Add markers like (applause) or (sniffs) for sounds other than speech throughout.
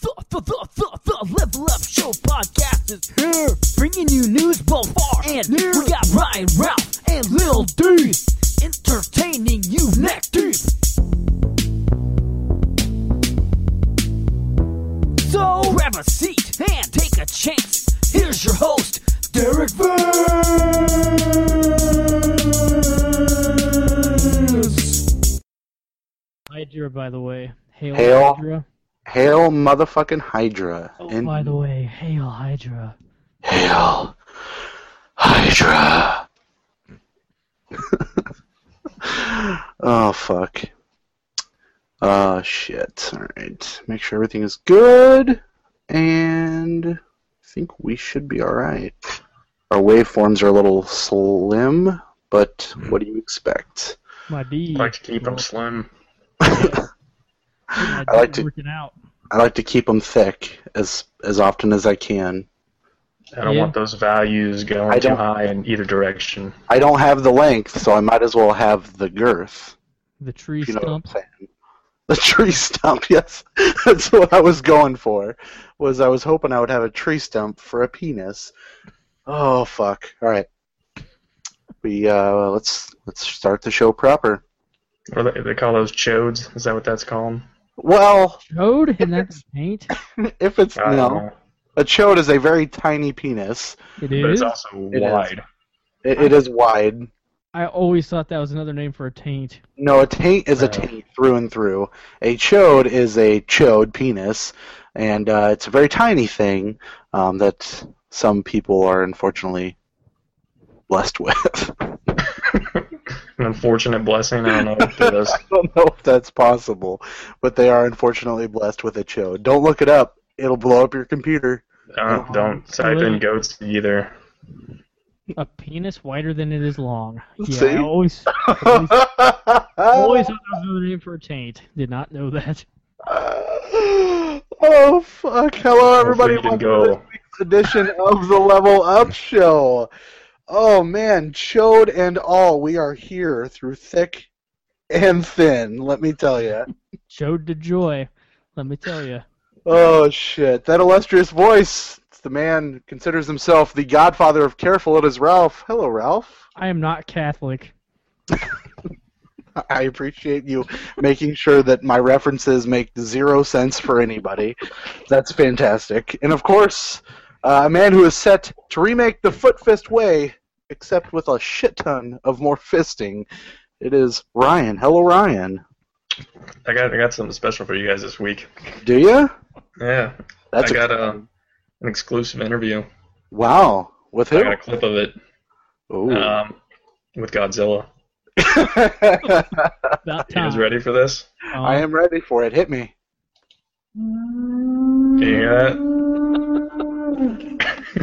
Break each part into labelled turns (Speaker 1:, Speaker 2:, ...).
Speaker 1: The Level Up Show podcast is here, bringing you news both far and near. We got Ryan, Ralph, and Lil D, entertaining you neck deep. So grab a seat and take a chance. Here's your host, Derek Vance.
Speaker 2: Hydra, by the way. Hail,
Speaker 3: Hail.
Speaker 2: Hydra.
Speaker 3: Hail motherfucking Hydra.
Speaker 2: Oh, by the way, hail Hydra.
Speaker 3: Hail Hydra. (laughs) oh fuck. Oh shit. Alright. Make sure everything is good. And I think we should be alright. Our waveforms are a little slim, but what do you expect?
Speaker 2: My D.
Speaker 4: I like to keep them slim.
Speaker 2: My
Speaker 3: (laughs) I like
Speaker 2: D's
Speaker 3: to-
Speaker 2: working out.
Speaker 3: I like to keep them thick as as often as I can.
Speaker 4: I don't
Speaker 2: Yeah.
Speaker 4: want those values
Speaker 3: I
Speaker 4: going
Speaker 3: don't-
Speaker 4: too high in either direction.
Speaker 3: I don't have the length, so I might as well have the girth.
Speaker 2: The tree
Speaker 3: if you know what I'm
Speaker 2: stump.
Speaker 3: saying. (laughs) The tree stump, (laughs) yes. That's what I was going for. Was I was hoping I would have a tree stump for a penis. Oh fuck. Alright. We uh let's let's start the show proper.
Speaker 4: Or they, they call those chodes. Is that what that's called?
Speaker 3: Well, (laughs)
Speaker 2: Chode and that's paint.
Speaker 3: if it's
Speaker 4: I don't
Speaker 3: no.
Speaker 4: know.
Speaker 3: A chode is a very tiny penis.
Speaker 2: It
Speaker 4: But
Speaker 2: is.
Speaker 4: it's also
Speaker 3: It is.
Speaker 4: wide.
Speaker 3: It,
Speaker 4: Hmm.
Speaker 3: it is wide.
Speaker 2: I always thought that was another name for a taint.
Speaker 3: No, a taint is a
Speaker 4: Oh.
Speaker 3: taint through and through. A chode is a chode penis, and uh, it's a very tiny thing um, that some people are unfortunately blessed (laughs) with.
Speaker 4: An unfortunate blessing. I don't know what it is.
Speaker 3: I don't know if that's possible, but they are unfortunately blessed with a chode. Don't look it up; it'll blow up your computer. (laughs)
Speaker 4: Uh, don't type in goats either.
Speaker 2: A penis wider than it is
Speaker 3: (laughs)
Speaker 2: long. Yeah,
Speaker 3: See?
Speaker 2: I always always thought that was another name for a taint. Did not know that.
Speaker 3: oh fuck! Hello, everybody.
Speaker 4: you didn't
Speaker 3: Welcome
Speaker 4: go.
Speaker 3: to this week's edition of the Level Up Show. Oh man, chode and all, we are here through thick and thin. Let me tell you.
Speaker 2: Chode to joy. Let me tell you.
Speaker 3: Oh shit! That illustrious voice. It's the man who considers himself the godfather of careful. It is Ralph. Hello, Ralph.
Speaker 2: I am not Catholic.
Speaker 3: I appreciate you making sure that my references make zero sense for anybody. That's fantastic. And of course, uh, a man who is set to remake the Foot Fist Way, except with a shit ton of more fisting. It is Ryan. Hello, Ryan.
Speaker 4: I got I got something special for you guys this week.
Speaker 3: Do you?
Speaker 4: Yeah,
Speaker 3: That's
Speaker 4: I got a-
Speaker 3: exciting.
Speaker 4: an exclusive interview.
Speaker 3: wow. With
Speaker 4: I
Speaker 3: who?
Speaker 4: got a clip of it
Speaker 3: Ooh.
Speaker 4: um, with Godzilla. Uh, (laughs)
Speaker 2: About
Speaker 4: You guys
Speaker 2: time.
Speaker 4: ready for this?
Speaker 2: Um,
Speaker 3: (laughs) I am ready for it. Hit me. (laughs)
Speaker 4: Can you hear that?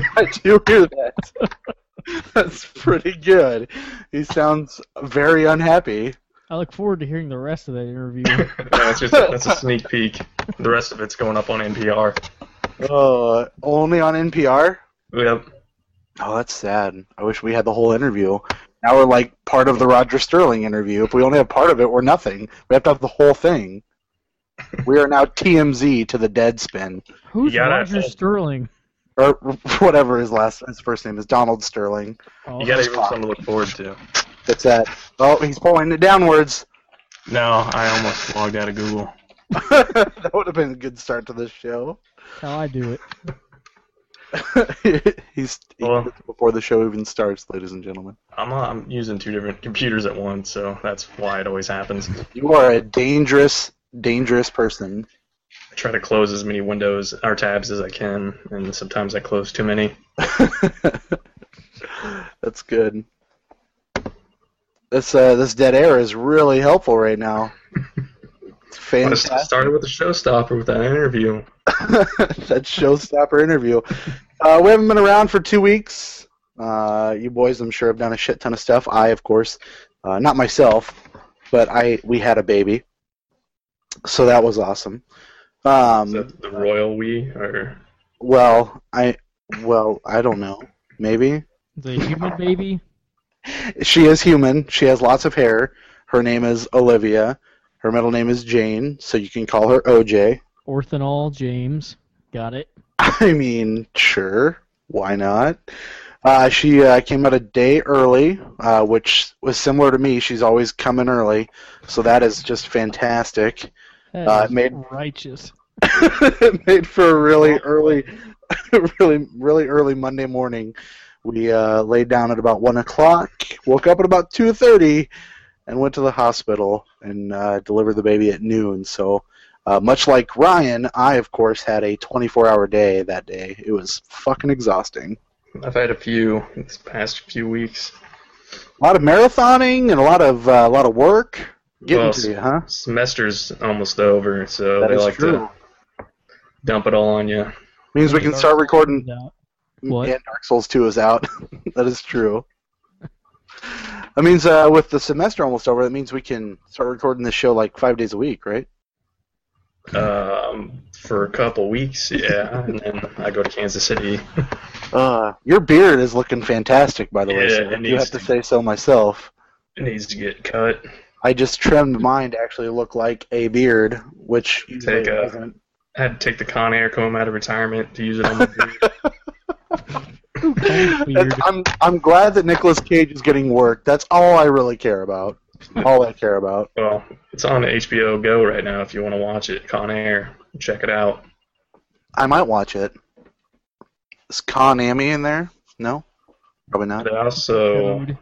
Speaker 4: (laughs)
Speaker 3: I do hear that. (laughs) That's pretty good. He sounds very unhappy.
Speaker 2: I look forward to hearing the rest of that
Speaker 4: (laughs)
Speaker 2: interview.
Speaker 4: that's just that's a sneak peek. The rest of it's going up on NPR.
Speaker 3: Uh, only on NPR?
Speaker 4: Yep.
Speaker 3: Oh, that's sad. I wish we had the whole interview. Now we're like part of the Roger Sterling interview. If we only have part of it, we're nothing. We have to have the whole thing. We are now TMZ to the Deadspin,
Speaker 2: Who's
Speaker 4: You gotta-
Speaker 2: Roger Sterling?
Speaker 3: or (laughs) whatever his last his first name is, Donald Sterling.
Speaker 2: Oh,
Speaker 4: You gotta give them something to look forward to.
Speaker 3: That's that. Oh, he's pulling it downwards. (laughs)
Speaker 4: No, I almost logged out of Google.
Speaker 3: that would have been a good start to this show. (laughs)
Speaker 2: that's Oh, how I do it.
Speaker 3: he's
Speaker 4: Well-
Speaker 3: before the show even starts, ladies and gentlemen.
Speaker 4: I'm, uh, I'm using two different computers at once, so that's why it always happens.
Speaker 3: You are a dangerous, dangerous person.
Speaker 4: I try to close as many windows or tabs as I can, and sometimes I close too many.
Speaker 3: (laughs) That's good. This uh, this dead air is really helpful right now. It's
Speaker 4: I
Speaker 3: fantastic.
Speaker 4: started with a showstopper with that interview.
Speaker 3: (laughs) that showstopper interview. Uh, we haven't been around for two weeks. Uh, you boys, I'm sure, have done a shit ton of stuff. I, of course, uh, not myself, but I we had a baby, so that was awesome. Um,
Speaker 4: Is that the royal we or
Speaker 3: Well, I well, I don't know. Maybe
Speaker 2: The human baby.
Speaker 3: she is human. She has lots of hair. Her name is Olivia. Her middle name is Jane, so you can call her OJ.
Speaker 2: Orthanol James. Got it.
Speaker 3: (laughs) I mean, sure, why not? Uh, she uh, came out a day early, uh, which was similar to me. She's always coming early, so that is just fantastic.
Speaker 2: That
Speaker 3: Uh,
Speaker 2: is
Speaker 3: made- (laughs)
Speaker 2: righteous.
Speaker 3: it (laughs) made for a really early, (laughs) really really early Monday morning. We uh, laid down at about one o'clock, woke up at about two thirty, and went to the hospital and uh, delivered the baby at noon. So. Uh, much like Ryan, I of course had a 24-hour day that day. It was fucking exhausting.
Speaker 4: I've had a few this past few weeks.
Speaker 3: A lot of marathoning and a lot of uh, a lot of work getting
Speaker 4: Well,
Speaker 3: to you, huh?
Speaker 4: Semester's almost over, so
Speaker 3: That
Speaker 4: they
Speaker 3: is
Speaker 4: like
Speaker 3: true.
Speaker 4: to dump it all on you.
Speaker 3: Means we can start recording.
Speaker 2: No. What?
Speaker 3: And Dark Souls 2 is out. (laughs) that is true. That means uh, with the semester almost over, that means we can start recording the show like five days a week, right?
Speaker 4: Um, for a couple weeks, yeah, and then I go to Kansas City.
Speaker 3: Uh, your beard is looking fantastic, by the way.
Speaker 4: Yeah,
Speaker 3: sir.
Speaker 4: it
Speaker 3: you
Speaker 4: needs
Speaker 3: have to
Speaker 4: to.
Speaker 3: say so myself.
Speaker 4: It needs to get cut.
Speaker 3: I just trimmed mine to actually look like a beard, which usually
Speaker 4: Take
Speaker 3: it
Speaker 4: a-
Speaker 3: doesn't.
Speaker 4: I had to take the Con Air comb out of retirement to use it on my
Speaker 3: (laughs)
Speaker 4: beard.
Speaker 2: That's weird.
Speaker 3: I'm I'm glad that Nicolas Cage is getting work. That's all I really care
Speaker 4: (laughs)
Speaker 3: about. All I care about.
Speaker 4: well, it's on HBO Go right now if you want to watch it. Con Air, check it out.
Speaker 3: I might watch it. Is Konami in there? No, probably not.
Speaker 4: They
Speaker 3: Uh,
Speaker 4: also
Speaker 2: Dude.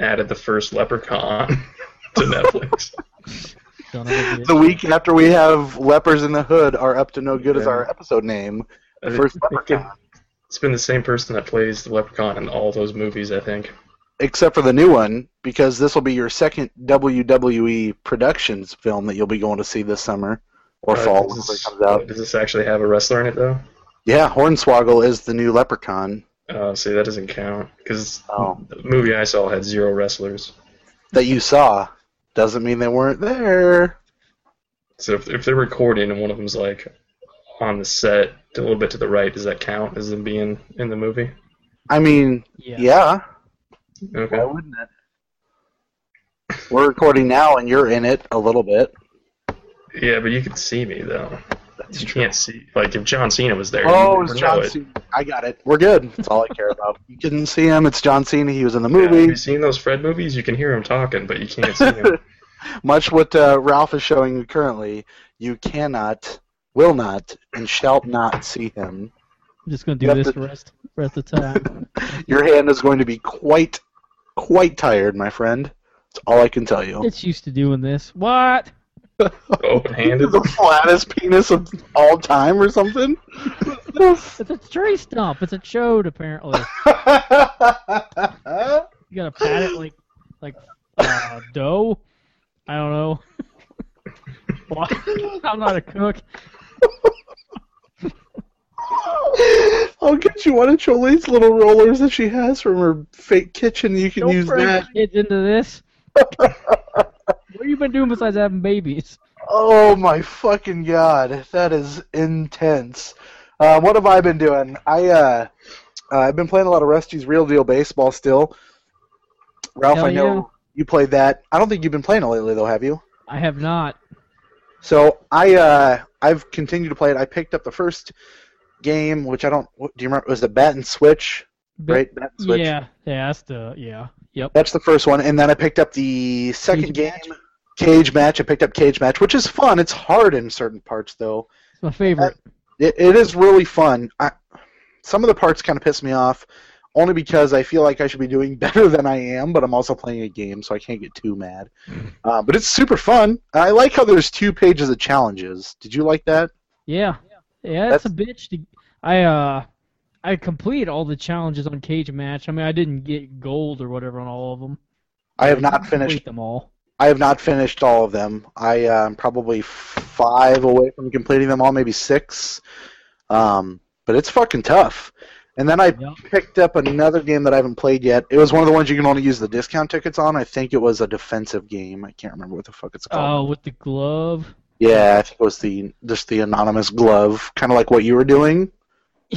Speaker 4: added the first Leprechaun (laughs) to Netflix.
Speaker 2: Son of a bitch.
Speaker 3: The week after we have Lepers in the Hood are up to no good as
Speaker 4: Yeah.
Speaker 3: our episode name. (laughs) The
Speaker 4: I
Speaker 3: first
Speaker 4: think
Speaker 3: Leprechaun.
Speaker 4: it- It's been the same person that plays the Leprechaun in all those movies, I think.
Speaker 3: except for the new one, because this will be your second WWE Productions film that you'll be going to see this summer or
Speaker 4: Uh,
Speaker 3: fall
Speaker 4: does
Speaker 3: whenever it
Speaker 4: this,
Speaker 3: comes out.
Speaker 4: does this actually have a wrestler in it though?
Speaker 3: Yeah, Hornswoggle is the new Leprechaun
Speaker 4: Uh, see, that doesn't count because
Speaker 3: Oh.
Speaker 4: the movie I saw had zero wrestlers.
Speaker 3: that you saw. Doesn't mean they weren't there.
Speaker 4: So if, if they're recording and one of them's like on the set a little bit to the right, does that count as them being in the movie?
Speaker 3: I mean,
Speaker 2: Yeah.
Speaker 3: yeah.
Speaker 4: Okay.
Speaker 3: Why wouldn't it? We're recording now, and you're in it a little bit.
Speaker 4: Yeah, but you can see me though. you can't see. Like if John Cena was there,
Speaker 3: Oh,
Speaker 4: you
Speaker 3: it's
Speaker 4: would
Speaker 3: John Cena. I got it. We're good. That's all I care about. You didn't see him. It's John Cena. He was in the
Speaker 4: Yeah, have
Speaker 3: movie.
Speaker 4: you seen those Fred movies? You can hear him talking, but you can't see him.
Speaker 3: (laughs) Much what uh, Ralph is showing you currently, you cannot, will not, and shall not see him.
Speaker 2: I'm just gonna do
Speaker 3: You have
Speaker 2: this
Speaker 3: to-
Speaker 2: the rest rest of the
Speaker 3: (laughs)
Speaker 2: time.
Speaker 3: Your hand is going to be quite, quite tired, my friend. That's all I can tell you.
Speaker 2: it's used to doing this. What?
Speaker 4: Open-handed.
Speaker 3: the flattest penis of all time, or (laughs) something.
Speaker 2: It's a tree stump. It's a chode apparently. You gotta pat it like like uh, dough. I don't know. What? (laughs) I'm not a cook.
Speaker 3: I'll get you one of Jolie's little rollers that she has from her fake kitchen. You can
Speaker 2: Don't
Speaker 3: use
Speaker 2: bring
Speaker 3: that.
Speaker 2: kids into
Speaker 3: (laughs)
Speaker 2: this. what have you been doing besides having babies?
Speaker 3: Oh my fucking god, that is intense. Uh, what have I been doing? I uh, uh, I've been playing a lot of Rusty's Real Deal baseball still. Ralph,
Speaker 2: Hell
Speaker 3: I know
Speaker 2: yeah.
Speaker 3: you played that. I don't think you've been playing it lately though, have you?
Speaker 2: I have not.
Speaker 3: So I uh, I've continued to play it. I picked up the first game, which I don't. what- Do you remember? It was the bat and switch,
Speaker 2: But-
Speaker 3: right? Bat and switch.
Speaker 2: Yeah, yeah, that's the yeah, yep.
Speaker 3: That's the first one, and then I picked up the second
Speaker 2: Cage
Speaker 3: game,
Speaker 2: match?
Speaker 3: cage match. I picked up cage match, which is fun. It's hard in certain parts though.
Speaker 2: It's my favorite.
Speaker 3: It, it is really fun. I, some of the parts kind of piss me off, only because I feel like I should be doing (laughs) better than I am, but I'm also playing a game, so I can't get too mad. Uh, but it's super fun. I like how there's two pages of challenges. Did you like that?
Speaker 2: Yeah, yeah, it's a bitch. To, I uh, I completed all the challenges on Cage Match. I mean, I didn't get gold or whatever on all of them.
Speaker 3: I have not
Speaker 2: didn't complete
Speaker 3: finished.
Speaker 2: them all.
Speaker 3: I have not finished all of them. I am probably five away from completing them all, maybe six. Um, but it's fucking tough. And then I
Speaker 2: Yep.
Speaker 3: picked up another game that I haven't played yet. It was one of the ones you can only use the discount tickets on. I think it was a defensive game. I can't remember what the fuck it's called.
Speaker 2: Oh, with the glove.
Speaker 3: Yeah, I think it was the just the anonymous glove, kind of like what you were doing.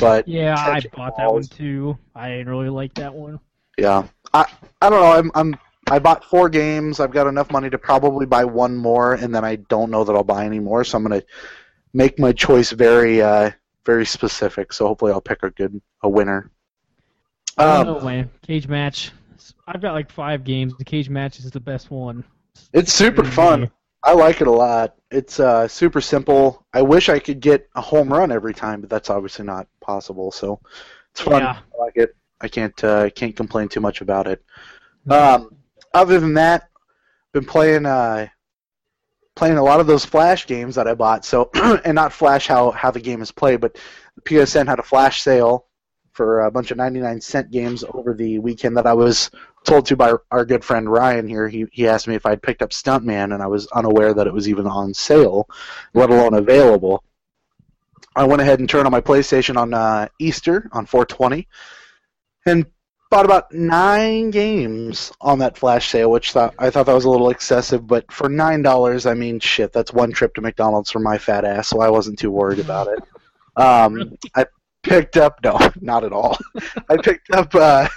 Speaker 3: But
Speaker 2: Yeah, I
Speaker 3: catching
Speaker 2: bought that one
Speaker 3: balls.
Speaker 2: too. I didn't really like that one.
Speaker 3: Yeah, I I don't know. I'm I'm I bought four games. I've got enough money to probably buy one more, and then I don't know that I'll buy any more. So I'm gonna make my choice very uh, very specific. So hopefully I'll pick a good a winner.
Speaker 2: I don't
Speaker 3: Um,
Speaker 2: know, Oh, man. Cage match. I've got like five games. The cage match is the best one.
Speaker 3: it's super fun. I like it a lot. It's uh, super simple. I wish I could get a home run every time, but that's obviously not possible. So it's fun.
Speaker 2: Yeah.
Speaker 3: I like it. I can't uh, can't complain too much about it. Um, other than that, been playing uh, playing a lot of those Flash games that I bought. So, (clears throat) and not Flash how how the game is played, but PSN had a Flash sale for a bunch of 99 cent games over the weekend that I was told to by our good friend Ryan here. He he asked me if I'd picked up Stuntman, and I was unaware that it was even on sale, let alone available. I went ahead and turned on my PlayStation on uh, Easter on 420, and bought about nine games on that flash sale, which thought, I thought that was a little excessive. But for nine dollars, I mean, shit, that's one trip to McDonald's for my fat ass, so I wasn't too worried about it. Um,
Speaker 2: Really?
Speaker 3: I picked up no, (laughs) not at all. I picked up uh,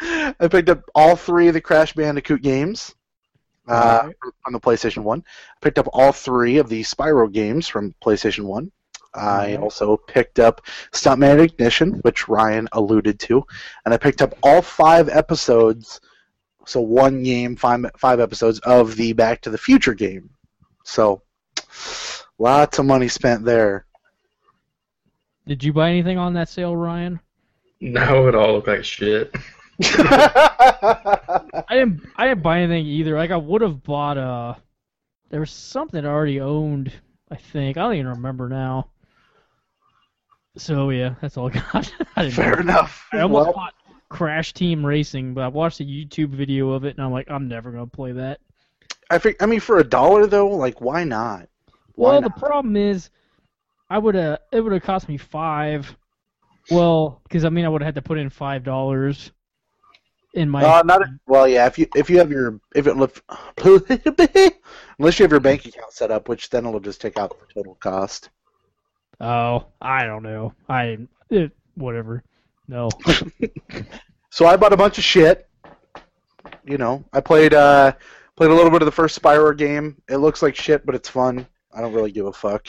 Speaker 3: I picked up all three of the Crash Bandicoot games uh, on the PlayStation One. I picked up all three of the Spyro games from PlayStation One. I
Speaker 2: Alright.
Speaker 3: also picked up Stuntman Ignition, which Ryan alluded to, and I picked up all five episodes, so one game, five, five episodes of the Back to the Future game. So, lots of money spent (laughs) there.
Speaker 2: Did you buy anything on that sale, Ryan?
Speaker 4: No, it all looked like shit.
Speaker 2: I didn't. I didn't buy anything either. Like I would have bought uh There was something I already owned. I think I don't even remember now. So yeah, that's all I got. (laughs) I didn't
Speaker 3: Fair enough.
Speaker 2: I almost
Speaker 3: Well,
Speaker 2: bought Crash Team Racing, but I watched a YouTube video of it, and I'm like, I'm never gonna play that.
Speaker 3: I think I mean for a dollar though, like why not? Why
Speaker 2: well,
Speaker 3: not?
Speaker 2: the problem is, I would have it would have cost me five. Well, because I mean, I would have had to put in five dollars in my.
Speaker 3: Uh, not if- well, yeah. If you if you have your if it look (laughs) unless you have your bank account set up, which then it'll just take out the total cost.
Speaker 2: oh, I don't know. I it, whatever. No.
Speaker 3: So I bought a bunch of shit. You know, I played uh played a little bit of the first Spyro game. It looks like shit, but it's fun. I don't really give a fuck.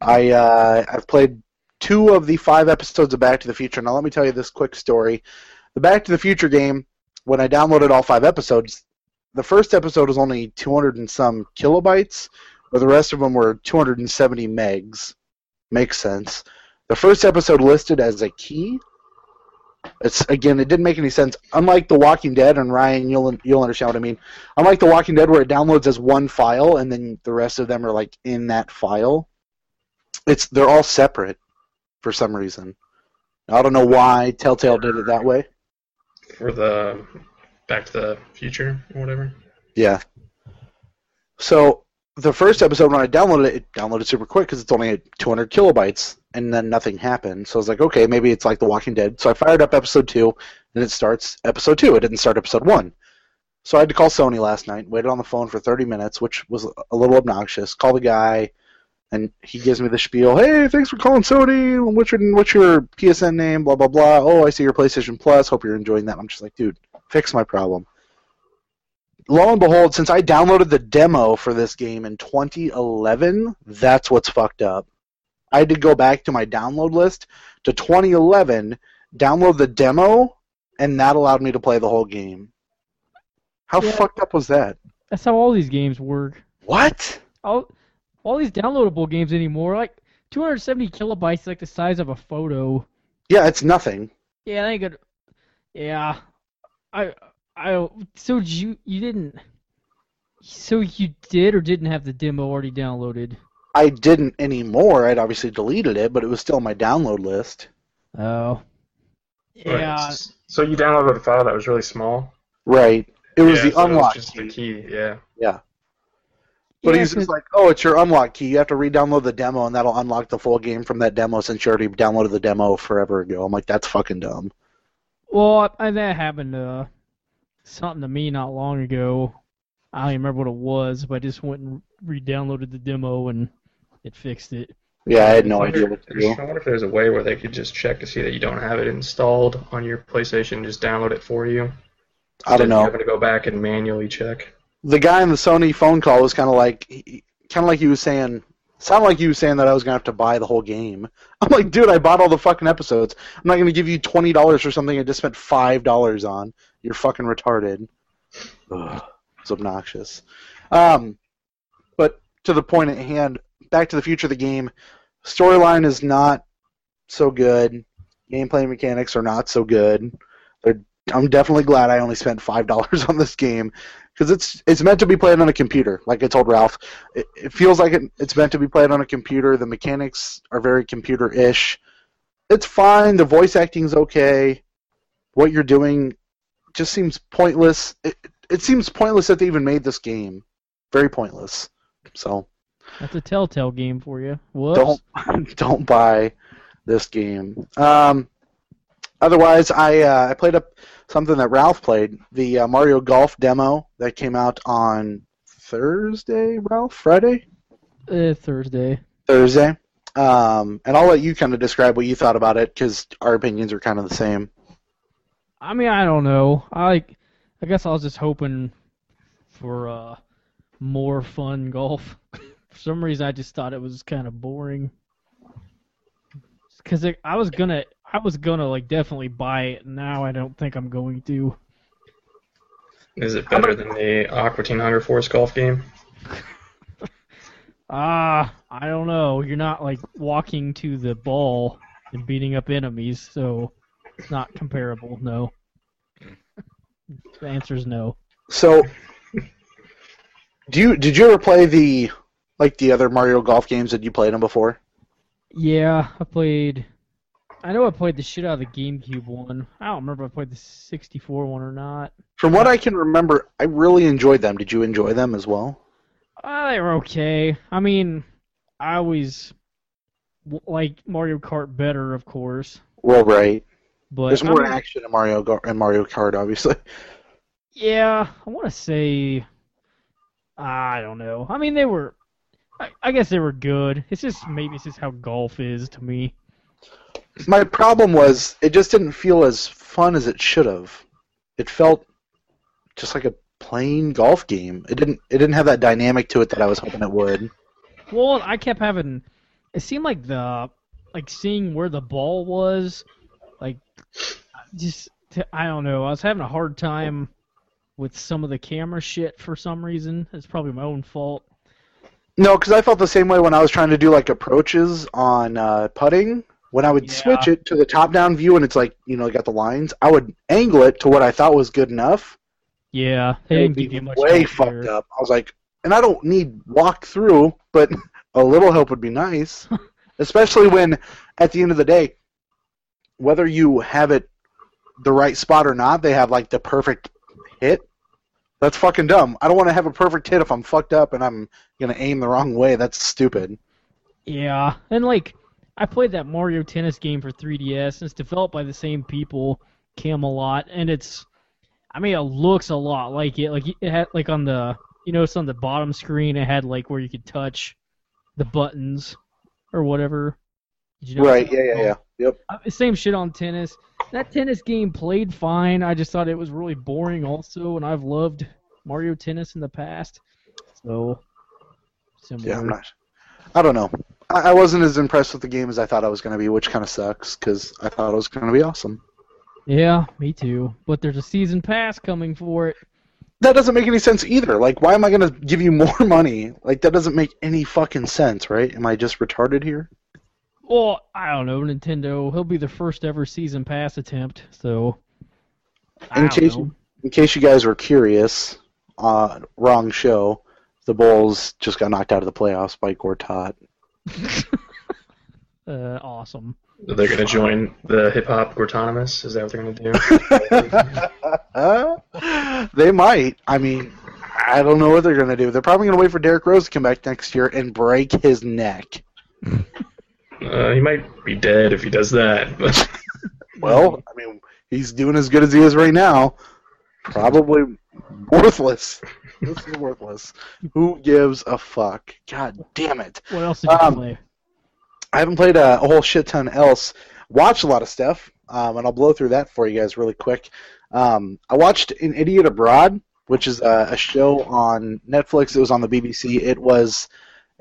Speaker 3: I uh, I've played two of the five episodes of Back to the Future. Now let me tell you this quick story. The Back to the Future game, when I downloaded all five episodes, the first episode was only 200 and some kilobytes, but the rest of them were 270 megs. Makes sense. The first episode listed as a key. It's again, it didn't make any sense. Unlike The Walking Dead, and Ryan, you'll you'll understand what I mean. Unlike The Walking Dead, where it downloads as one file, and then the rest of them are like in that file. It's they're all separate for some reason. I don't know why Telltale did it that way.
Speaker 4: For the Back to the Future or whatever.
Speaker 3: Yeah. So the first episode when I downloaded it, it downloaded super quick because it's only at 200 kilobytes, and then nothing happened. So I was like, okay, maybe it's like The Walking Dead. So I fired up episode two, and it starts episode two. It didn't start episode one. So I had to call Sony last night. Waited on the phone for 30 minutes, which was a little obnoxious. Call the guy, and he gives me the spiel. Hey, thanks for calling Sony. What's your what's your PSN name? Blah blah blah. Oh, I see your PlayStation Plus. Hope you're enjoying that. I'm just like, dude, fix my problem lo and behold, since I downloaded the demo for this game in 2011, that's what's fucked up. I had to go back to my download list to 2011, download the demo, and that allowed me to play the whole game. How
Speaker 2: Yeah.
Speaker 3: fucked up was that?
Speaker 2: That's how all these games work.
Speaker 3: What?
Speaker 2: All all these downloadable games anymore, like 270 kilobytes, is like the size of a photo.
Speaker 3: Yeah, it's nothing.
Speaker 2: Yeah, that ain't good. Yeah, I, I. So did you you didn't. So you did or didn't have the demo already downloaded?
Speaker 3: I didn't anymore. I'd obviously deleted it, but it was still on my download list.
Speaker 2: Oh. Yeah.
Speaker 4: Right. So you downloaded a file that was really small.
Speaker 3: Right. It was
Speaker 4: Yeah,
Speaker 3: the
Speaker 4: so it
Speaker 3: unlock
Speaker 4: just
Speaker 3: key.
Speaker 4: the key. Yeah.
Speaker 3: But
Speaker 2: Yeah,
Speaker 3: he's
Speaker 2: 'cause-
Speaker 3: just like, oh, it's your unlock key. You have to re-download the demo, and that'll unlock the full game from that demo since you already downloaded the demo forever ago. I'm like, that's fucking dumb.
Speaker 2: Well, I, that happened uh, something to me not long ago. I don't even remember what it was, but I just went and re-downloaded the demo and it fixed it.
Speaker 3: Yeah, I had no
Speaker 4: I wonder-
Speaker 3: idea what to do.
Speaker 4: I wonder if there's a way where they could just check to see that you don't have it installed on your PlayStation, and just download it for you.
Speaker 3: I don't
Speaker 4: Instead of
Speaker 3: know.
Speaker 4: Having to go back and manually check.
Speaker 3: The guy in the Sony phone call was kind of like, kind of like he was saying, Sound like you saying that I was gonna have to buy the whole game. (laughs) I'm like, dude, I bought all the fucking episodes. I'm not gonna give you twenty dollars for something I just spent five dollars on. You're fucking retarded. Ugh, it's obnoxious. Um, but to the point at hand, Back to the Future, the game storyline is not so good. Gameplay mechanics are not so good. They're, I'm definitely glad I only spent five dollars (laughs) on this game because it's it's meant to be played on a computer. Like I told Ralph, it, it feels like it, it's meant to be played on a computer. The mechanics are very computer-ish. It's fine. The voice acting's okay. What you're doing just seems pointless. It, it seems pointless that they even made this game. Very pointless. So
Speaker 2: That's a telltale game for you. Whoops.
Speaker 3: don't (laughs) don't buy this game. Um, otherwise, I uh, I played up something that Ralph played, the uh, Mario Golf demo that came out on Thursday. Ralph, Friday,
Speaker 2: Eh, Thursday.
Speaker 3: Thursday. Um, and I'll let you kind of describe what you thought about it because our opinions are kind of the same.
Speaker 2: I mean, I don't know. I I guess I was just hoping for uh, more fun golf. (laughs) for some reason, I just thought it was kind of boring. Because I was gonna, I was gonna like definitely buy it. Now I don't think I'm going to.
Speaker 4: Is it better than the Aqua Teen Hunger Force golf game?
Speaker 2: Ah, I don't know. You're not like walking to the ball and beating up enemies, so it's not comparable. No. (laughs) the answer is no.
Speaker 3: So, do you did you ever play the like the other Mario Golf games that you played them before?
Speaker 2: Yeah, I played. I know I played the shit out of the GameCube one. I don't remember if I played the 64 one or not.
Speaker 3: From what I can remember, I really enjoyed them. Did you enjoy them as well?
Speaker 2: Uh, they were okay. I mean, I always w- like Mario Kart better, of course.
Speaker 3: Well, right.
Speaker 2: But
Speaker 3: There's
Speaker 2: I
Speaker 3: more
Speaker 2: mean,
Speaker 3: action in Mario Go- in Mario Kart, obviously. (laughs)
Speaker 2: Yeah, I want to say. I don't know. I mean, they were. I, I guess they were good. It's just maybe it's just how golf is to me.
Speaker 3: My problem was it just didn't feel as fun as it should have. It felt just like a plain golf game. It didn't it didn't have that dynamic to it that I was hoping it would.
Speaker 2: Well, I kept having. It seemed like the like seeing where the ball was, like just t- I don't know. I was having a hard time with some of the camera shit for some reason. It's probably my own fault.
Speaker 3: No, because I felt the same way when I was trying to do like approaches on uh, putting. When I would
Speaker 2: Yeah.
Speaker 3: switch it to the top down view and it's like you know you got the lines, I would angle it to what I thought was good enough.
Speaker 2: Yeah, they
Speaker 3: It
Speaker 2: didn't
Speaker 3: would
Speaker 2: give you
Speaker 3: be
Speaker 2: much.
Speaker 3: way
Speaker 2: help
Speaker 3: fucked
Speaker 2: there.
Speaker 3: up. I was like, and I don't need walk through, but (laughs) a little help would be nice, especially when at the end of the day, whether you have it the right spot or not, they have like the perfect hit. That's fucking dumb. I don't want to have a perfect hit if I'm fucked up and I'm gonna aim the wrong way. That's stupid.
Speaker 2: Yeah, and like I played that Mario Tennis game for 3DS. And it's developed by the same people, Camelot, and it's. I mean, it looks a lot like it. Like it had like on the you notice on the bottom screen, it had like where you could touch the buttons or whatever. Did you notice
Speaker 3: right?
Speaker 2: that?
Speaker 3: Yeah, yeah, yeah. Yep.
Speaker 2: Uh, Same shit on tennis. That tennis game played fine. I just thought it was really boring also, and I've loved Mario Tennis in the past. So similar.
Speaker 3: Yeah, I'm not. I don't know. I, I wasn't as impressed with the game as I thought I was gonna be, which kind of sucks because I thought it was gonna be awesome.
Speaker 2: Yeah, me too. But there's a season pass coming for it.
Speaker 3: that doesn't make any sense either. Like, why am I going to give you (laughs) more money? Like, that doesn't make any fucking sense, right? Am I just retarded here?
Speaker 2: Well, I don't know, Nintendo. He'll be the first ever season pass attempt. So, I
Speaker 3: In
Speaker 2: don't
Speaker 3: case,
Speaker 2: know.
Speaker 3: in case you guys were curious, uh, wrong show. The Bulls just got knocked out of the playoffs by Gortat.
Speaker 2: Uh, awesome.
Speaker 4: They're gonna join the hip hop Gortonomous. Is that what they're gonna do?
Speaker 3: Uh, they might. I mean, I don't know what they're going to do. They're probably going to wait for Derrick Rose to come back next year and break his neck.
Speaker 4: Uh, he might be dead if he does that. But (laughs)
Speaker 3: Well, I mean, he's doing as good as he is right now. Probably worthless. this is worthless. Who gives a fuck? God damn it.
Speaker 2: What else did you
Speaker 3: Um,
Speaker 2: play?
Speaker 3: I haven't played a, a whole shit ton else. Watched a lot of stuff, um, and I'll blow through that for you guys really quick. Um, I watched An Idiot Abroad, which is a, a show on Netflix. It was on the BBC. It was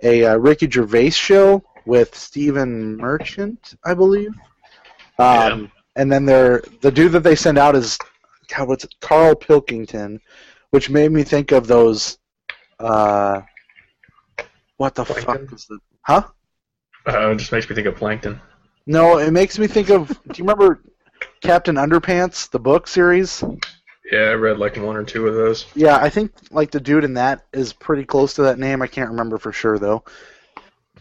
Speaker 3: a uh, Ricky Gervais show with Stephen Merchant, I believe. Um, And then they're, the dude that they send out is God, what's it? Carl Pilkington, which made me think of those. Uh, what the
Speaker 4: Plankton?
Speaker 3: fuck is the? Huh?
Speaker 4: Uh, it just makes me think of Plankton.
Speaker 3: No, it makes me think of. do you remember Captain Underpants, the book series?
Speaker 4: Yeah, I read like one or two of those.
Speaker 3: Yeah, I think like the dude in that is pretty close to that name. I can't remember for sure though.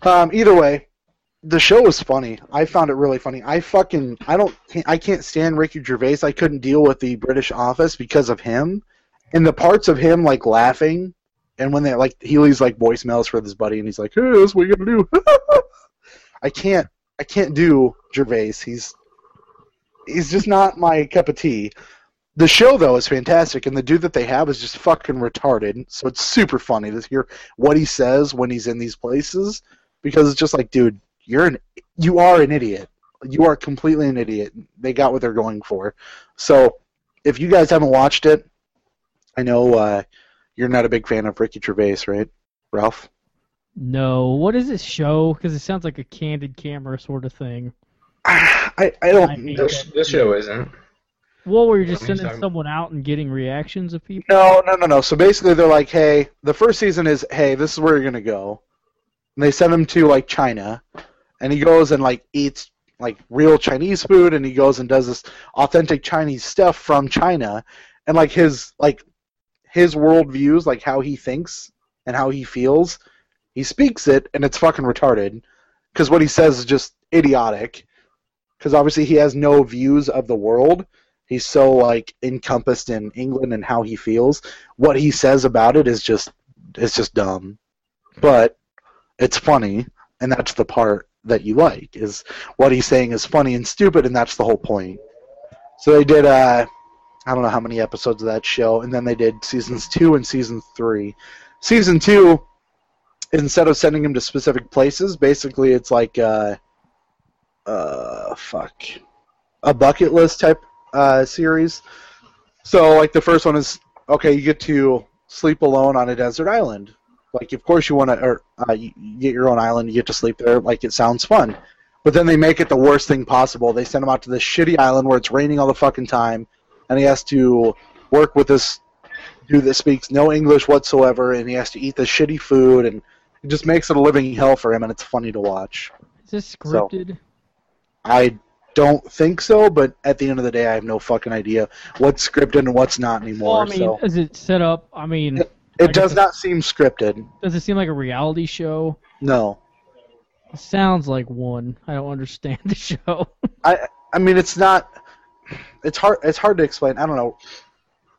Speaker 3: Um, either way, the show was funny. I found it really funny. I fucking I don't can't, I can't stand Ricky Gervais. I couldn't deal with the British Office because of him, and the parts of him like laughing, and when they like he leaves like voicemails for his buddy, and he's like, "Hey, this what you gonna do?" (laughs) I can't I can't do Gervais. He's he's just not my cup of tea. The show though is fantastic, and the dude that they have is just fucking retarded. So it's super funny to hear what he says when he's in these places, because it's just like, dude, you're an, you are an idiot. You are completely an idiot. They got what they're going for. So if you guys haven't watched it, I know uh, you're not a big fan of Ricky Gervais, right, Ralph?
Speaker 2: No, what is this show? Because it sounds like a candid camera sort of thing.
Speaker 3: (sighs) I I
Speaker 2: I
Speaker 3: don't.
Speaker 2: hate
Speaker 4: This, this show isn't. (laughs)
Speaker 2: Well, where you're just
Speaker 4: What are you
Speaker 2: sending
Speaker 4: talking-
Speaker 2: someone out and getting reactions of people.
Speaker 3: No, no, no, no. So basically, they're like, hey, the first season is, hey, this is where you're gonna go, and they send him to like China, and he goes and like eats like real Chinese food, and he goes and does this authentic Chinese stuff from China, and like his like his worldviews, like how he thinks and how he feels, he speaks it, and it's fucking retarded, because what he says is just idiotic, because obviously he has no views of the world he's so like encompassed in England and how he feels. What he says about it is just it's just dumb. But it's funny and that's the part that you like is what he's saying is funny and stupid and that's the whole point. So they did uh I don't know how many episodes of that show and then they did seasons 2 and season 3. Season 2 instead of sending him to specific places, basically it's like uh uh fuck a bucket list type uh, series. So, like, the first one is okay, you get to sleep alone on a desert island. Like, of course, you want to, or uh, you you get your own island, you get to sleep there. Like, it sounds fun. But then they make it the worst thing possible. They send him out to this shitty island where it's raining all the fucking time, and he has to work with this dude that speaks no English whatsoever, and he has to eat this shitty food, and it just makes it a living hell for him, and it's funny to watch.
Speaker 2: Is this
Speaker 3: So-
Speaker 2: scripted?
Speaker 3: I don't think so, but at the end of the day, I have no fucking idea what's scripted and what's not
Speaker 2: well, I
Speaker 3: anymore.
Speaker 2: mean,
Speaker 3: so
Speaker 2: is it set up? I mean, I
Speaker 3: it
Speaker 2: guess
Speaker 3: does
Speaker 2: it's-
Speaker 3: not seem scripted.
Speaker 2: does it seem like a reality show?
Speaker 3: No,
Speaker 2: It sounds like one. I don't understand (laughs) the show.
Speaker 3: I I mean it's not. It's hard. It's hard to explain. I don't know.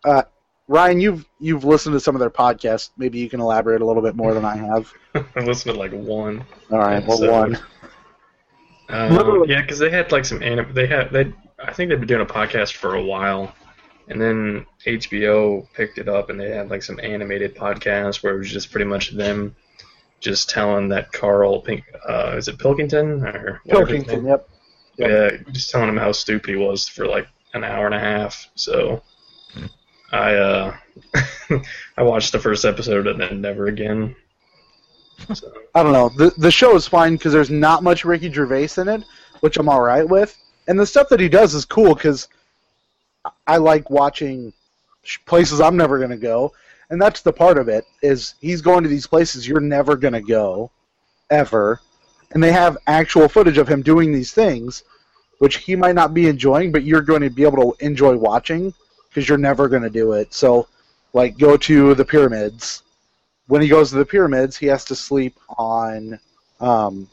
Speaker 3: Uh, Ryan, you've you've listened to some of their podcasts. Maybe you can elaborate a little bit more than I have.
Speaker 4: I listened to like one.
Speaker 3: All right, well,
Speaker 4: So-
Speaker 3: one.
Speaker 4: Um,
Speaker 3: Literally.
Speaker 4: yeah, because they had like some anim- They had they. I think they've been doing a podcast for a while, and then HBO picked it up, and they had like some animated podcast where it was just pretty much them, just telling that Carl Pink. Uh, is it Pilkington or whatever his
Speaker 3: Pilkington.
Speaker 4: name-
Speaker 3: Yep.
Speaker 4: Yeah, just telling him how stupid he was for like an hour and a half. So I uh, (laughs) I watched the first episode and then never again. So,
Speaker 3: I don't know. The the show is fine because there's not much Ricky Gervais in it, which I'm all right with. And the stuff that he does is cool because I like watching sh- places I'm never gonna go, and that's the part of it is he's going to these places you're never gonna go, ever, and they have actual footage of him doing these things, which he might not be enjoying, but you're going to be able to enjoy watching because you're never gonna do it. So, like, go to the pyramids when he goes to the pyramids, he has to sleep on, um,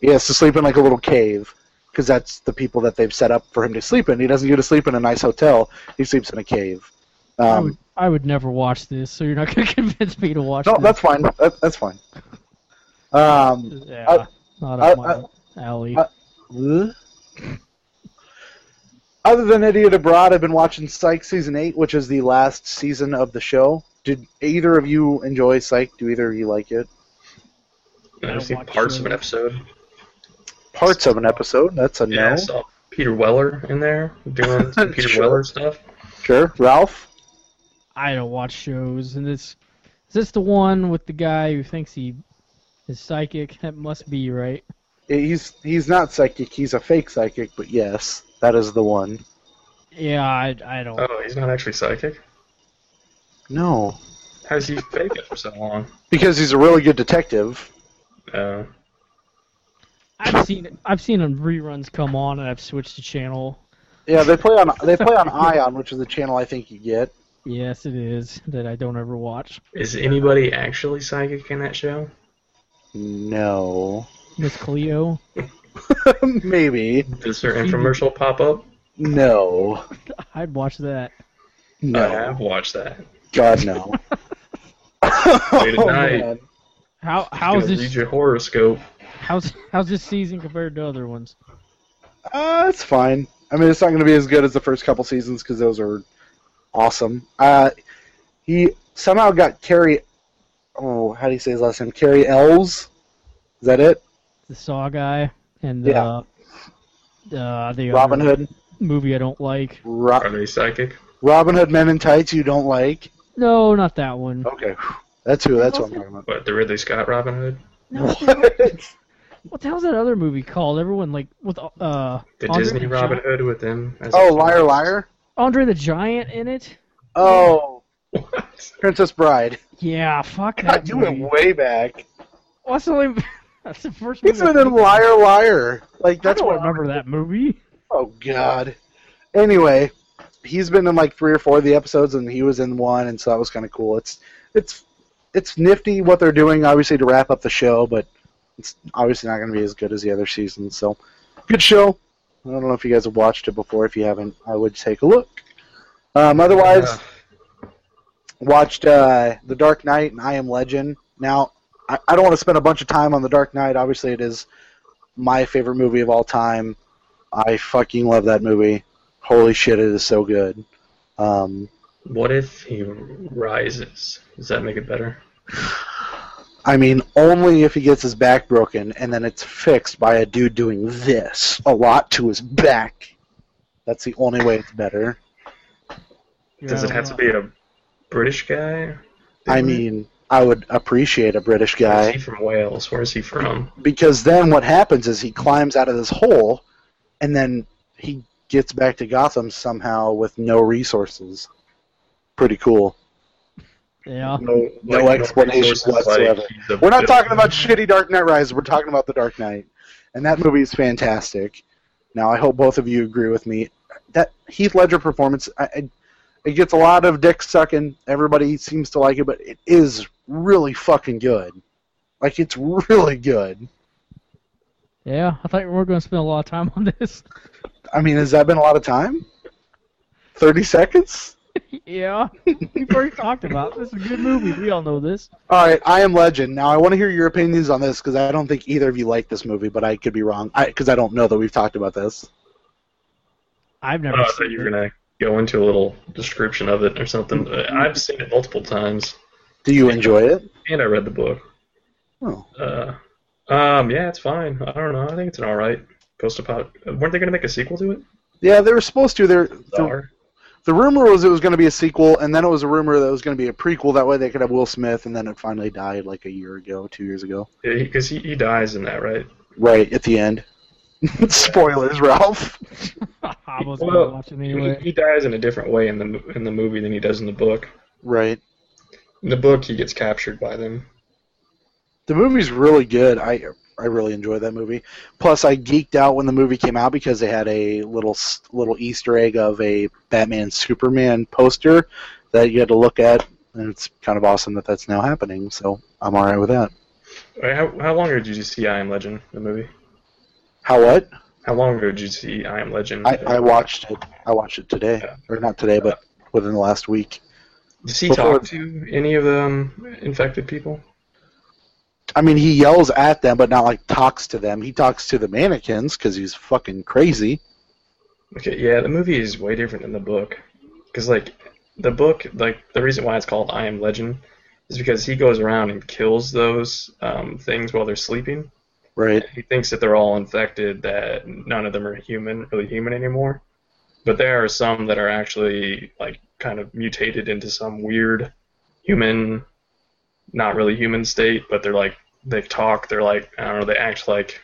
Speaker 3: he has to sleep in like a little cave because that's the people that they've set up for him to sleep in. He doesn't go to sleep in a nice hotel. He sleeps in a cave.
Speaker 2: I,
Speaker 3: Um,
Speaker 2: would, I would never watch this, so you're not going to (laughs) convince me to watch
Speaker 3: no,
Speaker 2: this.
Speaker 3: that's fine. That, that's fine. Um,
Speaker 2: yeah,
Speaker 3: I-
Speaker 2: not
Speaker 3: I-
Speaker 2: up my alley.
Speaker 3: I- other than Idiot Abroad, I've been watching Psych season eight, which is the last season of the show. Did either of you enjoy Psych? Do either of you like it?
Speaker 2: I
Speaker 4: I've seen
Speaker 2: watched
Speaker 4: parts
Speaker 2: it.
Speaker 4: of an episode.
Speaker 3: Parts of an episode. That's a
Speaker 4: Yeah, I
Speaker 3: no.
Speaker 4: saw Peter Weller in there
Speaker 3: (laughs)
Speaker 4: doing some Peter
Speaker 3: Sure.
Speaker 4: Weller stuff.
Speaker 3: Sure, Ralph.
Speaker 2: I don't watch shows, and this Is this the one with the guy who thinks he is psychic? That must be right.
Speaker 3: He's he's not psychic. He's a fake psychic, but yes, that is the one.
Speaker 2: Yeah, I, I don't.
Speaker 4: Oh, he's not actually psychic.
Speaker 3: No,
Speaker 4: How's he fake it for so long?
Speaker 3: because he's a really good detective.
Speaker 4: Uh,
Speaker 2: I've seen I've seen him reruns come on, and I've switched the channel.
Speaker 3: Yeah, they play on they play on Ion, which is the channel I think you get.
Speaker 2: Yes, it is that I don't ever watch.
Speaker 4: is anybody actually psychic in that show?
Speaker 3: No, (laughs)
Speaker 2: Miss Cleo.
Speaker 3: maybe
Speaker 4: Does her infomercial pop up?
Speaker 3: no,
Speaker 2: I'd watch that.
Speaker 4: I
Speaker 3: no,
Speaker 4: have watched that.
Speaker 3: God (laughs) no.
Speaker 4: Late at
Speaker 3: Oh,
Speaker 4: night.
Speaker 3: man.
Speaker 2: How how's
Speaker 4: Gonna Read
Speaker 2: this
Speaker 4: your horoscope.
Speaker 2: how's how's this season compared to other ones?
Speaker 3: Uh, it's fine. I mean, it's not going to be as good as the first couple seasons because those are awesome. Uh, he somehow got Carrie. Oh, how do you say his last name? Carrie Ells. Is that it?
Speaker 2: The Saw guy and
Speaker 3: Yeah.
Speaker 2: uh, uh, the
Speaker 3: Robin
Speaker 2: other
Speaker 3: Hood.
Speaker 2: movie I don't like.
Speaker 4: Are
Speaker 3: Ro-
Speaker 4: they psychic?
Speaker 3: Robin Hood Men in Tights. You don't like?
Speaker 2: No, not that one.
Speaker 3: Okay, whew. that's who. That's what I'm talking about.
Speaker 4: What the Ridley Scott Robin Hood?
Speaker 3: (laughs) What?
Speaker 2: What the hell's that other movie called? Everyone like with uh
Speaker 4: The
Speaker 2: Andre
Speaker 4: Disney
Speaker 2: the
Speaker 4: Robin
Speaker 2: Giant,
Speaker 4: Hood with them? As
Speaker 3: Oh,
Speaker 4: (laughs)
Speaker 3: liar, liar.
Speaker 2: Andre the Giant in it?
Speaker 3: Oh,
Speaker 4: What?
Speaker 3: Princess Bride.
Speaker 2: Yeah, fuck
Speaker 3: God,
Speaker 2: that.
Speaker 3: you
Speaker 2: movie.
Speaker 3: went way back.
Speaker 2: What's the only? (laughs) That's the first.
Speaker 3: He's
Speaker 2: movie I
Speaker 3: been in
Speaker 2: think of.
Speaker 3: Liar, Liar. Like that's
Speaker 2: I
Speaker 3: what
Speaker 2: don't remember that movie.
Speaker 3: Oh God. Anyway, he's been in like three or four of the episodes, and he was in one, and so that was kind of cool. It's it's it's nifty what they're doing, obviously to wrap up the show, but it's obviously not going to be as good as the other seasons. So, good show. I don't know if you guys have watched it before. If you haven't, I would take a look. Um, otherwise,
Speaker 4: Yeah.
Speaker 3: watched uh, The Dark Knight and I Am Legend. Now, I, I don't want to spend a bunch of time on The Dark Knight. Obviously, it is my favorite movie of all time. I fucking love that movie. Holy shit, it is so good. Um,
Speaker 4: What if he rises? Does that make it better?
Speaker 3: I mean, only if he gets his back broken and then it's fixed by a dude doing this a lot to his back. That's the only way it's better.
Speaker 4: Does it have to be a British guy?
Speaker 3: I mean, I would appreciate a British
Speaker 4: Is
Speaker 3: guy.
Speaker 4: he from Wales? Where is he from?
Speaker 3: because then what happens is he climbs out of this hole and then he gets back to Gotham somehow with no resources. Pretty cool.
Speaker 2: Yeah.
Speaker 3: No, no
Speaker 4: Like,
Speaker 3: explanation
Speaker 4: resources, like,
Speaker 3: whatsoever.
Speaker 4: he's a
Speaker 3: We're not
Speaker 4: bit-
Speaker 3: talking about shitty Dark Knight Rises. We're talking about The Dark Knight, and that movie is fantastic. Now, I hope both of you agree with me. That Heath Ledger performance, I, I, it gets a lot of dick sucking. Everybody seems to like it, but it is really fucking good. Like it's really good.
Speaker 2: Yeah. I thought we were going to spend a lot of time on this. (laughs)
Speaker 3: I mean, has that been a lot of time? Thirty seconds.
Speaker 2: yeah. We've already talked about it. this. Is a good movie. We all know this.
Speaker 3: All right, I am Legend. Now I want to hear your opinions on this because I don't think either of you like this movie, but I could be wrong because I, don't know that we've talked about this.
Speaker 2: I've never.
Speaker 4: Oh, I
Speaker 2: seen
Speaker 4: thought you were
Speaker 2: it.
Speaker 4: gonna go into a little description of it or something. Uh, I've seen it multiple times,
Speaker 3: Do you enjoy it?
Speaker 4: and I read the book.
Speaker 3: Oh,
Speaker 4: Uh, um, yeah, it's fine. I don't know. I think it's an all right post-apo. Weren't they gonna make a sequel to it?
Speaker 3: yeah, they were supposed to. They're, the,
Speaker 4: Bizarre.
Speaker 3: the rumor was it was going to be a sequel, and then it was a rumor that it was going to be a prequel. That way they could have Will Smith, and then it finally died like a year ago, two years ago.
Speaker 4: Yeah, because he, he dies in that, right?
Speaker 3: Right at the end. (laughs) Spoilers, Ralph.
Speaker 2: I wasn't
Speaker 4: Well,
Speaker 2: watching
Speaker 4: He-
Speaker 2: anyway.
Speaker 4: He, dies in a different way in the mo- in the movie than he does in the book.
Speaker 3: Right.
Speaker 4: In the book, he gets captured by them.
Speaker 3: The movie's really good. I I really enjoyed that movie. Plus, I geeked out when the movie came out because they had a little s- little Easter egg of a Batman Superman poster that you had to look at, and it's kind of awesome that that's now happening. So I'm all right with that.
Speaker 4: Wait, How, how long ago did you see I Am Legend, the movie?
Speaker 3: How what?
Speaker 4: How long ago did you see I Am Legend?
Speaker 3: I, I watched it. I watched it today, or not today, but within the last week.
Speaker 4: Does he
Speaker 3: before-
Speaker 4: talk to any of the um, infected people?
Speaker 3: I mean, he yells at them, but not like talks to them. He talks to the mannequins because he's fucking crazy.
Speaker 4: Okay, yeah, the movie is way different than the book. Because, like, the book, like, the reason why it's called I Am Legend is because he goes around and kills those um, things while they're sleeping.
Speaker 3: Right.
Speaker 4: He thinks that they're all infected, that none of them are human, really human anymore. But there are some that are actually, like, kind of mutated into some weird human not really human state, but they're like they talk, they're like I don't know, they act like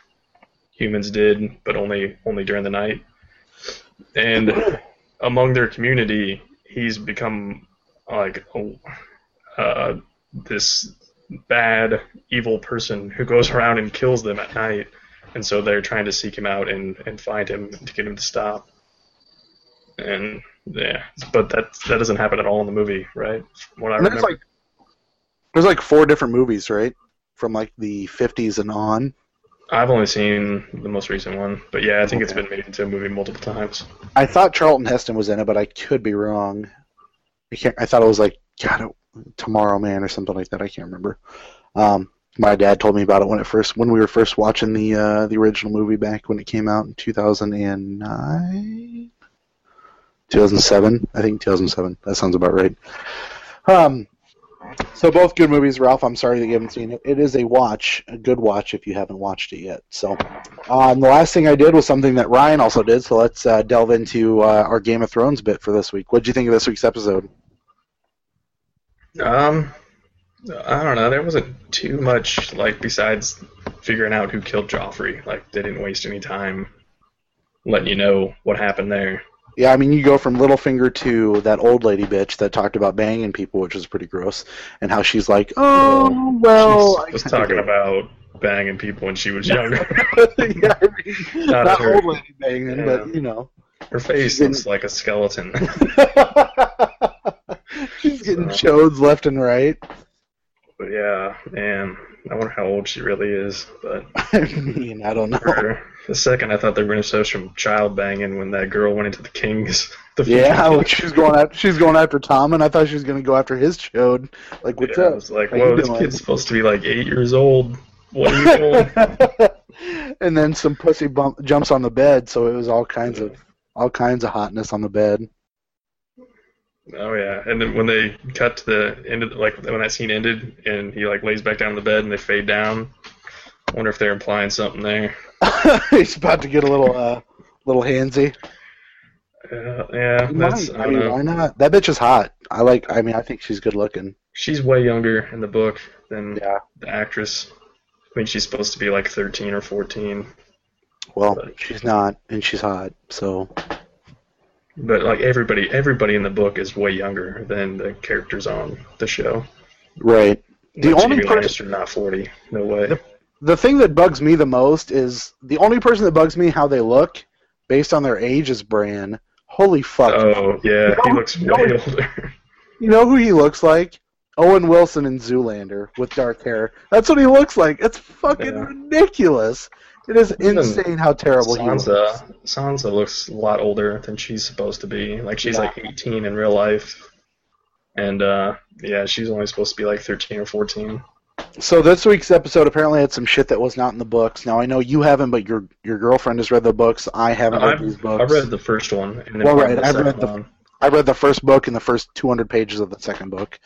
Speaker 4: humans did, but only only during the night. And among their community, he's become like a, uh, this bad, evil person who goes around and kills them at night. And so they're trying to seek him out and, and find him to get him to stop. And yeah, but that that doesn't happen at all in the movie, right? From what I
Speaker 3: And there's
Speaker 4: remember,
Speaker 3: like there's like four different movies, right? From like the 50s and on.
Speaker 4: I've only seen the most recent one, but yeah, I think it's
Speaker 3: Okay.
Speaker 4: been made into a movie multiple times.
Speaker 3: I thought Charlton Heston was in it, but I could be wrong. I can't. I thought it was like God, it- Tomorrow Man or something like that. I can't remember. Um, my dad told me about it when it first when we were first watching the uh, the original movie back when it came out in 2009, 2007. I think 2007. That sounds about right. Um, so both good movies, Ralph. I'm sorry that you haven't seen it. It is a watch, a good watch if you haven't watched it yet. So. Um, the last thing I did was something that Ryan also did, so let's uh, delve into uh, our Game of Thrones bit for this week. What did you think of this week's episode?
Speaker 4: Um, I don't know. There wasn't too much like besides figuring out who killed Joffrey. Like they didn't waste any time letting you know what happened there.
Speaker 3: Yeah, I mean, you go from Littlefinger to that old lady bitch that talked about banging people, which was pretty gross, and how she's like, oh, well.
Speaker 4: she
Speaker 3: (laughs) I
Speaker 4: was, was talking about banging people when she
Speaker 3: (laughs)
Speaker 4: was younger.
Speaker 3: yeah, I mean,
Speaker 4: Not
Speaker 3: not
Speaker 4: her.
Speaker 3: old lady banging, but,
Speaker 4: Yeah.
Speaker 3: you know.
Speaker 4: Her face looks like
Speaker 3: (laughs)
Speaker 4: a skeleton.
Speaker 3: she's getting
Speaker 4: So.
Speaker 3: chodes left and right. (laughs)
Speaker 4: but yeah, man, I wonder how old she really is. But
Speaker 3: I mean, I don't know.
Speaker 4: for a second, I thought they were going to show some child banging when that girl went into the king's. (laughs) The
Speaker 3: Yeah,
Speaker 4: fucking-
Speaker 3: well, she's going after she's going after Tom, and I thought she was going to go after his chode. Like, what's
Speaker 4: Yeah, I
Speaker 3: up?
Speaker 4: was like,
Speaker 3: How you
Speaker 4: whoa, this
Speaker 3: doing?"
Speaker 4: kid's supposed to be like eight years old. What are you
Speaker 3: (laughs)
Speaker 4: doing?
Speaker 3: and then some pussy bump, jumps on the bed, so it was all kinds of all kinds of hotness on the bed. (laughs)
Speaker 4: Oh yeah, and then when they cut to the end of like when that scene ended, and he like lays back down on the bed, and they fade down. I wonder if they're implying something there.
Speaker 3: He's about to get a little uh, little handsy.
Speaker 4: Uh, yeah,
Speaker 3: He
Speaker 4: that's
Speaker 3: might.
Speaker 4: I
Speaker 3: I
Speaker 4: don't
Speaker 3: mean,
Speaker 4: know.
Speaker 3: why not? That bitch is hot. I like. I mean, I think she's good looking.
Speaker 4: She's way younger in the book than
Speaker 3: Yeah.
Speaker 4: the actress. I think she's supposed to be like 13 or 14,
Speaker 3: Well,
Speaker 4: But-
Speaker 3: she's not, and she's hot. So
Speaker 4: but like everybody, everybody in the book is way younger than the characters on the show.
Speaker 3: right. The
Speaker 4: Like,
Speaker 3: only
Speaker 4: Jamie
Speaker 3: person-
Speaker 4: Lannister not 40, no way.
Speaker 3: The- The thing that bugs me the most is the only person that bugs me how they look based on their age is Bran. Holy fuck.
Speaker 4: Oh yeah, he
Speaker 3: No,
Speaker 4: looks
Speaker 3: no.
Speaker 4: way older.
Speaker 3: You know who he looks like? Owen Wilson in Zoolander with dark hair. That's what he looks like. It's fucking
Speaker 4: Yeah.
Speaker 3: ridiculous. It is
Speaker 4: Even
Speaker 3: insane how terrible he looks.
Speaker 4: Sansa, Sansa looks a lot older than she's supposed to be. Like she's
Speaker 3: Yeah.
Speaker 4: like 18 in real life, and uh, yeah, she's only supposed to be like 13 or 14.
Speaker 3: So this week's episode apparently had some shit that was not in the books. Now I know you haven't, but your your girlfriend has read the books. I haven't read
Speaker 4: I've,
Speaker 3: these books.
Speaker 4: I've read the first one. And then
Speaker 3: Well,
Speaker 4: part of
Speaker 3: right, I've read
Speaker 4: second
Speaker 3: the-
Speaker 4: one.
Speaker 3: I read the first book and the first 200 pages of the second book,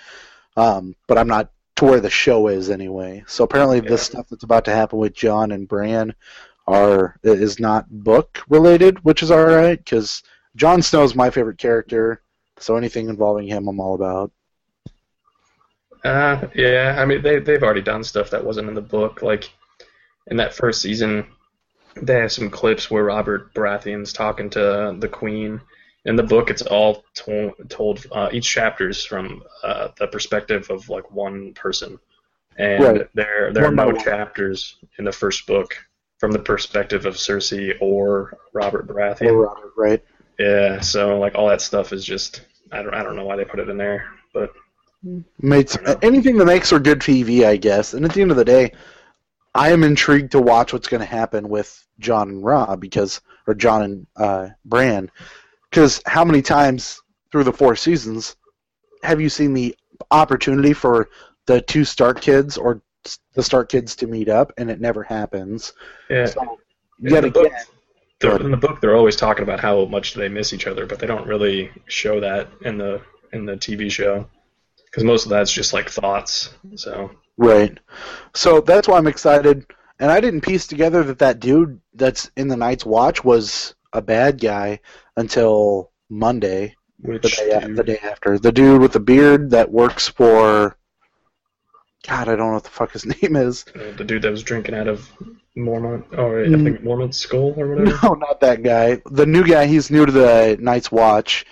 Speaker 3: um, but I'm not to where the show is anyway. So apparently,
Speaker 4: Yeah.
Speaker 3: this stuff that's about to happen with John and Bran are is not book related, which is all right because Jon Snow's my favorite character. So anything involving him, I'm all about.
Speaker 4: Uh, yeah, I mean they they've already done stuff that wasn't in the book. Like in that first season, they have some clips where Robert Baratheon's talking to the Queen. In the book, it's all to- told. Uh, each chapter is from uh, the perspective of like one person, and
Speaker 3: Right.
Speaker 4: there there
Speaker 3: One by
Speaker 4: are no
Speaker 3: one.
Speaker 4: chapters in the first book from the perspective of Cersei or Robert Baratheon.
Speaker 3: Or Robert, right?
Speaker 4: Yeah, so like all that stuff is just I don't I don't know why they put it in there, but.
Speaker 3: Mates,
Speaker 4: I know.
Speaker 3: anything that makes for good TV, I guess. And at the end of the day, I am intrigued to watch what's going to happen with John and Rob because, or John and uh, Bran, because how many times through the four seasons have you seen the opportunity for the two Stark kids or s- the Stark kids to meet up, and it never happens?
Speaker 4: Yeah.
Speaker 3: So,
Speaker 4: In
Speaker 3: yet
Speaker 4: the book,
Speaker 3: again,
Speaker 4: they're, in the book, they're always talking about how much they miss each other, but they don't really show that in the in the TV show because most of that's just like thoughts. So
Speaker 3: Right. So that's why I'm excited. And I didn't piece together that that dude that's in the Night's Watch was a bad guy until Monday, the
Speaker 4: which
Speaker 3: day,
Speaker 4: dude-
Speaker 3: the day after. The dude with the beard that works for God, I don't know what the fuck his (laughs) name is.
Speaker 4: Uh, the dude that was drinking out of Mormont, or I
Speaker 3: Mm.
Speaker 4: think Mormont's skull or whatever.
Speaker 3: No, not that guy. The new guy. He's new to the Night's Watch.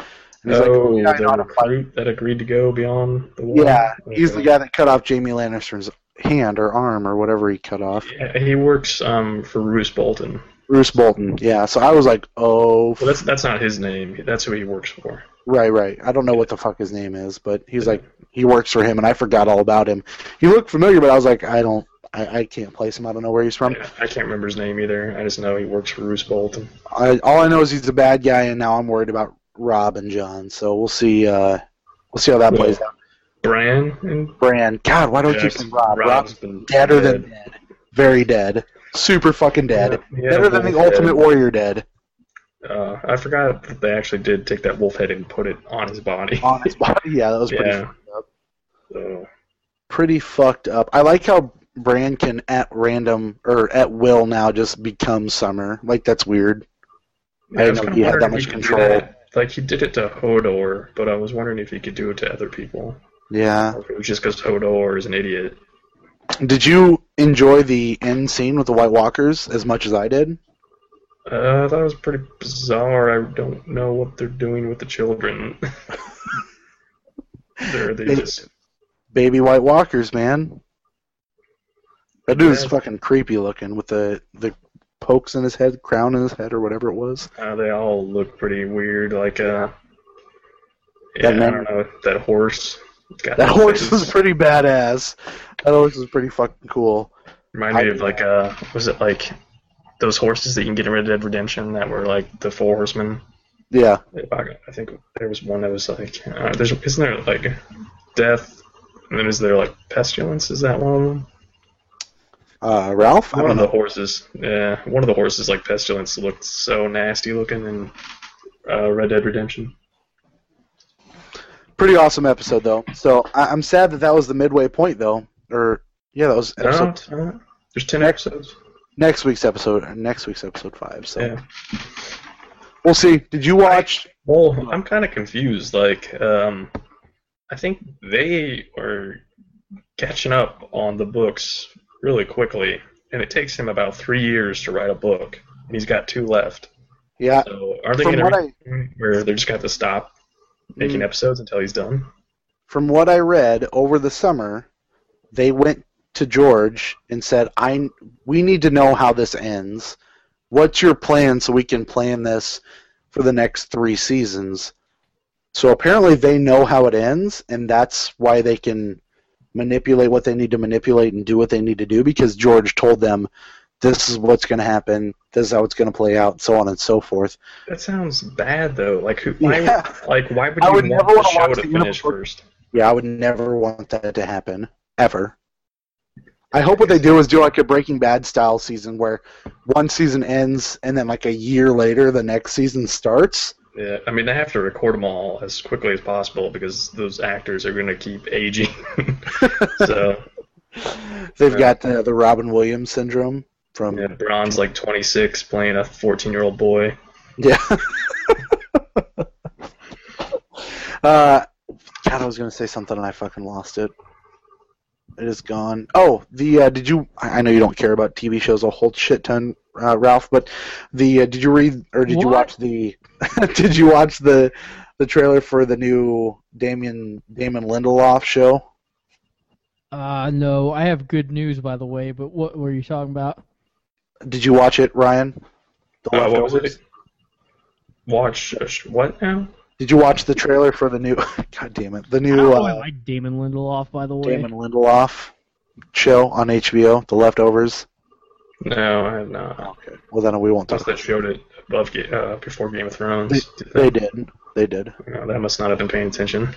Speaker 3: And he's like,
Speaker 4: oh,
Speaker 3: "Yeah, I know how
Speaker 4: the
Speaker 3: to fight."
Speaker 4: recruit that agreed to go beyond the wall.
Speaker 3: Yeah, he's the
Speaker 4: Okay.
Speaker 3: guy that cut off Jamie Lannister's hand or arm or whatever he cut off.
Speaker 4: Yeah, he works um, for Roose Bolton.
Speaker 3: Bruce Bolton. Yeah. So I was like, oh,
Speaker 4: Well, that's that's not his name. That's who he works for.
Speaker 3: right, right. I don't know what the fuck his name is, but he's like, he works for him, and I forgot all about him. He looked familiar, but I was like, I don't, I, I can't place him. I don't know where he's from.
Speaker 4: Yeah, I can't remember his name either. I just know he works for Roose Bolton.
Speaker 3: I, all I know is he's a bad guy, and now I'm worried about Rob and John. So we'll see. Uh, we'll see how that plays out.
Speaker 4: Bran and
Speaker 3: Brand. God, why don't you
Speaker 4: Jax-
Speaker 3: say Rob?
Speaker 4: Rob's
Speaker 3: Rob's
Speaker 4: been
Speaker 3: deader than dead. Very dead. Super fucking dead.
Speaker 4: Yeah, he had a
Speaker 3: Better than the
Speaker 4: wolf head.
Speaker 3: Ultimate Warrior dead
Speaker 4: Uh, I forgot that they actually did take that wolf head and put it on his body.
Speaker 3: on his (laughs) body. Yeah, that was pretty
Speaker 4: Yeah.
Speaker 3: fucked up.
Speaker 4: So,
Speaker 3: Pretty fucked up. I like how Brand can at random or at will now just become Summer. Like that's weird.
Speaker 4: yeah,
Speaker 3: I
Speaker 4: was
Speaker 3: didn't know
Speaker 4: kinda
Speaker 3: he had that
Speaker 4: wondering
Speaker 3: much
Speaker 4: if he could do
Speaker 3: control.
Speaker 4: that. Like he did it to Hodor, but I was wondering if he could do it to other people.
Speaker 3: Yeah.
Speaker 4: Or if it was just because Hodor is an idiot.
Speaker 3: Did you enjoy the end scene with the White Walkers as much as I did?
Speaker 4: Uh, that was pretty bizarre. I don't know what they're doing with the children. (laughs) they're they
Speaker 3: They-
Speaker 4: just
Speaker 3: baby White Walkers, man. That dude is
Speaker 4: Yeah.
Speaker 3: fucking creepy looking with the the pokes in his head, crown in his head, or whatever it was.
Speaker 4: uh, they all look pretty weird. Like uh, yeah,
Speaker 3: That man-
Speaker 4: I don't know that horse. it's got
Speaker 3: That
Speaker 4: no
Speaker 3: horse
Speaker 4: face.
Speaker 3: was pretty badass. That horse was pretty fucking cool.
Speaker 4: Reminded me
Speaker 3: I-
Speaker 4: of like uh, was it like those horses that you can get in Red Dead Redemption that were like the four horsemen?
Speaker 3: Yeah,
Speaker 4: If I I think there was one that was like uh, there's isn't there like death and then is there like pestilence? Is that one of them?
Speaker 3: uh, Ralph. I
Speaker 4: One
Speaker 3: don't
Speaker 4: of the
Speaker 3: know.
Speaker 4: horses, yeah, one of the horses like pestilence looked so nasty looking in uh, Red Dead Redemption.
Speaker 3: Pretty awesome episode though. So I, I'm sad that that was the midway point though. Or yeah, that was episode,
Speaker 4: No, it's not. there's ten
Speaker 3: Next-
Speaker 4: episodes.
Speaker 3: next week's episode. Or next week's episode five. So
Speaker 4: Yeah.
Speaker 3: we'll see. Did you watch?
Speaker 4: Well, I'm kind of confused. Like, um, I think they are catching up on the books really quickly, and it takes him about three years to write a book, and he's got two left.
Speaker 3: Yeah.
Speaker 4: So, are they
Speaker 3: Uh, From
Speaker 4: going
Speaker 3: what
Speaker 4: to
Speaker 3: I
Speaker 4: where they're just going to stop making
Speaker 3: Mm.
Speaker 4: episodes until he's done?
Speaker 3: from what I read over the summer, they went to George and said, "I we need to know how this ends. What's your plan so we can plan this for the next three seasons?" So apparently they know how it ends, and that's why they can manipulate what they need to manipulate and do what they need to do because George told them this is what's going to happen, this is how it's going to play out, so on and so forth.
Speaker 4: That sounds bad, though. Like, who? Why?
Speaker 3: Yeah.
Speaker 4: Like, why would
Speaker 3: I
Speaker 4: you
Speaker 3: would
Speaker 4: want
Speaker 3: never
Speaker 4: the
Speaker 3: wanna
Speaker 4: show
Speaker 3: watch
Speaker 4: to
Speaker 3: the
Speaker 4: finish
Speaker 3: universe.
Speaker 4: first?
Speaker 3: Yeah, I would never want that to happen ever. I hope what they do is do like a Breaking Bad style season where one season ends and then like a year later the next season starts.
Speaker 4: Yeah, I mean, they have to record them all as quickly as possible because those actors are going to keep aging. (laughs) so,
Speaker 3: They've
Speaker 4: Yeah.
Speaker 3: got the, the Robin Williams syndrome from
Speaker 4: yeah, Bron's like 26 playing a 14 year old boy.
Speaker 3: yeah. uh, God, I was gonna say something and I fucking lost it. It is gone. Oh, the uh, did you? I I know you don't care about TV shows a whole shit ton, uh, Ralph. But the uh, did you read or did you
Speaker 2: What?
Speaker 3: watch the? (laughs) did you watch the the trailer for the new Damien Damon Lindelof show?
Speaker 2: Uh, no, I have good news by the way. But what were you talking about?
Speaker 3: Did you watch it, Ryan? The
Speaker 4: Uh, what was
Speaker 3: Leftovers?
Speaker 4: it? Watch uh, sh- what now?
Speaker 3: Did you watch the trailer for the new? (laughs) God damn it! The
Speaker 2: I
Speaker 3: new.
Speaker 2: don't know
Speaker 3: uh,
Speaker 2: Oh, I like Damon Lindelof by the way.
Speaker 3: Damon Lindelof show on HBO, The Leftovers.
Speaker 4: No, I have not.
Speaker 3: Okay. Well, then we won't talk.
Speaker 4: Unless they showed it above Ga- uh, before Game of Thrones. Did
Speaker 3: They
Speaker 4: they-
Speaker 3: did. They did.
Speaker 4: No, that must not have been paying attention.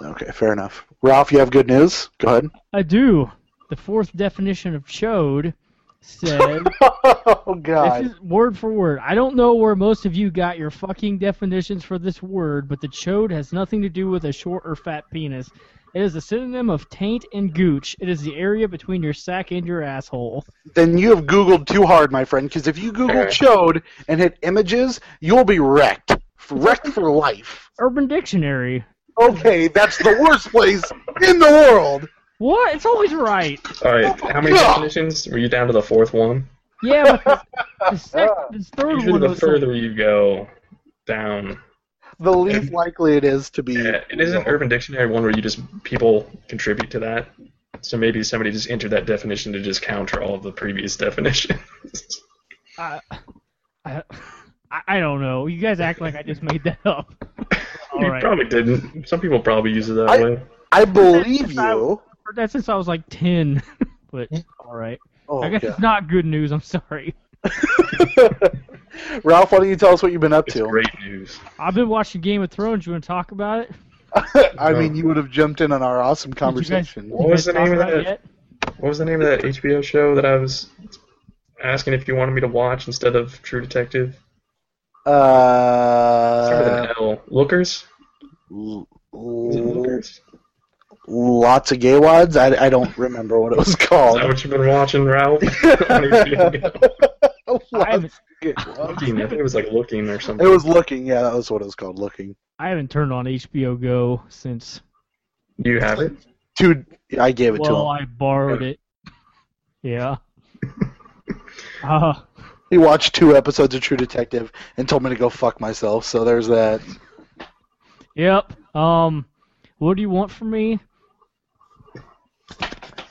Speaker 3: Okay, fair enough. Ralph, you have good news.
Speaker 2: (laughs)
Speaker 3: Go ahead.
Speaker 2: I do. The fourth definition of chode
Speaker 3: (laughs)
Speaker 2: said
Speaker 3: oh
Speaker 2: This is word for word. I don't know where most of you got your fucking definitions for this word, but the chode has nothing to do with a short or fat penis. It is a synonym of taint and gooch. It is the area between your sack and your asshole.
Speaker 3: Then you have Googled too hard, my friend, because if you
Speaker 4: (laughs)
Speaker 3: Google chode and hit images, you'll be wrecked. Wrecked for life.
Speaker 2: Urban Dictionary.
Speaker 3: Okay, that's the worst place in the world.
Speaker 2: What? It's always right.
Speaker 4: All right, how (laughs) many
Speaker 3: Yeah.
Speaker 4: definitions? Were you down to the fourth one?
Speaker 2: Yeah,
Speaker 3: (laughs)
Speaker 2: but the, sec- the third
Speaker 4: Usually,
Speaker 2: one
Speaker 4: the
Speaker 2: was
Speaker 4: further you go down,
Speaker 3: The
Speaker 4: (laughs)
Speaker 3: least likely it is to be.
Speaker 4: yeah, it isn't Urban Dictionary one where you just people contribute to that. So maybe somebody just entered that definition to just counter all of the previous (laughs) definitions.
Speaker 2: I, I, I don't know. You guys act like I just made that up. All
Speaker 4: you
Speaker 2: right.
Speaker 4: probably didn't. Some people probably use it that
Speaker 3: I-
Speaker 4: way.
Speaker 3: I believe you.
Speaker 2: Heard that since I was like ten. (laughs) But all right.
Speaker 3: Oh,
Speaker 2: I guess
Speaker 3: God.
Speaker 2: it's not good news. I'm sorry.
Speaker 3: (laughs) Ralph, why don't you tell us what you've been up
Speaker 4: It's
Speaker 3: to?
Speaker 4: great news.
Speaker 2: I've been watching Game of Thrones. You want to talk about it?
Speaker 3: (laughs) I mean, you would have jumped in on our awesome
Speaker 2: you guys-
Speaker 3: conversation.
Speaker 4: What was the
Speaker 2: You guys
Speaker 4: name of
Speaker 2: talk about it
Speaker 4: that?
Speaker 2: yet?
Speaker 4: What was the name of that HBO show that I was asking if you wanted me to watch instead of True Detective? Started with
Speaker 3: Uh,
Speaker 4: an L. Lookers?
Speaker 3: l-
Speaker 4: Is it
Speaker 3: l-
Speaker 4: Lookers?
Speaker 3: lots of gay wads. I, I don't remember what it was
Speaker 4: Is
Speaker 3: called. (laughs)
Speaker 4: that what you've been watching, Ralph? On HBO?
Speaker 2: I
Speaker 3: Lots
Speaker 2: haven't,
Speaker 3: of gay wads.
Speaker 4: Looking, I think it was like looking or
Speaker 3: It
Speaker 4: something.
Speaker 3: was looking. Yeah, that was what it was called. Looking.
Speaker 2: I haven't turned on HBO Go since.
Speaker 4: you have it.
Speaker 3: Dude, I gave it
Speaker 2: Well,
Speaker 3: to him.
Speaker 2: I borrowed it. Yeah. (laughs) Uh,
Speaker 3: He watched two episodes of True Detective and told me to go fuck myself. So there's that.
Speaker 2: yep. Um, what do you want from me?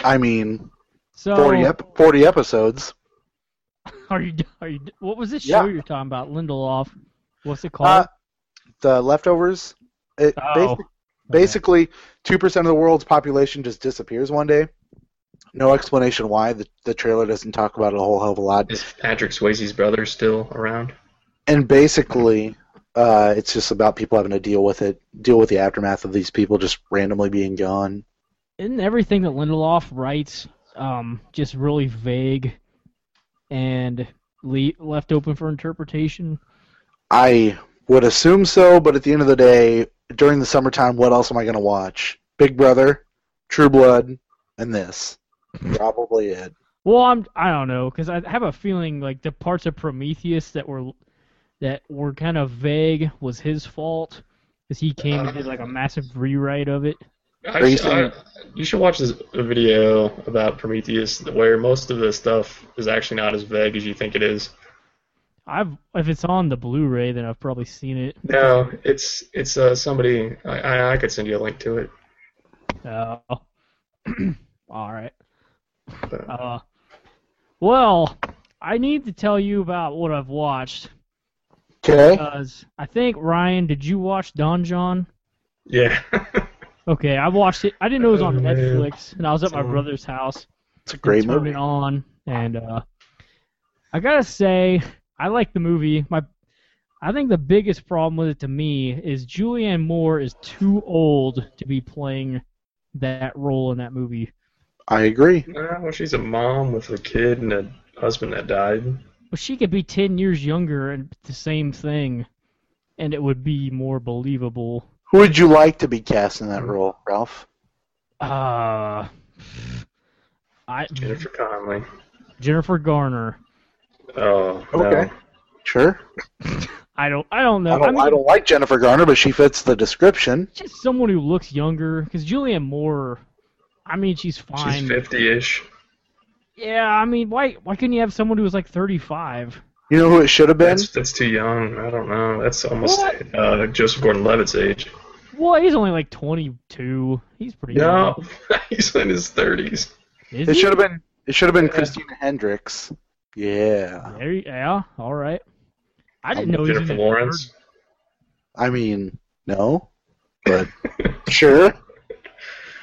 Speaker 3: I mean,
Speaker 2: So,
Speaker 3: forty ep- forty episodes.
Speaker 2: are you are you? What was this
Speaker 3: Yeah.
Speaker 2: show you're talking about? Lindelof. What's it
Speaker 3: Uh,
Speaker 2: called?
Speaker 3: the leftovers. It
Speaker 2: Oh,
Speaker 3: basi- basically two percent of the world's population just disappears one day. No explanation why. The the trailer doesn't talk about it a whole hell of a lot.
Speaker 4: Is Patrick Swayze's brother still around?
Speaker 3: And basically, uh, it's just about people having to deal with it, deal with the aftermath of these people just randomly being gone.
Speaker 2: Isn't everything that Lindelof writes um just really vague and le- left open for interpretation?
Speaker 3: I would assume so, but at the end of the day, during the summertime, what else am I going to watch? Big Brother, True Blood, and this. Mm-hmm. Probably it.
Speaker 2: Well, I'm I don't know because I have a feeling like the parts of Prometheus that were that were kind of vague was his fault because he came and did like a massive rewrite of it.
Speaker 4: I,
Speaker 3: Are you
Speaker 4: sh-
Speaker 3: saying-
Speaker 4: I- you should watch this video about Prometheus where most of the stuff is actually not as vague as you think it is.
Speaker 2: I've if it's on the Blu-ray, then I've probably seen it.
Speaker 4: No, it's it's uh, somebody. I, I, I could send you a link to it.
Speaker 2: Uh, (clears throat) all right.
Speaker 4: But
Speaker 2: Uh, well, I need to tell you about what I've watched
Speaker 3: Okay.
Speaker 2: because I think Ryan, did you watch Don John?
Speaker 4: yeah, (laughs) Uh,
Speaker 2: Okay, I watched it. I didn't know it was on
Speaker 4: Oh, man.
Speaker 2: Netflix, and I was at my
Speaker 4: Someone-
Speaker 2: brother's house.
Speaker 3: It's a great
Speaker 2: turned
Speaker 3: movie.
Speaker 2: it on, and uh, I gotta say, I like the movie. My, I think the biggest problem with it to me is Julianne Moore is too old to be playing that role in that movie.
Speaker 3: I agree.
Speaker 4: Uh, well, she's a mom with a kid and a husband that died.
Speaker 2: But she could be ten years younger and the same thing, and it would be more believable.
Speaker 3: Who would you like to be cast in that role, Ralph?
Speaker 2: Uh, (sighs) I
Speaker 4: Jennifer Connelly.
Speaker 2: Jennifer Garner.
Speaker 4: Oh, no.
Speaker 3: Okay. Sure.
Speaker 2: I don't. I don't know.
Speaker 3: I don't, Uh, I
Speaker 2: mean,
Speaker 3: don't like Jennifer Garner, but she fits the description.
Speaker 2: just someone who looks younger because Julianne Moore. I mean, she's fine.
Speaker 4: She's fifty-ish.
Speaker 2: Yeah, I mean, why why couldn't you have someone who was like 35?
Speaker 3: You know who it should have been?
Speaker 4: That's that's too young. I don't know. That's almost
Speaker 2: What?
Speaker 4: uh, Joseph Gordon-Levitt's age.
Speaker 2: Well, he's only like 22. He's pretty
Speaker 4: No, (laughs) he's in his thirties.
Speaker 2: young. Is
Speaker 3: It
Speaker 2: he?
Speaker 3: should have been. It should have been
Speaker 4: Yeah.
Speaker 3: Christina Hendricks. Yeah.
Speaker 2: There you- yeah, all right. I didn't know he was
Speaker 4: Jennifer
Speaker 2: Oh, in
Speaker 4: Lawrence.
Speaker 3: I mean, no,
Speaker 4: (laughs)
Speaker 3: but sure.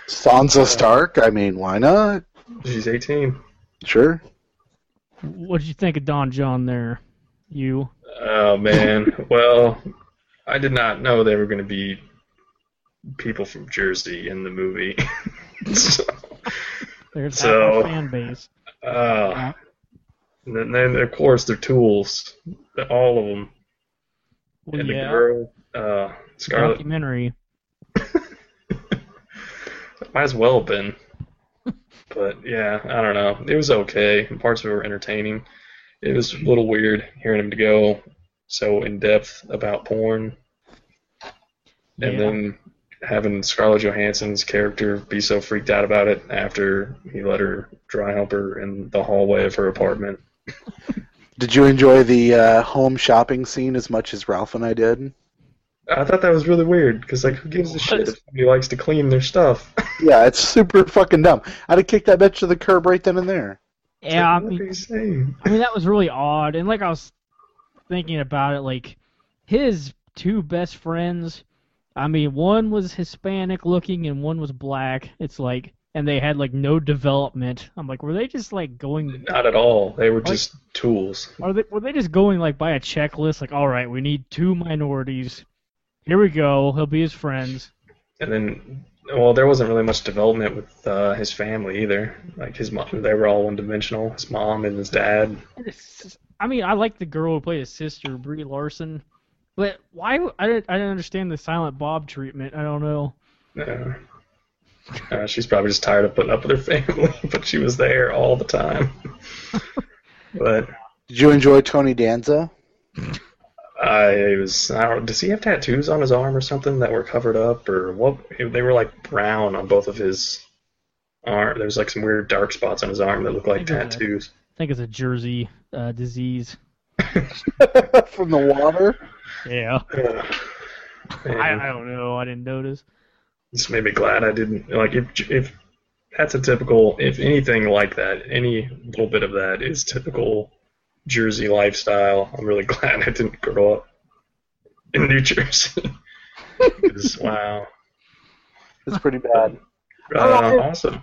Speaker 3: Sansa Stark. I mean, why not?
Speaker 4: She's eighteen.
Speaker 3: Sure.
Speaker 2: What did you think of Don John there? You?
Speaker 4: Oh man. well, I did not know they were going to be people from Jersey in the movie. (laughs) so,
Speaker 2: There's half
Speaker 4: So-
Speaker 2: our fan base.
Speaker 4: uh, and then, then of course their tools, all of them,
Speaker 2: Well,
Speaker 4: and the
Speaker 2: yeah,
Speaker 4: girl, uh, Scarlet,
Speaker 2: documentary.
Speaker 4: might as well have been. But yeah, I don't know. It was okay. Parts of it were entertaining. It was a little weird hearing him to go so in depth about porn.
Speaker 2: yeah.
Speaker 4: And then having Scarlett Johansson's character be so freaked out about it after he let her dry hump her in the hallway of her apartment.
Speaker 3: Did you enjoy the uh, home shopping scene as much as Ralph and I did?
Speaker 4: I thought that was really weird because like who gives a shit if somebody likes to clean their stuff? (laughs)
Speaker 3: Yeah, it's super fucking dumb. I'd have kicked that bitch to the curb right then and there.
Speaker 2: Yeah, I
Speaker 4: What
Speaker 2: mean,
Speaker 4: are you saying?
Speaker 2: I mean that was really odd. And like I was thinking about it, like his two best friends. I mean, one was Hispanic looking and one was black. It's like, and they had like no development. I'm like, were they just like going?
Speaker 4: Not at all. They were just tools.
Speaker 2: Are they were they just going like by a checklist? Like, all right, we need two minorities. Here we go. He'll be his friends.
Speaker 4: And then, well, there wasn't really much development with uh, his family either. Like his mom, they were all one-dimensional. His mom and his dad.
Speaker 2: And it's- I mean, I like the girl who played his sister, Brie Larson, but why? I didn't, I didn't understand the Silent Bob treatment. I don't know.
Speaker 4: Uh, uh, she's probably just tired of putting up with her (laughs) family, but she was there all the time. (laughs) but
Speaker 3: Did you enjoy Tony Danza? (laughs)
Speaker 4: I Uh, was. I don't, does he have tattoos on his arm or something that were covered up, or what? They were like brown on both of his arm. There was like some weird dark spots on his arm that looked like
Speaker 2: Think of that.
Speaker 4: tattoos.
Speaker 2: I think it's a Jersey uh, disease.
Speaker 3: From the water?
Speaker 2: Yeah.
Speaker 4: Yeah.
Speaker 2: I, I don't know. I didn't notice.
Speaker 4: This made me glad I didn't like if if that's a typical if anything like that any little bit of that is typical Jersey lifestyle. I'm really (laughs) glad I didn't grow up in New Jersey. (laughs) 'Cause, wow.
Speaker 3: It's pretty bad.
Speaker 4: Uh, awesome.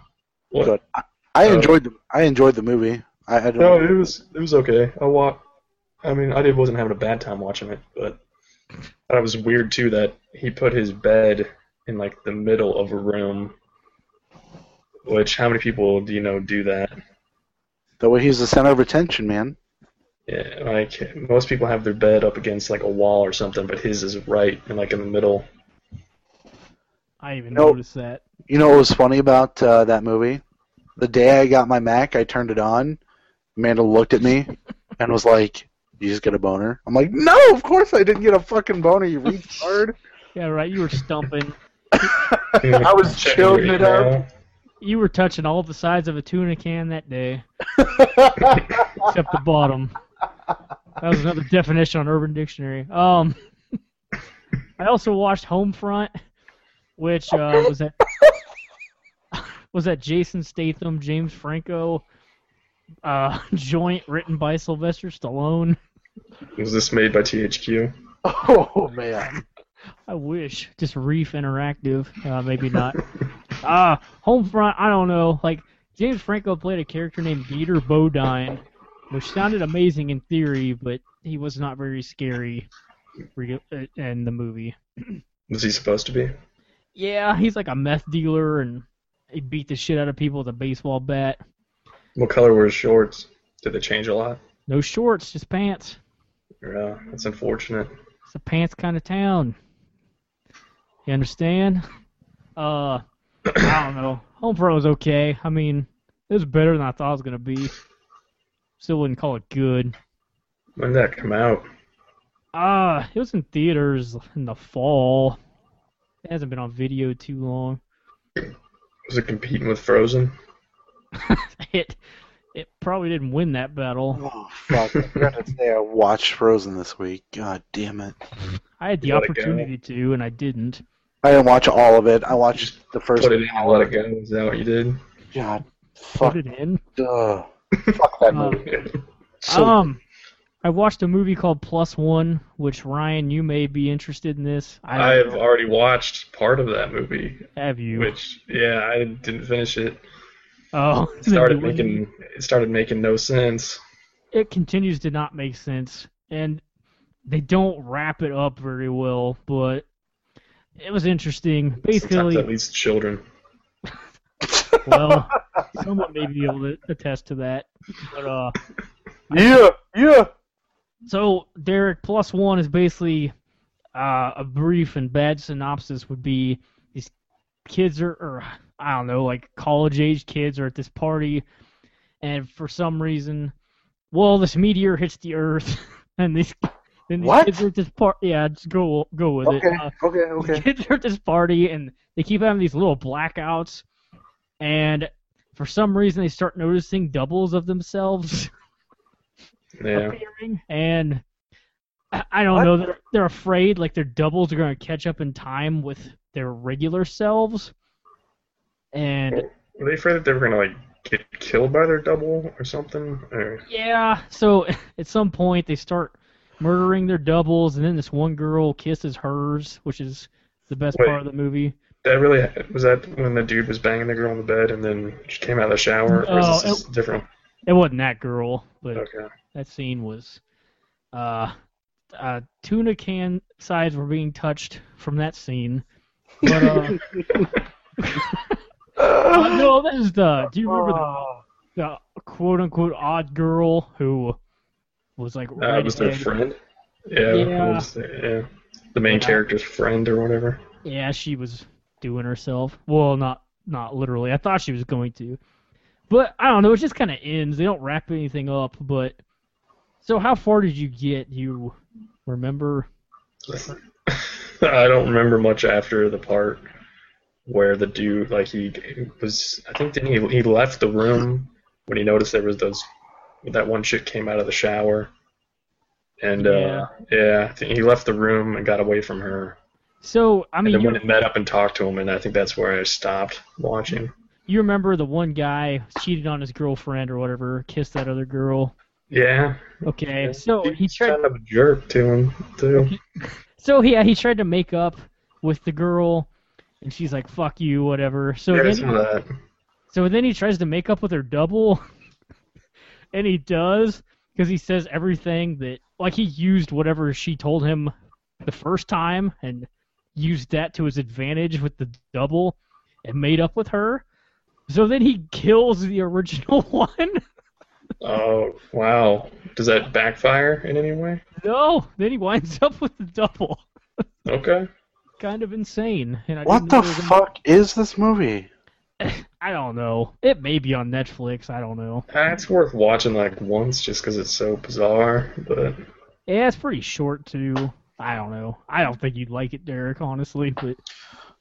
Speaker 4: What?
Speaker 3: Good. I, I
Speaker 4: Uh,
Speaker 3: enjoyed the I enjoyed the movie. I, I don't
Speaker 4: No, it was it was okay. I wa I mean, I did wasn't having a bad time watching it, but that was weird too that he put his bed in like the middle of a room. Which how many people do you know do that?
Speaker 3: the way he's the center of attention, man.
Speaker 4: Yeah, like most people have their bed up against like a wall or something, but his is right and like in the middle.
Speaker 2: I even
Speaker 3: Nope.
Speaker 2: noticed that.
Speaker 3: You know what was funny about uh, that movie? The day I got my Mac, I turned it on. Amanda looked
Speaker 2: (laughs)
Speaker 3: at me and was like, "You just get a boner?" I'm like, "No, of course I didn't get a fucking boner,
Speaker 2: (laughs)
Speaker 3: you retard."
Speaker 2: Yeah, right. You were stumping.
Speaker 3: (laughs) I was
Speaker 4: Checking
Speaker 3: chilling
Speaker 4: your
Speaker 3: it up.
Speaker 2: you were touching all the sides of a tuna can that day, except the bottom. That was another definition on Urban Dictionary. Um, (laughs) I also watched Homefront, which uh, was that (laughs) was that Jason Statham, James Franco uh, (laughs) joint written by Sylvester Stallone.
Speaker 4: Was this made by THQ?
Speaker 3: (laughs) Oh
Speaker 2: (laughs)
Speaker 3: man,
Speaker 2: I wish. Just Reef Interactive. Uh, maybe not. uh, Homefront, I don't know. Like, James Franco played a character named Peter Bodine, which sounded amazing in theory, but he was not very scary re- uh, in the movie.
Speaker 4: Was he supposed to be?
Speaker 2: Yeah, he's like a meth dealer, and he beat the shit out of people with a baseball bat.
Speaker 4: What color were his shorts? Did they change a lot?
Speaker 2: No shorts, just pants.
Speaker 4: Yeah, that's unfortunate.
Speaker 2: It's a pants kind of town. You understand? Uh, I don't know. Home Pro was okay. I mean, it was better than I thought it was gonna be. Still wouldn't call it good.
Speaker 4: When did that come out?
Speaker 2: Uh, it was in theaters in the fall. It hasn't been on video too long. (laughs)
Speaker 4: Was it competing with Frozen?
Speaker 2: It it probably didn't win that battle.
Speaker 3: oh fuck! I forgot to say I watched Frozen this week. God damn it!
Speaker 2: I had the
Speaker 4: You let it go.
Speaker 2: opportunity to, and I didn't.
Speaker 3: I didn't watch all of it. I watched the first.
Speaker 4: Put it in and let it go. Is that what you did?
Speaker 3: God, fuck,
Speaker 2: Put it in.
Speaker 4: (laughs)
Speaker 3: ugh. fuck that
Speaker 2: Uh,
Speaker 3: movie. So,
Speaker 2: Um, I watched a movie called Plus One, which Ryan, you may be interested in this. I
Speaker 4: I have already watched part of that movie,
Speaker 2: have you.
Speaker 4: which yeah, I didn't finish it. (laughs)
Speaker 2: Oh,
Speaker 4: It started
Speaker 2: the way
Speaker 4: making it started making no sense.
Speaker 2: it continues to not make sense, and they don't wrap it up very well. But it was interesting.
Speaker 4: Sometimes that
Speaker 2: Basically,
Speaker 4: leads to children. (laughs)
Speaker 2: well, someone may be able to attest to that. But uh,
Speaker 3: yeah, yeah.
Speaker 2: so Derek plus one is basically uh, a brief and bad synopsis would be these kids are, or I don't know, like college age kids are at this party, (laughs) and for some reason, well, this meteor hits the Earth, and these And these
Speaker 3: What?
Speaker 2: kids are at this par- Yeah, just go go with
Speaker 3: Okay,
Speaker 2: it. Uh,
Speaker 3: okay,
Speaker 2: the
Speaker 3: okay.
Speaker 2: kids are at this party and they keep having these little blackouts, and for some reason they start noticing doubles of themselves (laughs)
Speaker 4: Yeah.
Speaker 2: appearing, and I, I don't
Speaker 3: What?
Speaker 2: know. They're, they're afraid like their doubles are going to catch up in time with their regular selves, and
Speaker 4: Were they afraid that they were gonna like get killed by their double or something? Or
Speaker 2: Yeah, so (laughs) at some point they start murdering their doubles, and then this one girl kisses hers, which is the best
Speaker 4: Wait.
Speaker 2: part of the movie.
Speaker 4: that really was that when the dude was banging the girl on the bed and then she came out of the shower? or is
Speaker 2: No,
Speaker 4: this just different?
Speaker 2: Oh, It wasn't that girl, but
Speaker 4: Okay.
Speaker 2: that scene was. Uh, uh, tuna can sides were being touched from that scene. But, uh, (laughs) uh, no, that is the. Do you remember the, the quote unquote odd girl who was like.
Speaker 4: Uh, was their
Speaker 2: redhead?
Speaker 4: friend? Yeah. it
Speaker 2: Yeah.
Speaker 4: was the- yeah. The main
Speaker 2: Yeah.
Speaker 4: character's friend or whatever.
Speaker 2: Yeah, she was doing herself. Well, not not literally. I thought she was going to, but I don't know. It just kind of ends. They don't wrap anything up. But so, how far did you get? You remember?
Speaker 4: (laughs) I don't remember much after the part where the dude, like, he was. I think then he he left the room when he noticed there was those that one shit came out of the shower, and uh, yeah, I think he left the room and got away from her.
Speaker 2: So I
Speaker 4: And
Speaker 2: mean,
Speaker 4: then when
Speaker 2: you,
Speaker 4: it met up and talked to him, and I think that's where I stopped watching.
Speaker 2: you remember the one guy cheated on his girlfriend or whatever, kissed that other girl.
Speaker 4: Yeah,
Speaker 2: Okay, so he
Speaker 4: he's
Speaker 2: tried.
Speaker 4: kind of a jerk to him too.
Speaker 2: So yeah, he tried to make up with the girl, and she's like, "Fuck you," whatever. So
Speaker 4: Yeah,
Speaker 2: then
Speaker 4: some of that.
Speaker 2: So then he tries to make up with her double, (laughs) and he does because he says everything that like he used whatever she told him the first time and used that to his advantage with the double and made up with her. So then he kills the original (laughs) one.
Speaker 4: Oh wow, does that backfire in any way?
Speaker 2: no, then he winds up with the double.
Speaker 4: Okay.
Speaker 2: Kind of insane. And I
Speaker 3: What
Speaker 2: didn't
Speaker 3: the
Speaker 2: know it was a-
Speaker 3: fuck is this movie?
Speaker 2: I don't know. It may be on Netflix. I don't know.
Speaker 4: Uh, It's worth watching like once just 'cause it's so bizarre, but
Speaker 2: Yeah, it's pretty short too. I don't know. I don't think you'd like it, Derek, honestly, but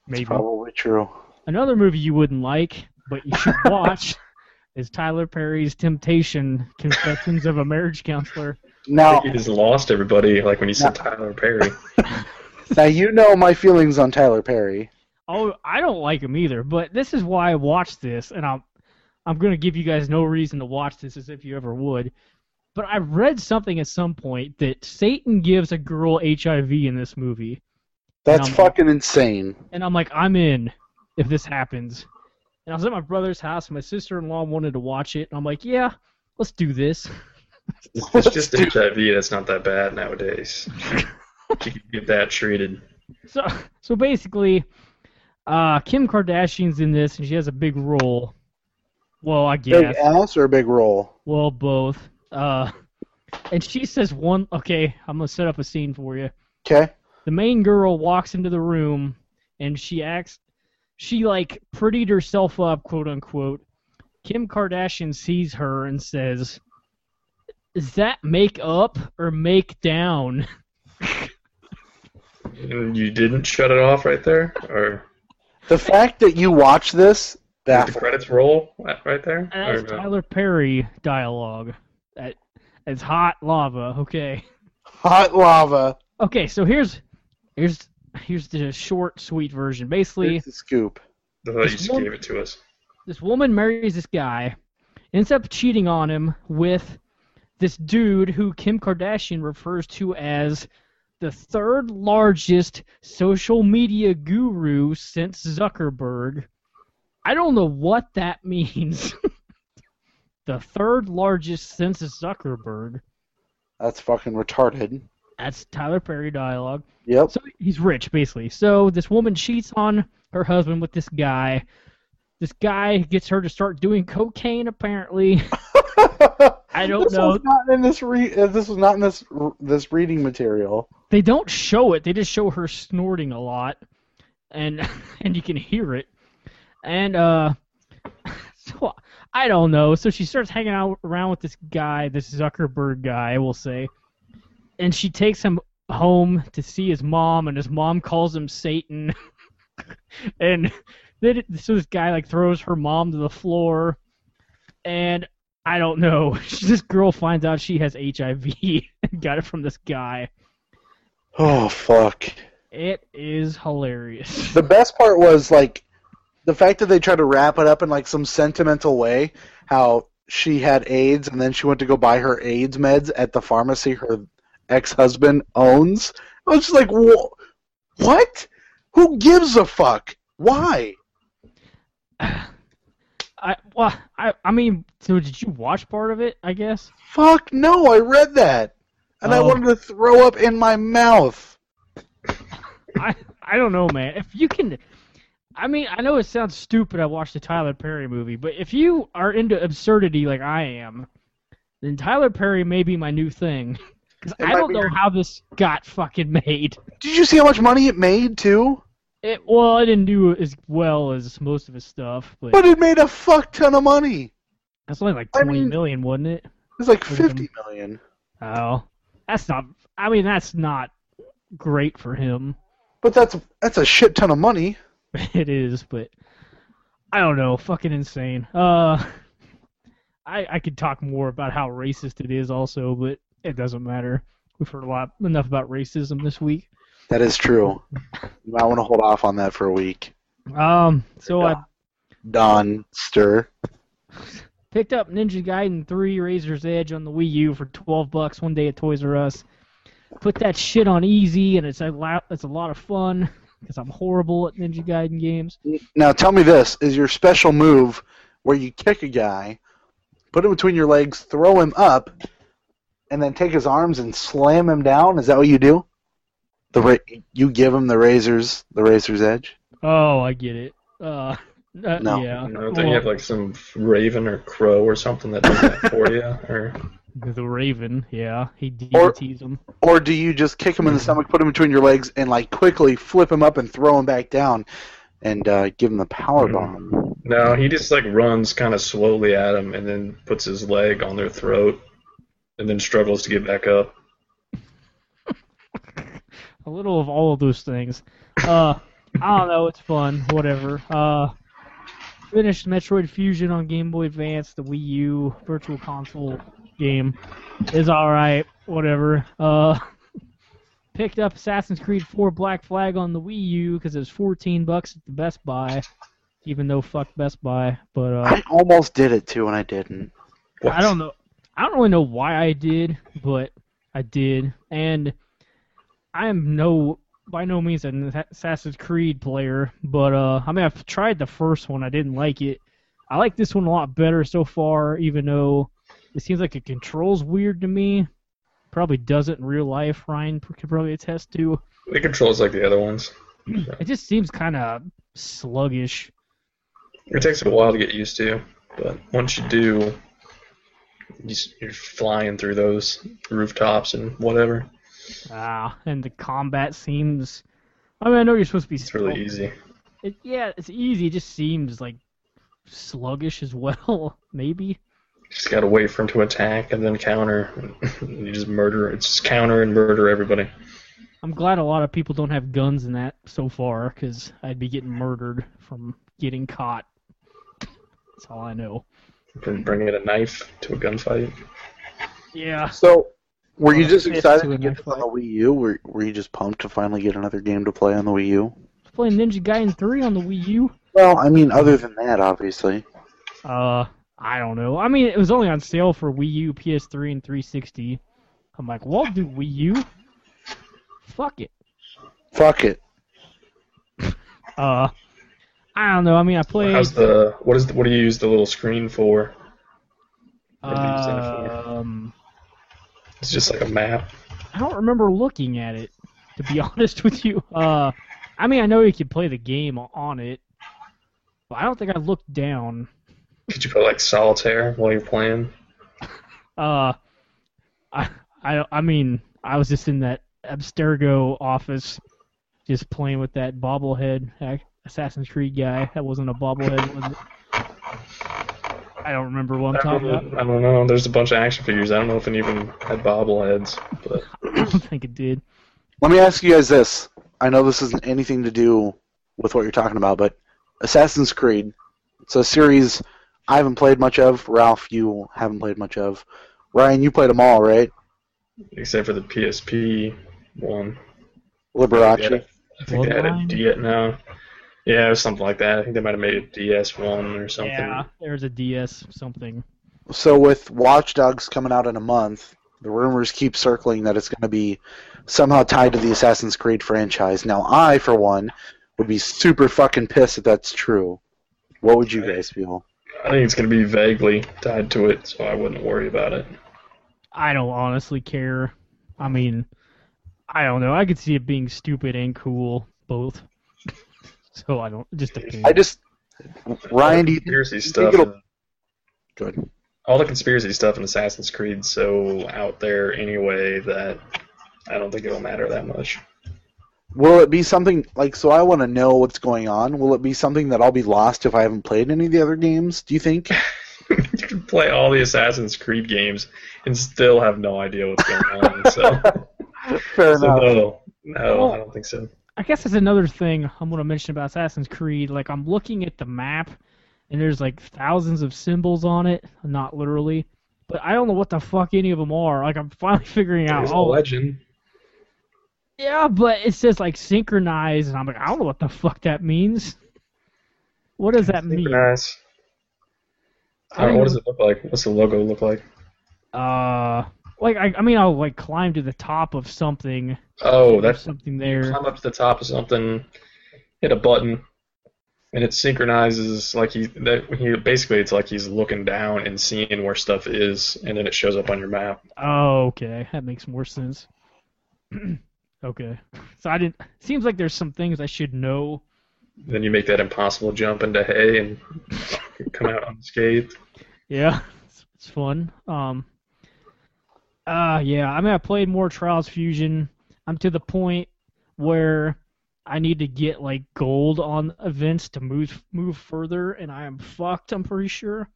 Speaker 2: maybe.
Speaker 3: Probably true.
Speaker 2: Another movie you wouldn't like, but you should watch is Tyler Perry's Temptation Confessions of a Marriage Counselor.
Speaker 3: Now,
Speaker 4: he just lost everybody like when you said Tyler Perry.
Speaker 3: now you know my feelings on Tyler Perry.
Speaker 2: Oh, I don't like him either, but this is why I watched this and I'm I'm going to give you guys no reason to watch this as if you ever would. But I read something at some point that Satan gives a girl HIV in this movie.
Speaker 3: That's
Speaker 2: No.
Speaker 3: fucking insane.
Speaker 2: And I'm like, I'm in if this happens. And I was at my brother's house. My sister in law wanted to watch it. And I'm like, yeah, let's do this. (laughs)
Speaker 4: It's just HIV that's not that bad nowadays. you can get that treated.
Speaker 2: So, so basically, uh, Kim Kardashian's in this, and she has a big role. Well, I
Speaker 3: Big
Speaker 2: guess.
Speaker 3: ass or big roll?
Speaker 2: Well, both. Uh, and she says one. Okay, I'm gonna set up a scene for you.
Speaker 3: Okay.
Speaker 2: the main girl walks into the room and she acts she like prettied herself up quote unquote kim kardashian sees her and says is that make up or make down (laughs)
Speaker 4: And you didn't shut it off right there, or
Speaker 3: The fact that you watch this,
Speaker 4: did the
Speaker 3: baffles.
Speaker 4: credits roll right there?
Speaker 2: and
Speaker 4: Or uh,
Speaker 2: that's
Speaker 4: no?
Speaker 2: tyler perry dialogue that it's hot lava okay
Speaker 3: hot lava.
Speaker 2: okay so here's here's here's the short sweet version basically
Speaker 3: Here's the scoop.
Speaker 4: I thought you just gave it to us.
Speaker 2: this woman marries this guy, ends up cheating on him with this dude who Kim Kardashian refers to as the third largest social media guru since Zuckerberg. I don't know what that (laughs) means. the third largest since Zuckerberg.
Speaker 3: That's fucking retarded.
Speaker 2: That's Tyler Perry dialogue.
Speaker 3: Yep.
Speaker 2: So he's rich, basically. So this woman cheats on her husband with this guy. This guy gets her to start doing cocaine,
Speaker 3: (laughs)
Speaker 2: apparently. I don't
Speaker 3: this
Speaker 2: know.
Speaker 3: Was not in this re- uh, this was not in this r- this reading material.
Speaker 2: They don't show it. They just show her snorting a lot, and (laughs) and you can hear it. And uh, (laughs) so I don't know. So she starts hanging out around with this guy, this Zuckerberg guy, I will say. and she takes him home to see his mom, and his mom calls him Satan. (laughs) and then it- so this guy like throws her mom to the floor, and I don't know. (laughs) this girl finds out she has HIV (laughs) and got it from this guy.
Speaker 3: Oh fuck.
Speaker 2: It is hilarious.
Speaker 3: The best part was like the fact that they tried to wrap it up in like some sentimental way. How she had AIDS and then she went to go buy her AIDS meds at the pharmacy her ex-husband owns. I was just like, "Wha- what? Who gives a fuck? Why?
Speaker 2: (laughs) I well, I I mean, so did you watch part of it? I guess.
Speaker 3: Fuck no! I read that and I
Speaker 2: Oh.
Speaker 3: wanted to throw up in my mouth.
Speaker 2: I I don't know, man. If you can, I mean, I know it sounds stupid. I watched the Tyler Perry movie, but if you are into absurdity like I am, then Tyler Perry may be my new thing. (laughs) Because
Speaker 3: It
Speaker 2: I
Speaker 3: might
Speaker 2: don't
Speaker 3: be
Speaker 2: know
Speaker 3: your-
Speaker 2: how this got fucking made.
Speaker 3: Did you see how much money it made too?
Speaker 2: It well, it didn't do as well as most of his stuff, but,
Speaker 3: But it made a fuck ton of money.
Speaker 2: that's only like
Speaker 3: I
Speaker 2: twenty
Speaker 3: mean-
Speaker 2: million, wasn't it?
Speaker 3: It's like
Speaker 2: Would've been-
Speaker 3: fifty million.
Speaker 2: Oh, that's not. I mean, that's not great for him.
Speaker 3: But that's that's a shit ton of money.
Speaker 2: (laughs) it is, but I don't know, fucking insane. Uh I I could talk more about how racist it is also, but it doesn't matter. We've heard a lot enough about racism this week.
Speaker 3: That is true. You might want to hold off on that for a week.
Speaker 2: Um so I
Speaker 3: Don Stir.
Speaker 2: picked up Ninja Gaiden 3 Razor's Edge on the Wii U for 12 bucks one day at Toys R Us. Put that shit on easy and it's a lot it's a lot of fun cuz I'm horrible at Ninja Gaiden games.
Speaker 3: Now tell me this: is your special move where you kick a guy, put him between your legs, throw him up, and then take his arms and slam him down? Is that what you do? The ra- you give him the razors, the razor's edge.
Speaker 2: Oh, I get it. Uh, (laughs) uh,
Speaker 3: No.
Speaker 2: yeah.
Speaker 4: You know, don't they have like some raven or crow or something that does that for you? Or
Speaker 2: The Raven, yeah, he
Speaker 3: Or-
Speaker 2: DDTs him.
Speaker 3: Or do you just kick him in the stomach, put him between your legs, and like quickly flip him up and throw him back down, and uh, give him the power bomb?
Speaker 4: no, he just like runs kind of slowly at him and then puts his leg on their throat and then struggles to get back up.
Speaker 2: A little of all of those things. Uh, I don't know. It's fun. Whatever. Uh, finished Metroid Fusion on Game Boy Advance, the Wii U Virtual Console game. Is all right. Whatever. Uh, (laughs) picked up Assassin's Creed 4 Black Flag on the Wii U because it was 14 bucks at the Best Buy. Even though fuck Best Buy, but uh,
Speaker 3: I almost did it too, and I didn't.
Speaker 4: What?
Speaker 2: I don't know. I don't really know why I did, but I did, and I am no by no means an Assassin's Creed player, but uh, I mean I've tried the first one. I didn't like it. I like this one a lot better so far, even though it seems like it controls weird to me. Probably doesn't in real life. Ryan could probably attest to.
Speaker 4: It controls like the other ones.
Speaker 2: It just seems kind of sluggish.
Speaker 4: It takes a while to get used to, but once you do, you, s- you're flying through those rooftops and whatever.
Speaker 2: Ah, and the combat seems. I mean, I know you're supposed to be.
Speaker 4: It's really easy.
Speaker 2: It, yeah, it's easy. It just seems like sluggish as (laughs) well. Maybe.
Speaker 4: just gotta wait for him to attack and then counter. (laughs) you just murder. It's just counter and murder everybody.
Speaker 2: I'm glad a lot of people don't have guns in that so far, because I'd be getting murdered from getting caught. That's all I know.
Speaker 4: You can bring in a knife to a gunfight.
Speaker 2: Yeah.
Speaker 3: So, were
Speaker 2: Well,
Speaker 3: you just
Speaker 2: it's
Speaker 3: excited
Speaker 2: to
Speaker 3: to
Speaker 2: a
Speaker 3: get
Speaker 2: nice
Speaker 3: this on the Wii U? Were, were you just pumped to finally get another game to play on the Wii U?
Speaker 2: Playing Ninja Gaiden 3 on the Wii U.
Speaker 3: Well, I mean, other than that, obviously.
Speaker 2: Uh, I don't know. I mean, it was only on sale for Wii U, PS3, and 360. I'm like, well, I'll do Wii U. Fuck it.
Speaker 3: Fuck it.
Speaker 2: Uh, I don't know. I mean, I played.
Speaker 4: How's the what is the, what do you use the little screen for? What do you use that for?
Speaker 2: um.
Speaker 4: It's just like a map.
Speaker 2: I don't remember looking at it, to be (laughs) honest with you. Uh, I mean, I know you could play the game on it, but I don't think I looked down.
Speaker 4: Could you put like solitaire while you're playing?
Speaker 2: Uh, I, I, I mean, I was just in that Abstergo office, just playing with that bobblehead ac- Assassin's Creed guy. That wasn't a bobblehead, was it? I don't remember what I'm
Speaker 4: I
Speaker 2: talking about.
Speaker 4: don't, I don't know. There's a bunch of action figures. I don't know if it even had bobbleheads, but
Speaker 2: (coughs) I don't think it did.
Speaker 3: Let me ask you guys this. I know this isn't anything to do with what you're talking about, but Assassin's Creed. It's a series I haven't played much of. Ralph, you haven't played much of. Ryan, you played them all, right?
Speaker 4: except for the PSP one.
Speaker 3: Liberace.
Speaker 4: Yeah, I think they had a
Speaker 2: Bloodline?
Speaker 4: DS now. Yeah, it was something like that. I think they might have made a DS one or something.
Speaker 2: Yeah, there's a DS something.
Speaker 3: So with Watch Dogs coming out in a month, the rumors keep circling that it's going to be somehow tied to the Assassin's Creed franchise. Now, I for one would be super fucking pissed if that's true. What would you guys feel?
Speaker 4: I think it's gonna be vaguely tied to it, so I wouldn't worry about it.
Speaker 2: I don't honestly care. I mean, I don't know. I could see it being stupid and cool both. (laughs) So I don't. it Just depends.
Speaker 3: I just Ryan, do you think,
Speaker 4: conspiracy
Speaker 3: think
Speaker 4: stuff. uh,
Speaker 3: it'll- go ahead.
Speaker 4: all the conspiracy stuff in Assassin's Creed's so out there anyway that I don't think it'll matter that much.
Speaker 3: Will it be something like so? I want to know what's going on. Will it be something that I'll be lost if I haven't played any of the other games? Do you think?
Speaker 4: (laughs) you can play all the Assassin's Creed games and still have no idea what's
Speaker 2: (laughs)
Speaker 4: going on. (laughs) So,
Speaker 3: Fair
Speaker 4: so no, no, I don't think so.
Speaker 2: I guess that's another thing I'm gonna mention about Assassin's Creed. Like I'm looking at the map, and there's like thousands of symbols on it. Not literally, but I don't know what the fuck any of them are. Like I'm finally (laughs) figuring out.
Speaker 4: There's a
Speaker 2: Oh,
Speaker 4: legend.
Speaker 2: yeah, but it says like synchronize, and I'm like, I don't know what the fuck that means. What does that mean?
Speaker 4: Nice.
Speaker 2: I don't
Speaker 4: what
Speaker 2: know.
Speaker 4: does it look like? What's the logo look like?
Speaker 2: Uh, like I, I mean, I'll like climb to the top of something.
Speaker 4: Oh,
Speaker 2: There's
Speaker 4: that's
Speaker 2: something there.
Speaker 4: climb up to the top of something, hit a button, and it synchronizes like he that he basically it's like he's looking down and seeing where stuff is, and then it shows up on your map.
Speaker 2: Oh, okay, that makes more sense. (clears throat) okay, (laughs) so I didn't. Seems like there's some things I should know.
Speaker 4: Then you make that impossible jump into hay and come out unscathed.
Speaker 2: Yeah, (laughs) it's, it's fun. Um, uh, yeah, I mean, I played more Trials Fusion. I'm to the point where I need to get like gold on events to move move further, and I am fucked. I'm pretty sure.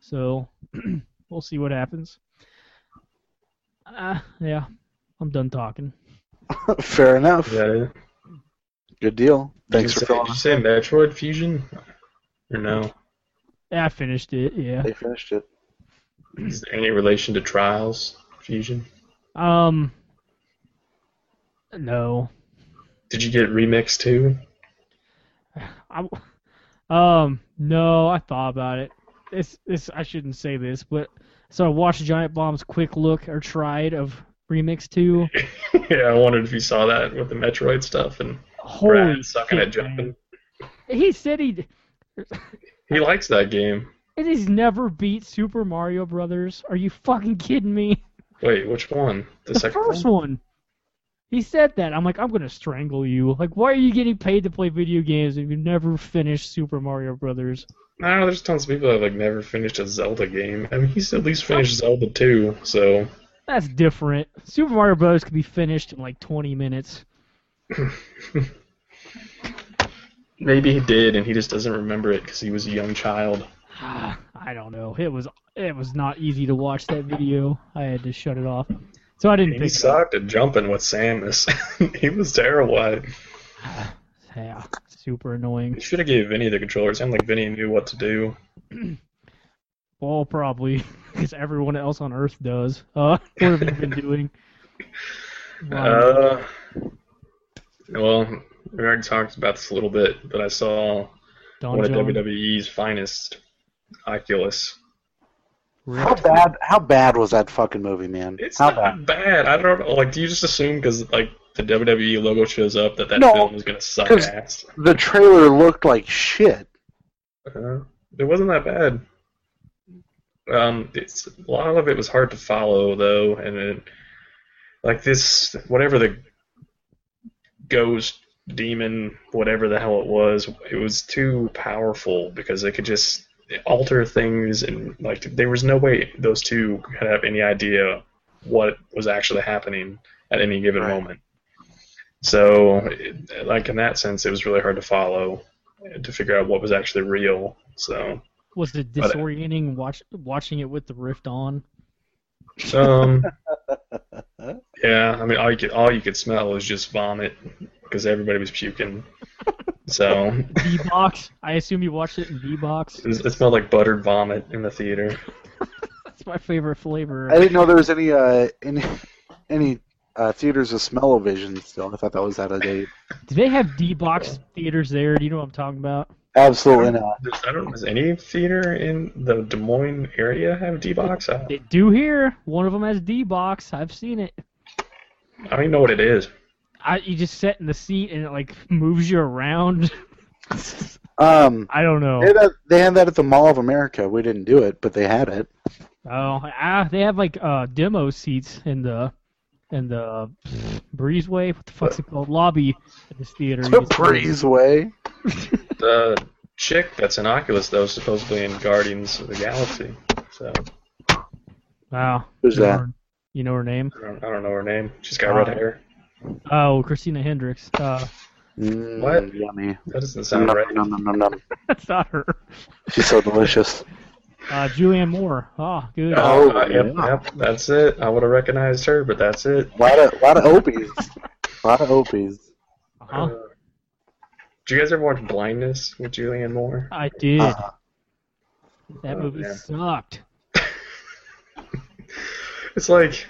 Speaker 2: So (clears throat) we'll see what happens. Uh, yeah, I'm done talking.
Speaker 3: Fair enough.
Speaker 4: Is that it?
Speaker 3: Good deal. Thanks
Speaker 4: Did
Speaker 3: for
Speaker 4: you
Speaker 3: filling.
Speaker 4: say, Did you say Metroid Fusion? Or no?
Speaker 2: Yeah, I finished it. Yeah.
Speaker 3: They finished it.
Speaker 4: Is there any relation to Trials Fusion?
Speaker 2: Um. No.
Speaker 4: Did you get Remix too? (laughs)
Speaker 2: I, (laughs) um, no, I thought about it. This, this, I shouldn't say this, but so I watched Giant Bomb's quick look or tried of Remix
Speaker 4: (laughs)
Speaker 2: Two.
Speaker 4: yeah, I wondered if you saw that with the Metroid stuff and
Speaker 2: Holy
Speaker 4: Brad sucking
Speaker 2: shit,
Speaker 4: at jumping.
Speaker 2: man. He said he
Speaker 4: He likes that game.
Speaker 2: it has never beat Super Mario Brothers. Are you fucking kidding me? (laughs)
Speaker 4: Wait, which one? The,
Speaker 2: The
Speaker 4: second
Speaker 2: first
Speaker 4: one?
Speaker 2: one. He said that. I'm like, I'm gonna strangle you. Like, why are you getting paid to play video games if you've never finished Super Mario Brothers?
Speaker 4: No, there's tons of people that like never finished a Zelda game. I mean, he's at least finished Zelda 2, so
Speaker 2: That's different. Super Mario Bros. could be finished in like 20 minutes.
Speaker 4: maybe he did, and he just doesn't remember it because he was a young child.
Speaker 2: (sighs) I don't know. It was it was not easy to watch that video. I had to shut it off, so I didn't
Speaker 4: He
Speaker 2: pick it up.
Speaker 4: sucked at jumping with Samus. (laughs) he was terrible. at it.
Speaker 2: Yeah, super
Speaker 4: He
Speaker 2: annoying.
Speaker 4: should have gave Vinny the controller. It sounded like Vinny knew what to do.
Speaker 2: Well, probably (laughs) because everyone else on Earth does. (laughs) Uh, what have you been doing? Wow.
Speaker 4: Uh, well, we already talked about this a little bit, but I saw
Speaker 2: Don
Speaker 4: one of
Speaker 2: John.
Speaker 4: WWE's finest, Oculus.
Speaker 3: How bad? How bad was that fucking movie, man?
Speaker 4: It's
Speaker 3: how bad?
Speaker 4: not bad. I don't know. Like, do you just assume because like the WWE logo shows up that that
Speaker 3: No,
Speaker 4: film was gonna suck
Speaker 3: 'cause-
Speaker 4: ass?
Speaker 3: The trailer looked like shit.
Speaker 4: Uh, it wasn't that bad. Um, it's a lot of it was hard to follow though, and it, like this, whatever the ghost demon, whatever the hell it was, it was too powerful because they could just alter things and like there was no way those two could have any idea what was actually happening at any given
Speaker 3: Right.
Speaker 4: moment. So, it, like in that sense, it was really hard to follow to figure out what was actually real. So
Speaker 2: Was it
Speaker 4: But-
Speaker 2: disorienting watch, watching it with the rift on?
Speaker 4: Um,
Speaker 3: (laughs)
Speaker 4: yeah, I mean, all you could all you could smell was just vomit because everybody was puking. So
Speaker 2: D box. I assume you watched it in D box.
Speaker 4: it, it smelled like buttered vomit in the theater.
Speaker 2: That's my favorite flavor.
Speaker 3: I didn't know there was any uh, any (laughs) any uh, theaters with smell-o-vision still. I thought that was out of date.
Speaker 2: Do they have D box theaters there? Do you know what I'm talking about?
Speaker 3: Absolutely not.
Speaker 4: There's- I don't. Does any theater in the Des Moines area have D box? I,
Speaker 2: They do here. One of them has D box. I've seen it.
Speaker 4: I don't even know what it is.
Speaker 2: I, you just sit in the seat and it like (laughs) moves you around. (laughs)
Speaker 3: Um,
Speaker 2: I don't know.
Speaker 3: they, had that, they had that at the Mall of America. We didn't do it, but they had it.
Speaker 2: Oh, ah, they have like uh demo seats in the in the (sniffs) breezeway. What the fuck's it called? Lobby at this theater. You just-
Speaker 3: Breeze way.
Speaker 4: The chick that's in Oculus though, is supposedly in Guardians of the Galaxy. So
Speaker 2: Wow.
Speaker 3: Who's
Speaker 2: You know
Speaker 3: that?
Speaker 2: her- You know her name?
Speaker 4: I don't, I don't know her name. She's got red
Speaker 2: Wow.
Speaker 4: hair.
Speaker 2: Oh, Christina Hendricks. Uh, (laughs)
Speaker 3: Mm,
Speaker 4: What?
Speaker 3: Yummy.
Speaker 4: That doesn't sound
Speaker 3: Nom,
Speaker 4: right.
Speaker 3: nom, nom, nom, nom.
Speaker 2: that's not her.
Speaker 3: She's so delicious.
Speaker 2: Uh, Julianne Moore. Oh, good.
Speaker 3: Oh,
Speaker 4: Uh, yep,
Speaker 3: yeah.
Speaker 4: yep, that's it. I would have recognized her, but that's it.
Speaker 3: A lot of, lot of Opies. A lot of
Speaker 4: (laughs)
Speaker 3: Opies.
Speaker 2: Uh-huh.
Speaker 4: Uh, did you guys ever watch Blindness with Julianne Moore?
Speaker 2: I did.
Speaker 3: Uh,
Speaker 2: that
Speaker 4: oh,
Speaker 2: movie
Speaker 4: yeah.
Speaker 2: sucked.
Speaker 4: It's like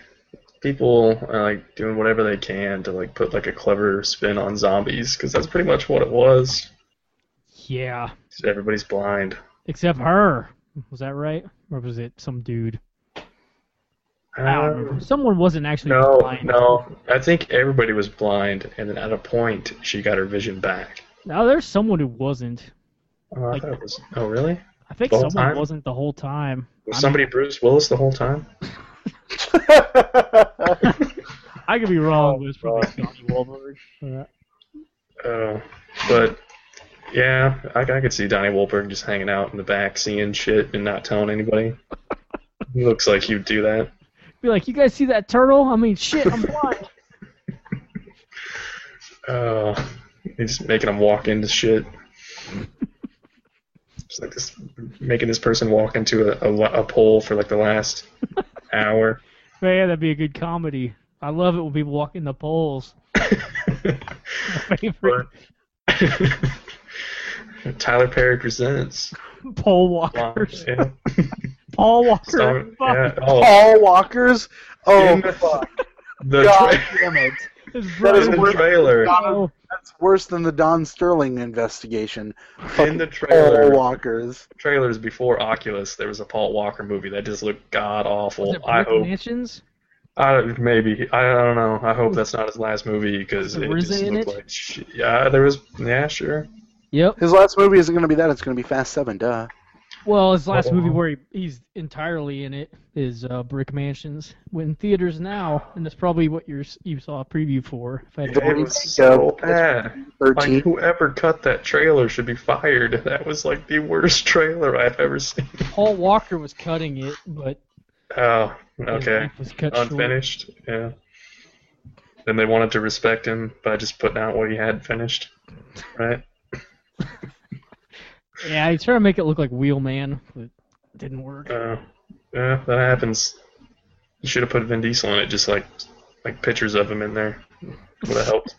Speaker 4: people are like doing whatever they can to like put like a clever spin on zombies because that's pretty much what it was.
Speaker 2: Yeah.
Speaker 4: Everybody's blind.
Speaker 2: Except her. Was that right? Or was it some dude? I don't remember.
Speaker 4: Um,
Speaker 2: Someone wasn't actually
Speaker 4: no,
Speaker 2: blind.
Speaker 4: no. I think everybody was blind, and then at a point she got her vision back.
Speaker 2: Now there's someone who wasn't.
Speaker 4: Oh, I
Speaker 2: Like-
Speaker 4: thought it was. Oh, really?
Speaker 2: I think
Speaker 4: The whole
Speaker 2: someone
Speaker 4: time?
Speaker 2: wasn't the whole time.
Speaker 4: Was
Speaker 2: I'm-
Speaker 4: somebody Bruce Willis the whole time?
Speaker 3: Oh,
Speaker 2: I could be
Speaker 4: Oh,
Speaker 2: wrong, but it's probably
Speaker 4: God.
Speaker 2: Johnny Wahlberg. Alright.
Speaker 4: Oh, but yeah, I, I could see Donnie Wahlberg just hanging out in the back, seeing shit and not telling anybody. he looks like he'd do that.
Speaker 2: Be like, you guys see that turtle? I mean, shit,
Speaker 4: (laughs)
Speaker 2: I'm blind.
Speaker 4: Uh, he's making him walk into shit. It's like this, making this person walk into a, a, lo- a pole for like the last hour.
Speaker 2: Man, that'd be a good comedy. I love it when people walk in the polls. (laughs) My favorite
Speaker 4: (laughs) Tyler Perry presents.
Speaker 2: poll
Speaker 4: Wow,
Speaker 2: walkers.
Speaker 4: yeah.
Speaker 2: Paul Walker.
Speaker 4: So,
Speaker 2: (laughs) Fuck.
Speaker 4: yeah. Oh,
Speaker 3: Paul Walkers. Oh,
Speaker 4: in the-
Speaker 3: fuck.
Speaker 4: the,
Speaker 3: Oh, God
Speaker 4: tra-
Speaker 3: damn it.
Speaker 4: (laughs)
Speaker 2: His
Speaker 3: That
Speaker 2: brother-
Speaker 3: is
Speaker 4: in the
Speaker 3: worth-
Speaker 4: trailer.
Speaker 3: Donald- That's worse than the Don Sterling investigation.
Speaker 4: In
Speaker 3: Fucking
Speaker 4: the
Speaker 3: Paul
Speaker 4: trailer.
Speaker 3: Walkers.
Speaker 4: trailers before Oculus, there was a Paul Walker movie that just looked god
Speaker 2: Was
Speaker 4: awful.
Speaker 2: it
Speaker 4: I
Speaker 2: Brick
Speaker 4: hope,
Speaker 2: Mansions?
Speaker 4: I don't- maybe I don't know. I hope that's not his last movie because
Speaker 2: Was
Speaker 4: it
Speaker 2: RZA
Speaker 4: just
Speaker 2: in
Speaker 4: looked
Speaker 2: it?
Speaker 4: like shit. Yeah, there was. Yeah, sure.
Speaker 2: Yep.
Speaker 3: His last movie isn't going to be that. It's going to be Fast Seven. Duh.
Speaker 2: Well, his last
Speaker 4: Oh.
Speaker 2: movie where he, he's entirely in it is uh, Brick Mansions. When theaters now, and that's probably what you're, s- you saw a preview for. If I had to
Speaker 3: Yeah.
Speaker 4: It was so bad. Like
Speaker 3: Thirteen.
Speaker 4: whoever cut that trailer should be fired. (laughs) That was like the worst (laughs) trailer I've ever seen.
Speaker 2: Paul Walker was cutting it, but
Speaker 4: Oh,
Speaker 2: his
Speaker 4: okay.
Speaker 2: life was cut short.
Speaker 4: Unfinished. Yeah. Then they wanted to respect him by just putting out what he had finished, right?
Speaker 2: Yeah, he tried to make it look like Wheelman, but it didn't work.
Speaker 4: Uh, yeah, that happens. You should have put Vin Diesel in it, just like like pictures of him in there. Would have helped.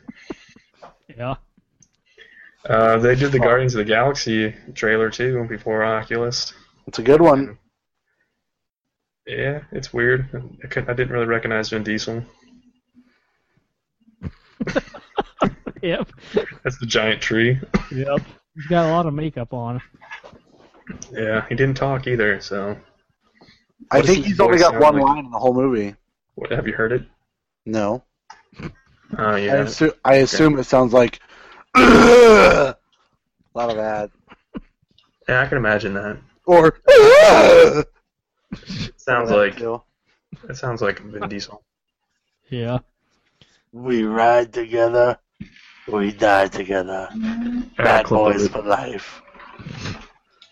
Speaker 2: Yeah. (laughs)
Speaker 4: Uh, they did the Guardians of the Galaxy trailer too before Oculus.
Speaker 3: It's a good one.
Speaker 4: Yeah, it's weird. I, couldn't, I didn't really recognize Vin Diesel.
Speaker 2: Yep.
Speaker 4: That's the giant tree.
Speaker 2: Yep. He's got a lot of makeup on.
Speaker 4: Yeah, he didn't talk either. So,
Speaker 3: I
Speaker 4: What does
Speaker 3: think
Speaker 4: his
Speaker 3: he's only
Speaker 4: voice
Speaker 3: got
Speaker 4: sound
Speaker 3: one
Speaker 4: like?
Speaker 3: line in the whole movie.
Speaker 4: what have you heard it?
Speaker 3: No.
Speaker 4: Oh
Speaker 3: I,
Speaker 4: yeah,
Speaker 3: assu- I assume it sounds like. (clears throat) a lot of that.
Speaker 4: yeah, I can imagine that.
Speaker 3: Or. (clears throat)
Speaker 4: It sounds like
Speaker 3: Too.
Speaker 4: it sounds like Vin Diesel.
Speaker 2: Yeah.
Speaker 5: We ride together. We die together. Bad boys for life.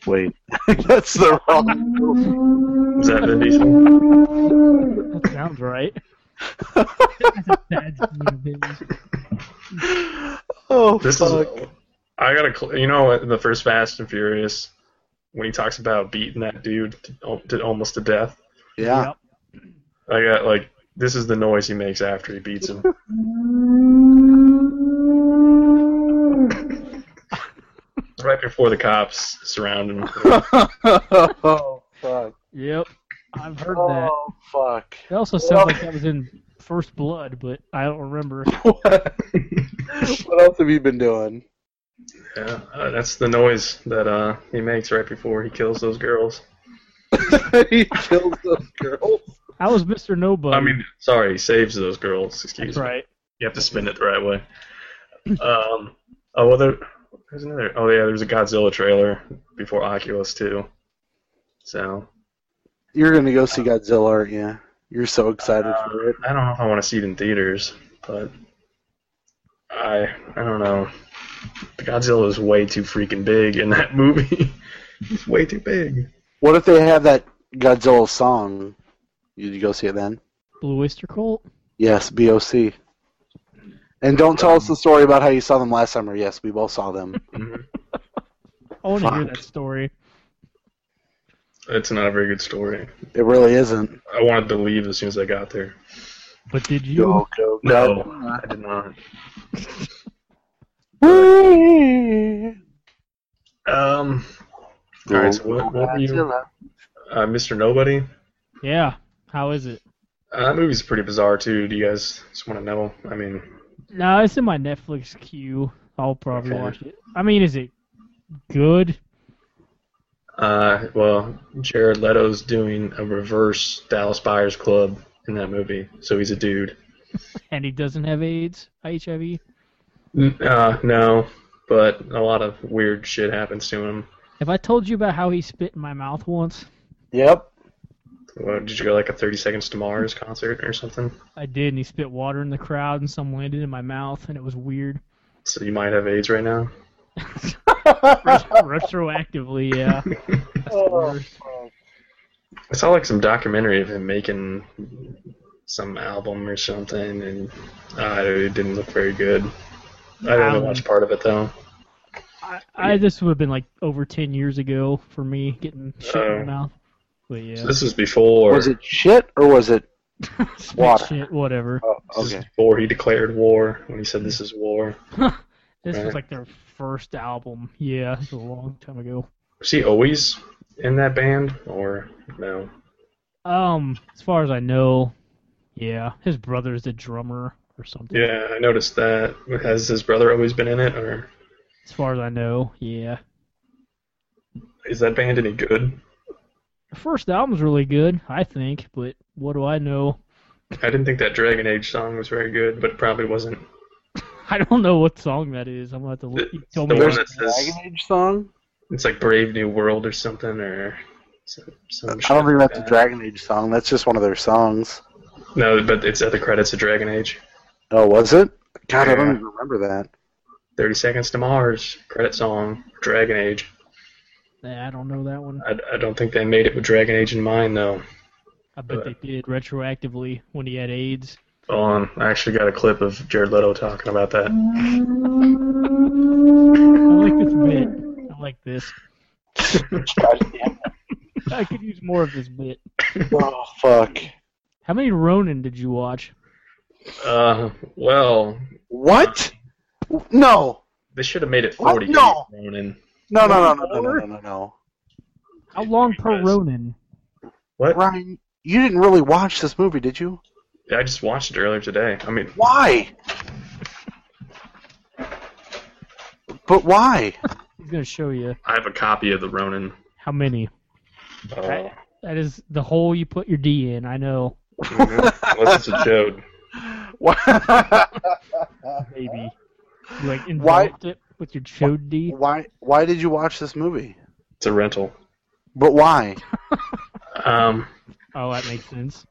Speaker 3: Wait. (laughs) That's the wrong.
Speaker 4: Is that Vin Diesel?
Speaker 2: That sounds right. That's
Speaker 3: Oh,
Speaker 4: This
Speaker 3: fuck. Oh,
Speaker 4: is. I gotta. Cl- you know, what, the first Fast and Furious when he talks about beating that dude to, to almost to death.
Speaker 3: Yeah.
Speaker 4: I got like this is the noise he makes after he beats him. right before the cops surround him.
Speaker 3: (laughs) oh fuck.
Speaker 2: Yep. I've heard that.
Speaker 3: Oh
Speaker 4: (laughs)
Speaker 3: fuck.
Speaker 2: It also sounds like that was in First Blood, but I don't remember.
Speaker 3: What? (laughs) what else have you been doing?
Speaker 4: Yeah, uh, that's the noise that uh, he makes right before he kills those girls.
Speaker 3: (laughs) he killed those girls.
Speaker 2: I was Mr. Nobody.
Speaker 4: I mean, sorry, he saves those girls. Excuse
Speaker 2: that's
Speaker 4: me.
Speaker 2: right.
Speaker 4: You have to spin it the right way. Um, oh, well, there, there's another. Oh yeah, there's a Godzilla trailer before Oculus too. So
Speaker 3: You're gonna go see Godzilla, aren't you? You're so excited
Speaker 4: Uh,
Speaker 3: for it.
Speaker 4: I don't know if I want to see it in theaters, but I I don't know. Godzilla is way too freaking big in that (laughs) movie. He's way too big.
Speaker 3: What if they have that Godzilla song? You you go see it then?
Speaker 2: Blue Oyster Cult.
Speaker 3: Yes, B O C. And don't tell us the story about how you saw them last summer. Yes, we both saw them.
Speaker 2: I want to hear
Speaker 3: Fuck.
Speaker 2: that story.
Speaker 4: It's not a very good story.
Speaker 3: It really isn't.
Speaker 4: I wanted to leave as soon as I got there.
Speaker 2: But did you?
Speaker 3: go,
Speaker 4: No, I did not. Um, all right. So what, what were you, uh, Mr. Nobody?
Speaker 2: Yeah. How is it?
Speaker 4: Uh, that movie's pretty bizarre too. Do you guys just want to know? I mean,
Speaker 2: No, it's in my Netflix queue. I'll probably
Speaker 4: Okay.
Speaker 2: watch it. I mean, is it good?
Speaker 4: uh, well, Jared Leto's doing a reverse Dallas Buyers Club in that movie, so he's a dude.
Speaker 2: And he doesn't have AIDS, HIV.
Speaker 4: N- Uh, no, but a lot of weird shit happens to him.
Speaker 2: If I told you about how he spit in my mouth once,
Speaker 3: Yep.
Speaker 4: Well, did you go to, like a Thirty Seconds to Mars concert or something?
Speaker 2: I did, and he spit water in the crowd, and some landed in my mouth, and it was weird. (laughs)
Speaker 4: So you might have AIDS right now. (laughs)
Speaker 2: Retroactively,
Speaker 4: (laughs)
Speaker 2: yeah. That's
Speaker 4: Oh.
Speaker 2: the worst.
Speaker 4: I saw like some documentary of him making some album or something, and uh, it didn't look very good. I didn't
Speaker 2: Album.
Speaker 4: watch part of it though.
Speaker 2: I, I this would have been like over ten years ago for me getting shit in my
Speaker 4: Oh.
Speaker 2: mouth. But yeah,
Speaker 4: So this was before.
Speaker 3: Was it shit or was it?
Speaker 2: Spit
Speaker 3: water?
Speaker 2: shit, whatever.
Speaker 3: Oh,
Speaker 4: This is
Speaker 3: okay.
Speaker 4: before he declared war. When he said this is war.
Speaker 2: This was
Speaker 4: Right.
Speaker 2: like their first album. Yeah, this was a long time ago.
Speaker 4: Was he always in that band or no?
Speaker 2: Um, as far as I know, yeah, his brother's the drummer or something.
Speaker 4: Yeah, I noticed that. Has his brother always been in it, or
Speaker 2: As far as I know, yeah.
Speaker 4: is that band any good?
Speaker 2: The first album's really good, I think, but what do I know? (laughs)
Speaker 4: I didn't think that Dragon Age song was very good, but it probably wasn't.
Speaker 2: I don't know what song that is. I'm gonna have to look. You
Speaker 4: It's
Speaker 2: told
Speaker 4: the
Speaker 2: me
Speaker 4: one
Speaker 2: what-
Speaker 4: that says
Speaker 3: Dragon Age song?
Speaker 4: it's like Brave New World or something, or some, some
Speaker 3: I don't think
Speaker 4: shit
Speaker 3: that's a
Speaker 4: like
Speaker 3: Dragon Age song. That's just one of their songs.
Speaker 4: that. No, but it's at the credits of Dragon Age.
Speaker 3: Oh, was it? God, I
Speaker 4: Yeah.
Speaker 3: don't even remember that.
Speaker 4: Thirty Seconds to Mars credit song, Dragon Age.
Speaker 2: Nah, I don't know that one.
Speaker 4: I, I don't think they made it with Dragon Age in mind though.
Speaker 2: I bet
Speaker 4: Uh.
Speaker 2: they did retroactively when he had AIDS.
Speaker 4: Hold on, I actually got a clip of Jared Leto talking about that.
Speaker 2: I like this bit. I like this. I could use more of this bit.
Speaker 3: Oh fuck.
Speaker 2: How many Ronin did you watch?
Speaker 4: Uh, well,
Speaker 3: What? No.
Speaker 4: they should have made it
Speaker 3: What?
Speaker 4: 40.
Speaker 3: No.
Speaker 4: Ronin.
Speaker 3: No, no, no, no, no, no, no, no,
Speaker 2: How long per
Speaker 4: Yes.
Speaker 2: Ronin?
Speaker 3: no.
Speaker 4: What?
Speaker 3: Ryan, you didn't really watch this movie, did you?
Speaker 4: I just watched it earlier today. I mean,
Speaker 3: Why? But why?
Speaker 2: He's gonna show you
Speaker 4: I have a copy of the Ronin.
Speaker 2: how many.
Speaker 4: Uh,
Speaker 2: Right. That is the hole you put your D in. I know,
Speaker 4: (laughs) Unless it's a joke.
Speaker 3: Why?
Speaker 2: maybe. You like
Speaker 3: Why-
Speaker 2: involved it with your chode D.
Speaker 3: why? Why did you watch this movie?
Speaker 4: It's a rental.
Speaker 3: But why?
Speaker 4: Um,
Speaker 2: Oh, that makes
Speaker 3: (laughs)
Speaker 2: sense.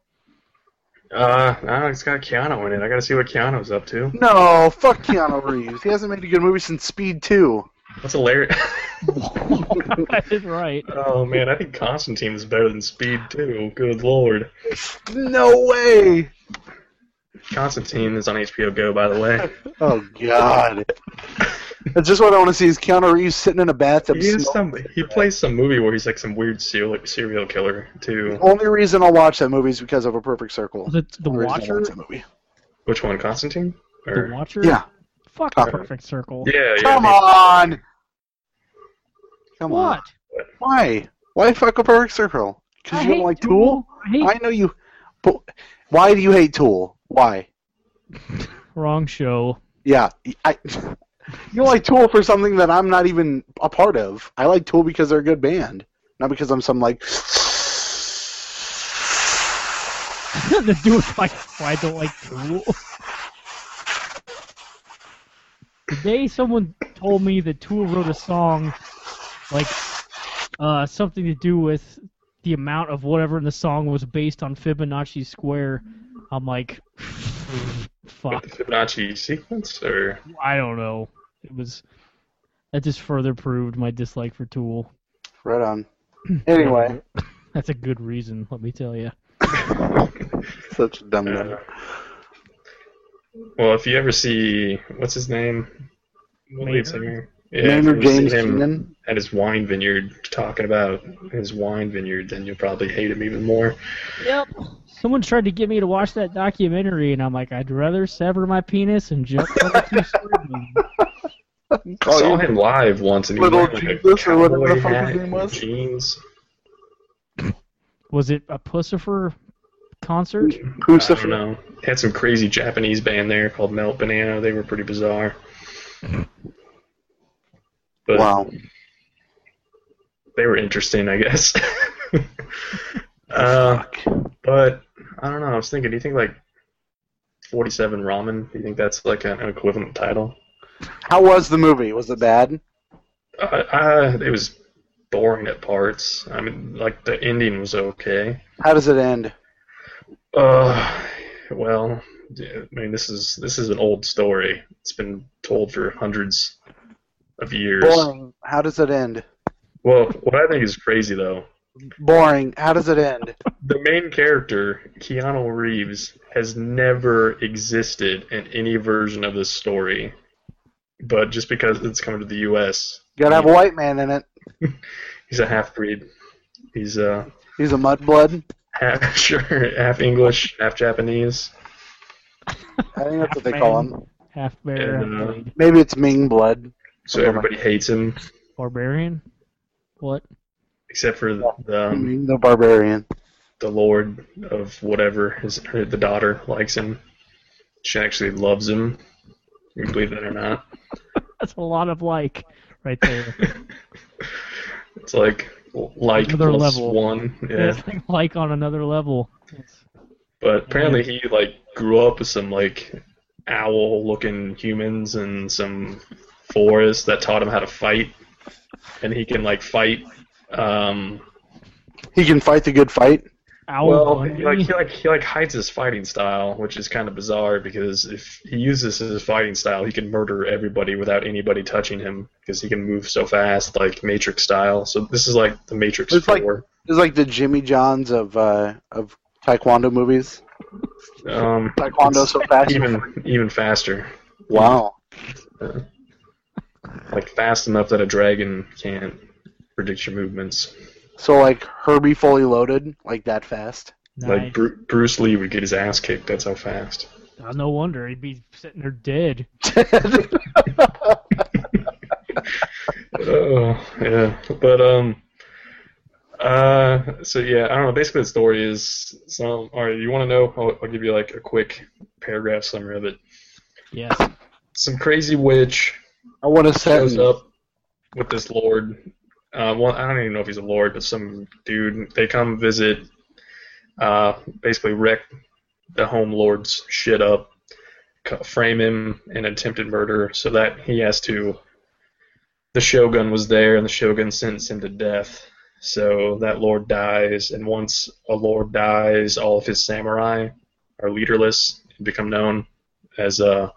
Speaker 4: uh, no, it's got Keanu in it. I gotta see what Keanu's up to.
Speaker 3: No, fuck Keanu Reeves. He hasn't made a good movie since Speed Two.
Speaker 4: That's hilarious.
Speaker 2: that is right.
Speaker 4: (laughs) oh man, I think Constantine is better than Speed too. Good lord.
Speaker 3: No way. (laughs)
Speaker 4: Constantine is on HBO Go, by the way.
Speaker 3: Oh God. That's just what I want to see is Keanu Reeves sitting in a bathtub.
Speaker 4: He is
Speaker 3: smoking.
Speaker 4: some. He plays some movie where he's like some weird serial serial killer too.
Speaker 3: The only reason I'll watch that movie is because of a perfect circle.
Speaker 2: The, the
Speaker 3: Only reason I'll
Speaker 2: Watcher?
Speaker 3: watch that movie.
Speaker 4: Which one, Constantine?
Speaker 2: The
Speaker 4: Or,
Speaker 2: Watcher?
Speaker 3: Yeah.
Speaker 2: Fuck
Speaker 3: Copper.
Speaker 2: Perfect Circle.
Speaker 4: yeah, yeah.
Speaker 3: Come
Speaker 4: he-
Speaker 3: on. Come on.
Speaker 2: What?
Speaker 3: Why? Why fuck a perfect circle?
Speaker 2: I
Speaker 3: Because you don't
Speaker 2: hate
Speaker 3: like Tool?
Speaker 2: I hate
Speaker 3: I know you. But why do you hate Tool? Why?
Speaker 2: wrong show.
Speaker 3: Yeah, I. (laughs) You like Tool for something that I'm not even a part of. I like Tool because they're a good band, not because I'm some like. (sniffs)
Speaker 2: the dude like why I don't like Tool. Today someone told me that Tool wrote a song like uh, something to do with the amount of whatever in the song was based on Fibonacci square. I'm like
Speaker 4: With
Speaker 2: fuck.
Speaker 4: the Fibonacci sequence, or
Speaker 2: I don't know. It was that just further proved my dislike for Tool. (sniffs)
Speaker 3: Right on. Anyway,
Speaker 2: That's a good reason, let me tell you.
Speaker 3: such a dumb
Speaker 4: Uh,
Speaker 3: guy.
Speaker 4: well, if you ever see what's his name, the lead
Speaker 2: Maynard?
Speaker 4: singer, yeah, if
Speaker 3: Name
Speaker 4: you
Speaker 3: of
Speaker 4: ever see
Speaker 3: James
Speaker 4: him
Speaker 3: Keenan.
Speaker 4: at his wine vineyard talking about his wine vineyard, then you'll probably hate him even more.
Speaker 2: Yep. Someone tried to get me to watch that documentary, and I'm like, I'd rather sever my penis and jump from the two story
Speaker 4: I
Speaker 3: Oh,
Speaker 4: saw
Speaker 3: you-
Speaker 4: him live once, and he was
Speaker 3: Little
Speaker 4: wearing, like,
Speaker 3: Jesus or whatever the
Speaker 4: cowboy
Speaker 3: fuck his
Speaker 4: hat
Speaker 3: name
Speaker 4: and
Speaker 3: was?
Speaker 4: Jeans.
Speaker 2: Was it a Pussifer concert?
Speaker 4: I
Speaker 3: Lucifer.
Speaker 4: don't know. Had some crazy Japanese band there called Melt Banana. They were pretty bizarre. But
Speaker 3: Wow.
Speaker 4: they were interesting, I guess. (laughs) uh, but I don't know. I was thinking, do you think like 47 Ramen? Do you think that's like an equivalent title?
Speaker 3: How was the movie? Was it bad?
Speaker 4: Uh, uh, it was boring at parts. I mean, like the ending was okay.
Speaker 3: How does it end?
Speaker 4: Uh, well, I mean, this is this is an old story. It's been told for hundreds of years.
Speaker 3: Boring. How does it end?
Speaker 4: Well, what I think is crazy though,
Speaker 3: Boring. How does it end?
Speaker 4: the main character Keanu Reeves has never existed in any version of this story, but just because it's coming to the U.S.,
Speaker 3: You gotta have a white man in it.
Speaker 4: he's a half breed. He's uh (laughs)
Speaker 3: He's a mudblood.
Speaker 4: half sure half English, half Japanese.
Speaker 3: I think that's what they call him.
Speaker 2: Half bear,
Speaker 4: Yeah.
Speaker 2: half maid.
Speaker 3: Maybe it's Ming blood.
Speaker 4: So everybody hates him
Speaker 2: barbarian. What?
Speaker 4: except for the um,
Speaker 3: Ming the barbarian.
Speaker 4: the lord of whatever his her, the daughter likes him. She actually loves him. You believe that or not?
Speaker 2: That's a lot of like right there.
Speaker 4: It's like like
Speaker 2: Another
Speaker 4: plus
Speaker 2: level.
Speaker 4: one. (laughs) Yeah.
Speaker 2: It's like like on another level. It's-
Speaker 4: But apparently he like grew up with some like owl looking humans and some forest that taught him how to fight. And he can like fight um
Speaker 3: He can fight the good fight.
Speaker 2: Owl
Speaker 4: Well,
Speaker 2: Bundy.
Speaker 4: he like, he like he like hides his fighting style, which is kind of bizarre because if he uses his fighting style, he can murder everybody without anybody touching him because he can move so fast, like Matrix style. So this is like the Matrix
Speaker 3: It's like-
Speaker 4: Four.
Speaker 3: It's like the Jimmy Johns of uh, of Taekwondo movies.
Speaker 4: um,
Speaker 3: Taekwondo so fast.
Speaker 4: even even faster,
Speaker 3: wow.
Speaker 4: like fast enough that a dragon can't predict your movements.
Speaker 3: So like Herbie fully loaded, like that fast. (laughs)
Speaker 2: Nice.
Speaker 4: Like Bru- Bruce Lee would get his ass kicked. That's how fast.
Speaker 2: Oh, no wonder he'd be sitting there dead.
Speaker 4: Oh yeah, but um, uh, so yeah, I don't know. Basically, the story is so. All right, you want to know? I'll, I'll give you like a quick paragraph summary of it.
Speaker 2: Yes.
Speaker 4: Some crazy witch
Speaker 3: I want to set
Speaker 4: shows up with this lord. Uh, well, I don't even know if he's a lord, but some dude. They come visit, uh, basically wreck the home lord's shit up, ca- frame him in attempted murder, so that he has to. The shogun was there, and the shogun sentenced him to death. So that lord dies, and once a lord dies, all of his samurai are leaderless and become known as uh,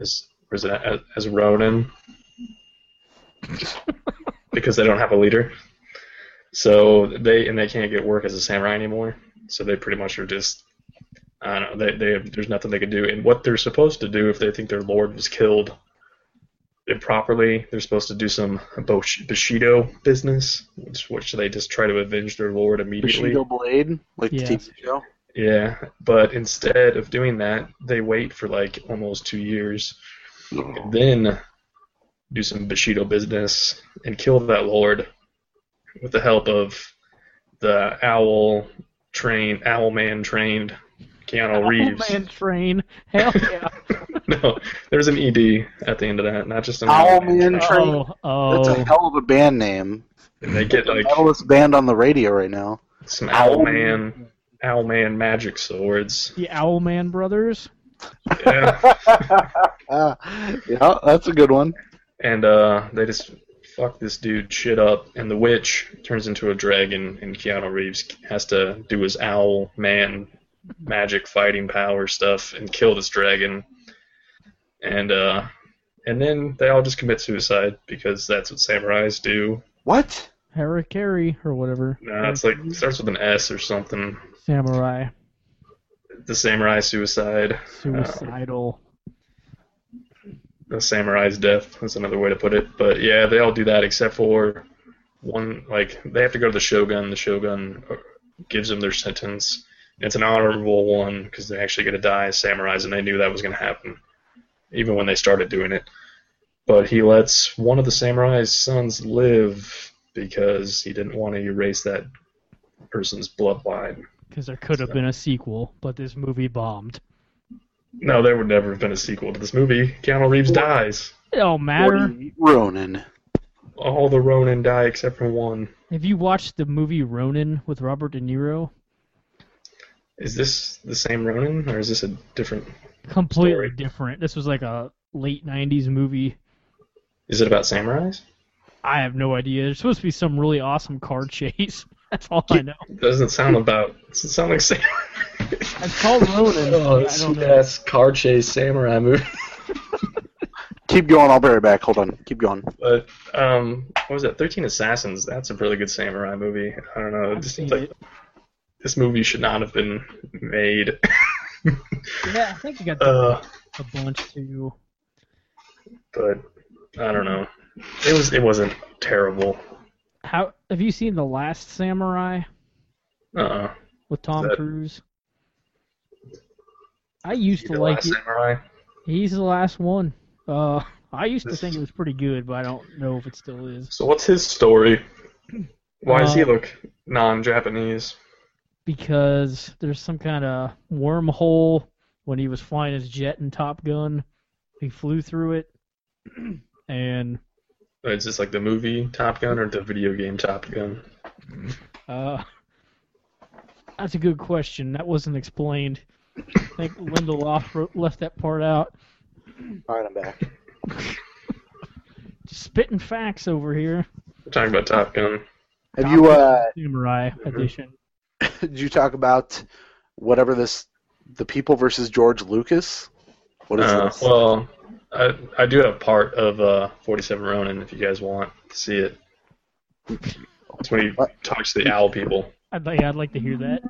Speaker 4: as or is it as, as Ronin because they don't have a leader. So they and they can't get work as a samurai anymore. So they pretty much are just I don't know. They, they have, there's nothing they can do. And what they're supposed to do if they think their lord was killed it properly. They're supposed to do some Bush- Bushido business, which, which they just try to avenge their lord immediately.
Speaker 3: Bushido Blade, like
Speaker 2: Yeah.
Speaker 3: the TV show.
Speaker 4: Yeah, but instead of doing that, they wait for like almost two years,
Speaker 3: Oh.
Speaker 4: and then do some Bushido business and kill that lord with the help of the owl trained owl man trained Keanu Reeves.
Speaker 2: Old man train. Hell yeah.
Speaker 4: (laughs) no, there's an ed at the end of that, not just an
Speaker 3: Owl
Speaker 4: Owlman
Speaker 3: Man
Speaker 4: trained.
Speaker 3: Train.
Speaker 2: oh,
Speaker 3: That's a
Speaker 2: oh.
Speaker 3: hell of a band name.
Speaker 4: And they get like
Speaker 3: Metalist band on the radio right (laughs) now.
Speaker 4: some
Speaker 3: Owl
Speaker 4: owl man, owl man magic swords.
Speaker 2: The Owlman brothers.
Speaker 3: (laughs)
Speaker 4: Yeah.
Speaker 3: Ah, yeah, that's a good one.
Speaker 4: and uh, they just fuck this dude shit up, and the witch turns into a dragon, and Keanu Reeves has to do his owl man magic fighting power stuff and kill this dragon, and uh, and then they all just commit suicide because that's what samurais do.
Speaker 3: What?
Speaker 2: Harakiri or whatever.
Speaker 4: Nah, it's like starts with an S or something.
Speaker 2: Samurai.
Speaker 4: The samurai suicide,
Speaker 2: Suicidal.
Speaker 4: Oh. the samurai's death is another way to put it. But yeah, they all do that except for one. Like they have to go to the shogun. The shogun uh, gives them their sentence. It's an honorable one because they actually get to die as samurais, and they knew that was going to happen, even when they started doing it. But he lets one of the samurai's sons live because he didn't want to erase that person's bloodline.
Speaker 2: Because there could have been a sequel, but this movie bombed.
Speaker 4: No, there would never have been a sequel to this movie. Keanu Reeves dies.
Speaker 2: It don't
Speaker 3: What are
Speaker 2: matter.
Speaker 3: you- Ronin.
Speaker 4: All the Ronin die except for one.
Speaker 2: Have you watched the movie Ronin with Robert De Niro?
Speaker 4: Is this the same Ronin, or is this a different?
Speaker 2: Completely
Speaker 4: Story.
Speaker 2: different. This was like a late '90s movie.
Speaker 4: Is it about samurais?
Speaker 2: I have no idea. There's supposed to be some really awesome car (laughs) chase. That's all I know.
Speaker 4: Doesn't sound about. Doesn't sound like samurai.
Speaker 2: It's called (laughs) Ronin.
Speaker 4: Oh,
Speaker 2: I
Speaker 4: this
Speaker 2: don't know.
Speaker 4: ass car chase samurai movie. (laughs)
Speaker 3: Keep going. I'll be right back. Hold on. Keep going.
Speaker 4: But um, what was that? Thirteen Assassins. That's a really good samurai movie. I don't know. It
Speaker 2: I've
Speaker 4: just
Speaker 2: seen
Speaker 4: seems like
Speaker 2: it.
Speaker 4: this movie should not have been made. (laughs)
Speaker 2: Yeah, I think you got
Speaker 4: uh,
Speaker 2: a bunch too.
Speaker 4: but I don't know. It was. It wasn't terrible.
Speaker 2: How have you seen The Last Samurai
Speaker 4: Uh,
Speaker 2: with Tom
Speaker 4: that-
Speaker 2: Cruise? I used to
Speaker 4: the
Speaker 2: like
Speaker 4: last
Speaker 2: it.
Speaker 4: samurai.
Speaker 2: He's the last one. Uh, (laughs) I used to
Speaker 4: This-
Speaker 2: think it was pretty good, but I don't know if it still is
Speaker 4: So what's his story? Why does he
Speaker 2: Uh,
Speaker 4: look non-Japanese?
Speaker 2: because there's some kind of wormhole when he was flying his jet in Top Gun. He flew through it, (clears throat) and
Speaker 4: Or Oh, Is this like the movie Top Gun or the video game Top Gun?
Speaker 2: uh, (laughs) that's a good question. That wasn't explained. I think Lindelof wrote, left that part out.
Speaker 3: All right, I'm back.
Speaker 2: Just spitting facts over here.
Speaker 4: We're talking about Top Gun.
Speaker 3: Have you uh?
Speaker 2: Samurai
Speaker 4: Mhm.
Speaker 2: edition.
Speaker 3: Did you talk about whatever this, the people versus George Lucas? What is
Speaker 4: Uh,
Speaker 3: this?
Speaker 4: well, I, I do have part of uh, 47 Ronin if you guys want to see it. It's when he
Speaker 3: What?
Speaker 4: talks to the owl people.
Speaker 2: I'd, like- I'd like to hear that.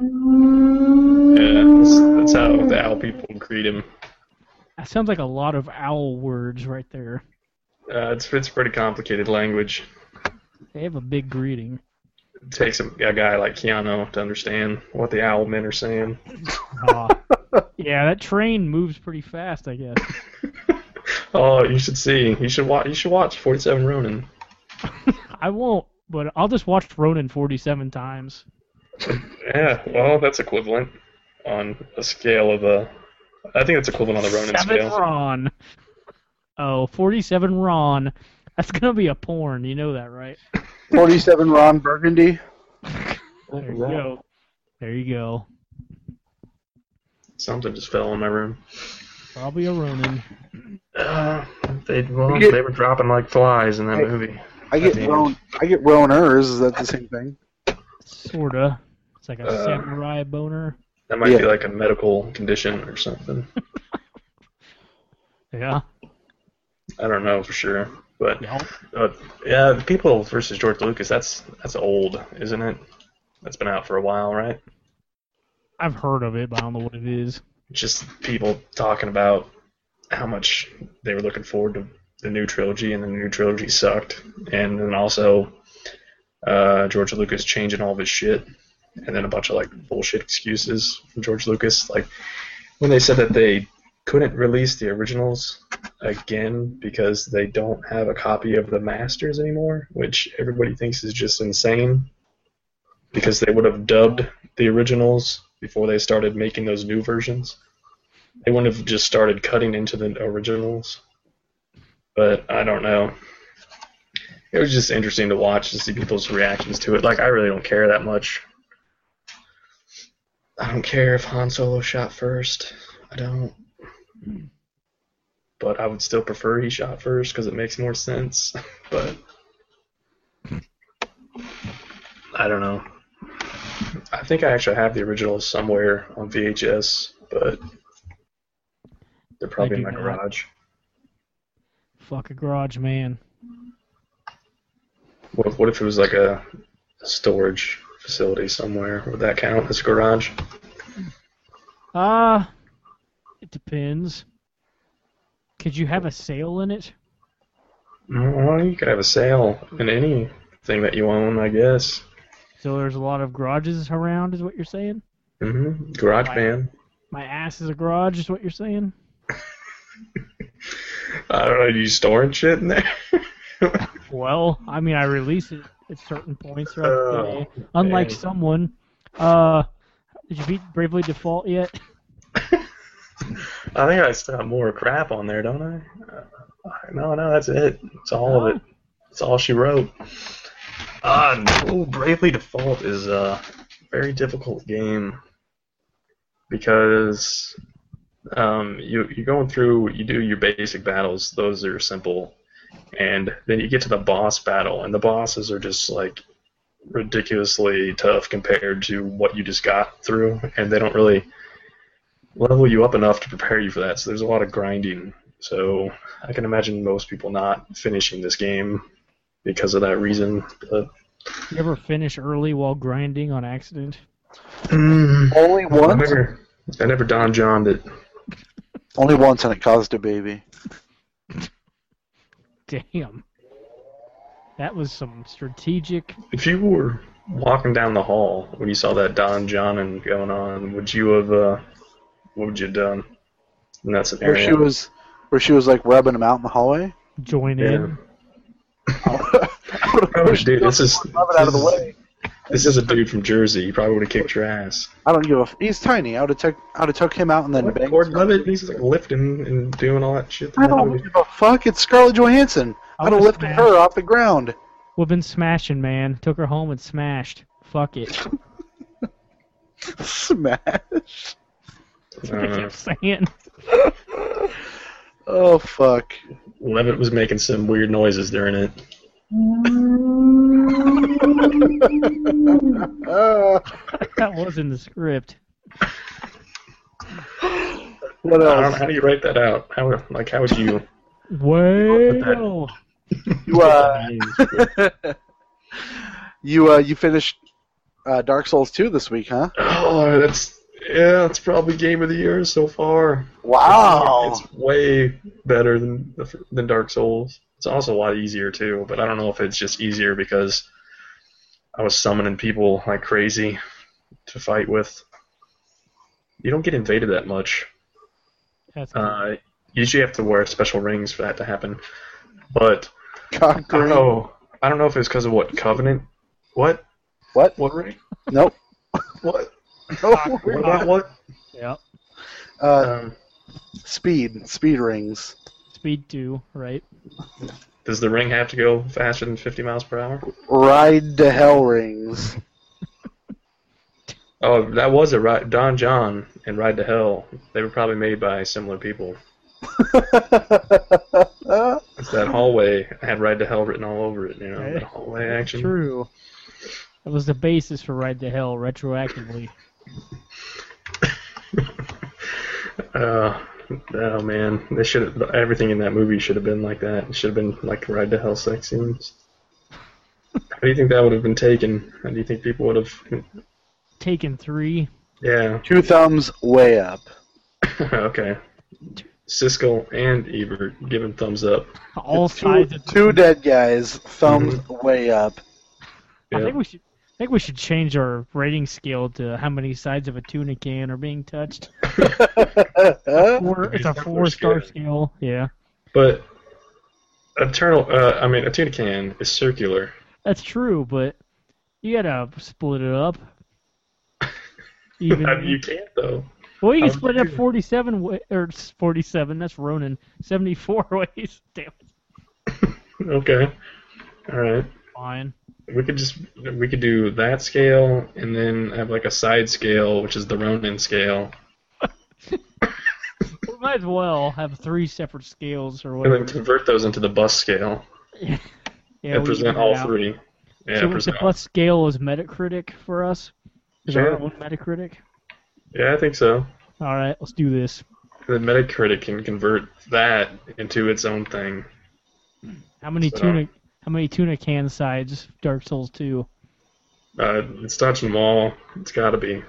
Speaker 4: Yeah, that's, that's how the owl people greet him.
Speaker 2: That sounds like a lot of owl words right there.
Speaker 4: Uh, it's it's pretty complicated language.
Speaker 2: They have a big greeting.
Speaker 4: It takes a, a guy like Keanu to understand what the owl men are saying.
Speaker 2: Uh, yeah, that train moves pretty fast, I guess.
Speaker 4: Oh, you should see. You should watch. You should watch 47 Ronin.
Speaker 2: I won't, but I'll just watch Ronin 47 times.
Speaker 4: Yeah, well, that's equivalent on a scale of a. I think that's equivalent on the Ronin
Speaker 2: Seven
Speaker 4: scale.
Speaker 2: Ron. Oh, 47 Ron. That's going to be a porn. You know that, right?
Speaker 3: Forty-seven Ron Burgundy.
Speaker 2: There you go. There you go.
Speaker 4: Something just fell in my room.
Speaker 2: Probably a Ronin.
Speaker 4: Uh, they well,
Speaker 3: get-
Speaker 4: they were dropping like flies in that
Speaker 3: Hey.
Speaker 4: movie.
Speaker 3: I get
Speaker 4: Damn.
Speaker 3: Ron. I get Roners. Is that the same thing?
Speaker 2: Sort of. It's like a
Speaker 4: Uh.
Speaker 2: samurai boner.
Speaker 4: That might
Speaker 3: Yeah.
Speaker 4: be like a medical condition or something.
Speaker 2: Yeah.
Speaker 4: I don't know for sure, but
Speaker 2: Yeah.
Speaker 4: but yeah, the people versus George Lucas. That's that's old, isn't it? That's been out for a while, right?
Speaker 2: I've heard of it, but I don't know what it is.
Speaker 4: Just people talking about how much they were looking forward to the new trilogy, and the new trilogy sucked. And then also uh, George Lucas changing all of his shit, and then a bunch of like bullshit excuses from George Lucas, like when they said that they couldn't release the originals again because they don't have a copy of the masters anymore, which everybody thinks is just insane because they would have dubbed the originals before they started making those new versions. They wouldn't have just started cutting into the originals. But I don't know. It was just interesting to watch and see people's reactions to it. Like, I really don't care that much. I don't care if Han Solo shot first. I don't. But I would still prefer he shot first because it makes more sense. (laughs) but I don't know. I think I actually have the original somewhere on VHS, but they're probably in
Speaker 2: do
Speaker 4: my
Speaker 2: not.
Speaker 4: garage.
Speaker 2: Fuck a garage man.
Speaker 4: What if, what if it was like a storage facility somewhere? Would that count as a garage?
Speaker 2: Ah, it depends. Could you have a sale in it?
Speaker 4: Well, you could have a sale in anything that you own, I guess.
Speaker 2: So there's a lot of garages around, is what you're saying?
Speaker 4: hmm Garage
Speaker 2: Wow.
Speaker 4: band.
Speaker 2: My ass is a garage, is what you're saying?
Speaker 4: I don't know. You storing shit in there? (laughs)
Speaker 2: Well, I mean, I release it at certain points throughout the
Speaker 4: Oh,
Speaker 2: day. Unlike
Speaker 4: man.
Speaker 2: someone, uh, did you beat Bravely Default yet?
Speaker 4: I think I still have more crap on there, don't I? Uh, no, no, that's it. It's all of it. It's all she wrote. Uh, no, Bravely Default is a very difficult game because um, you, you're going through, you do your basic battles, those are simple, and then you get to the boss battle, and the bosses are just like ridiculously tough compared to what you just got through, and they don't really level you up enough to prepare you for that. So there's a lot of grinding. So I can imagine most people not finishing this game because of that reason. But
Speaker 2: You ever finish early while grinding on accident? (laughs)
Speaker 3: Only
Speaker 4: I
Speaker 3: once.
Speaker 4: never, I never Don John it.
Speaker 3: Only once, and it caused a baby.
Speaker 2: Damn. That was some strategic.
Speaker 4: If you were walking down the hall when you saw that Don John and going on, would you have? Uh, what would you have done in that
Speaker 3: Where
Speaker 4: scenario?
Speaker 3: she was, where she was like rubbing him out in the hallway.
Speaker 2: Join
Speaker 4: yeah.
Speaker 2: in.
Speaker 4: Probably, dude, this is
Speaker 3: Rub it out of the way.
Speaker 4: this is a dude from Jersey. He probably would have kicked your ass.
Speaker 3: I don't give a. F- he's tiny. I would have took. I would have took him out and then banged.
Speaker 4: Gordon Levitt, he's like lifting and doing all that shit.
Speaker 3: I don't give a fuck. It's Scarlett Johansson.
Speaker 2: I
Speaker 3: I'd have
Speaker 2: would've
Speaker 3: lifted
Speaker 2: smashed.
Speaker 3: her off the ground. (laughs)
Speaker 2: We've been smashing, man. Took her home and smashed. Fuck it. (laughs)
Speaker 3: Smash.
Speaker 2: That's what I
Speaker 4: Uh,
Speaker 2: kept saying.
Speaker 3: Oh
Speaker 4: (laughs)
Speaker 3: fuck.
Speaker 4: Levitt was making some weird noises during it.
Speaker 3: Uh,
Speaker 2: That was in the script.
Speaker 3: what
Speaker 4: I don't know,
Speaker 3: else?
Speaker 4: how do you write that out? How would- like how would you?
Speaker 2: Well,
Speaker 3: You uh, you uh, you finished uh, Dark Souls two this week, huh?
Speaker 4: (laughs) oh, that's yeah, it's probably game of the year so far.
Speaker 3: Wow.
Speaker 4: It's way better than the f- than Dark Souls. It's also a lot easier too, but I don't know if it's just easier because I was summoning people like crazy to fight with. You don't get invaded that much.
Speaker 2: that's
Speaker 4: Uh, usually, you have to wear special rings for that to happen. But I don't
Speaker 3: Conquering.
Speaker 4: know. I don't know if it's because of what covenant. What?
Speaker 3: What?
Speaker 4: What ring? (laughs)
Speaker 3: Nope.
Speaker 4: What?
Speaker 3: Nope.
Speaker 4: What about what?
Speaker 2: yeah.
Speaker 3: Uh,
Speaker 4: Um,
Speaker 3: speed. Speed rings.
Speaker 2: Speed two, right?
Speaker 4: does the ring have to go faster than 50 miles per hour?
Speaker 3: Ride to hell rings. (laughs)
Speaker 4: Oh, that was a ride. Don John and Ride to Hell. They were probably made by similar people. It's
Speaker 2: (laughs)
Speaker 4: that hallway had Ride to Hell written all over it. You know, that hallway action.
Speaker 2: True. That was the basis for Ride to Hell retroactively.
Speaker 4: Uh, oh man, they should. Everything in that movie should have been like that. It should have been like Ride to Hell
Speaker 2: (laughs)
Speaker 4: sex scenes. How do you think that would have been taken? How do you think people would have?
Speaker 2: Taken three.
Speaker 4: Yeah. (laughs)
Speaker 3: Two thumbs way up.
Speaker 4: okay. Siskel and Ebert giving thumbs up.
Speaker 2: All
Speaker 3: Two,
Speaker 2: sides. Of the-
Speaker 3: two dead guys, thumbs way (laughs) up.
Speaker 2: I
Speaker 4: Yeah.
Speaker 2: think we should. I think we should change our rating scale to how many sides of a tuna can are being touched. Four, it's a
Speaker 4: Four
Speaker 2: four-star scale.
Speaker 4: scale.
Speaker 2: Yeah,
Speaker 4: But a turtle, uh, I mean, a tuna can is circular. (laughs)
Speaker 2: that's true, but you gotta split it up. Even
Speaker 4: I mean, you can't though.
Speaker 2: well, you can
Speaker 4: I
Speaker 2: split it up
Speaker 4: do.
Speaker 2: forty-seven wa- or forty-seven. That's Ronan. Seventy-four (laughs) ways. Damn, it's
Speaker 4: Okay. All right.
Speaker 2: fine.
Speaker 4: We could just we could do that scale and then have like a side scale, which is the Ronin scale,
Speaker 2: We might as well have three separate scales or
Speaker 4: and then
Speaker 2: whatever.
Speaker 4: convert those into the bus scale
Speaker 2: Yeah,
Speaker 4: and
Speaker 2: we
Speaker 4: present
Speaker 2: figure it
Speaker 4: all
Speaker 2: out.
Speaker 4: three. Yeah,
Speaker 2: so what's the
Speaker 4: present. all-
Speaker 2: plus scale is Metacritic for us. Is
Speaker 4: Sure.
Speaker 2: our own Metacritic.
Speaker 4: Yeah, I think so.
Speaker 2: All right, let's do this.
Speaker 4: The Metacritic can convert that into its own thing.
Speaker 2: How many
Speaker 4: So-
Speaker 2: tuna? How many tuna can sides? Dark Souls two.
Speaker 4: Uh, it's touching them all. It's got to be.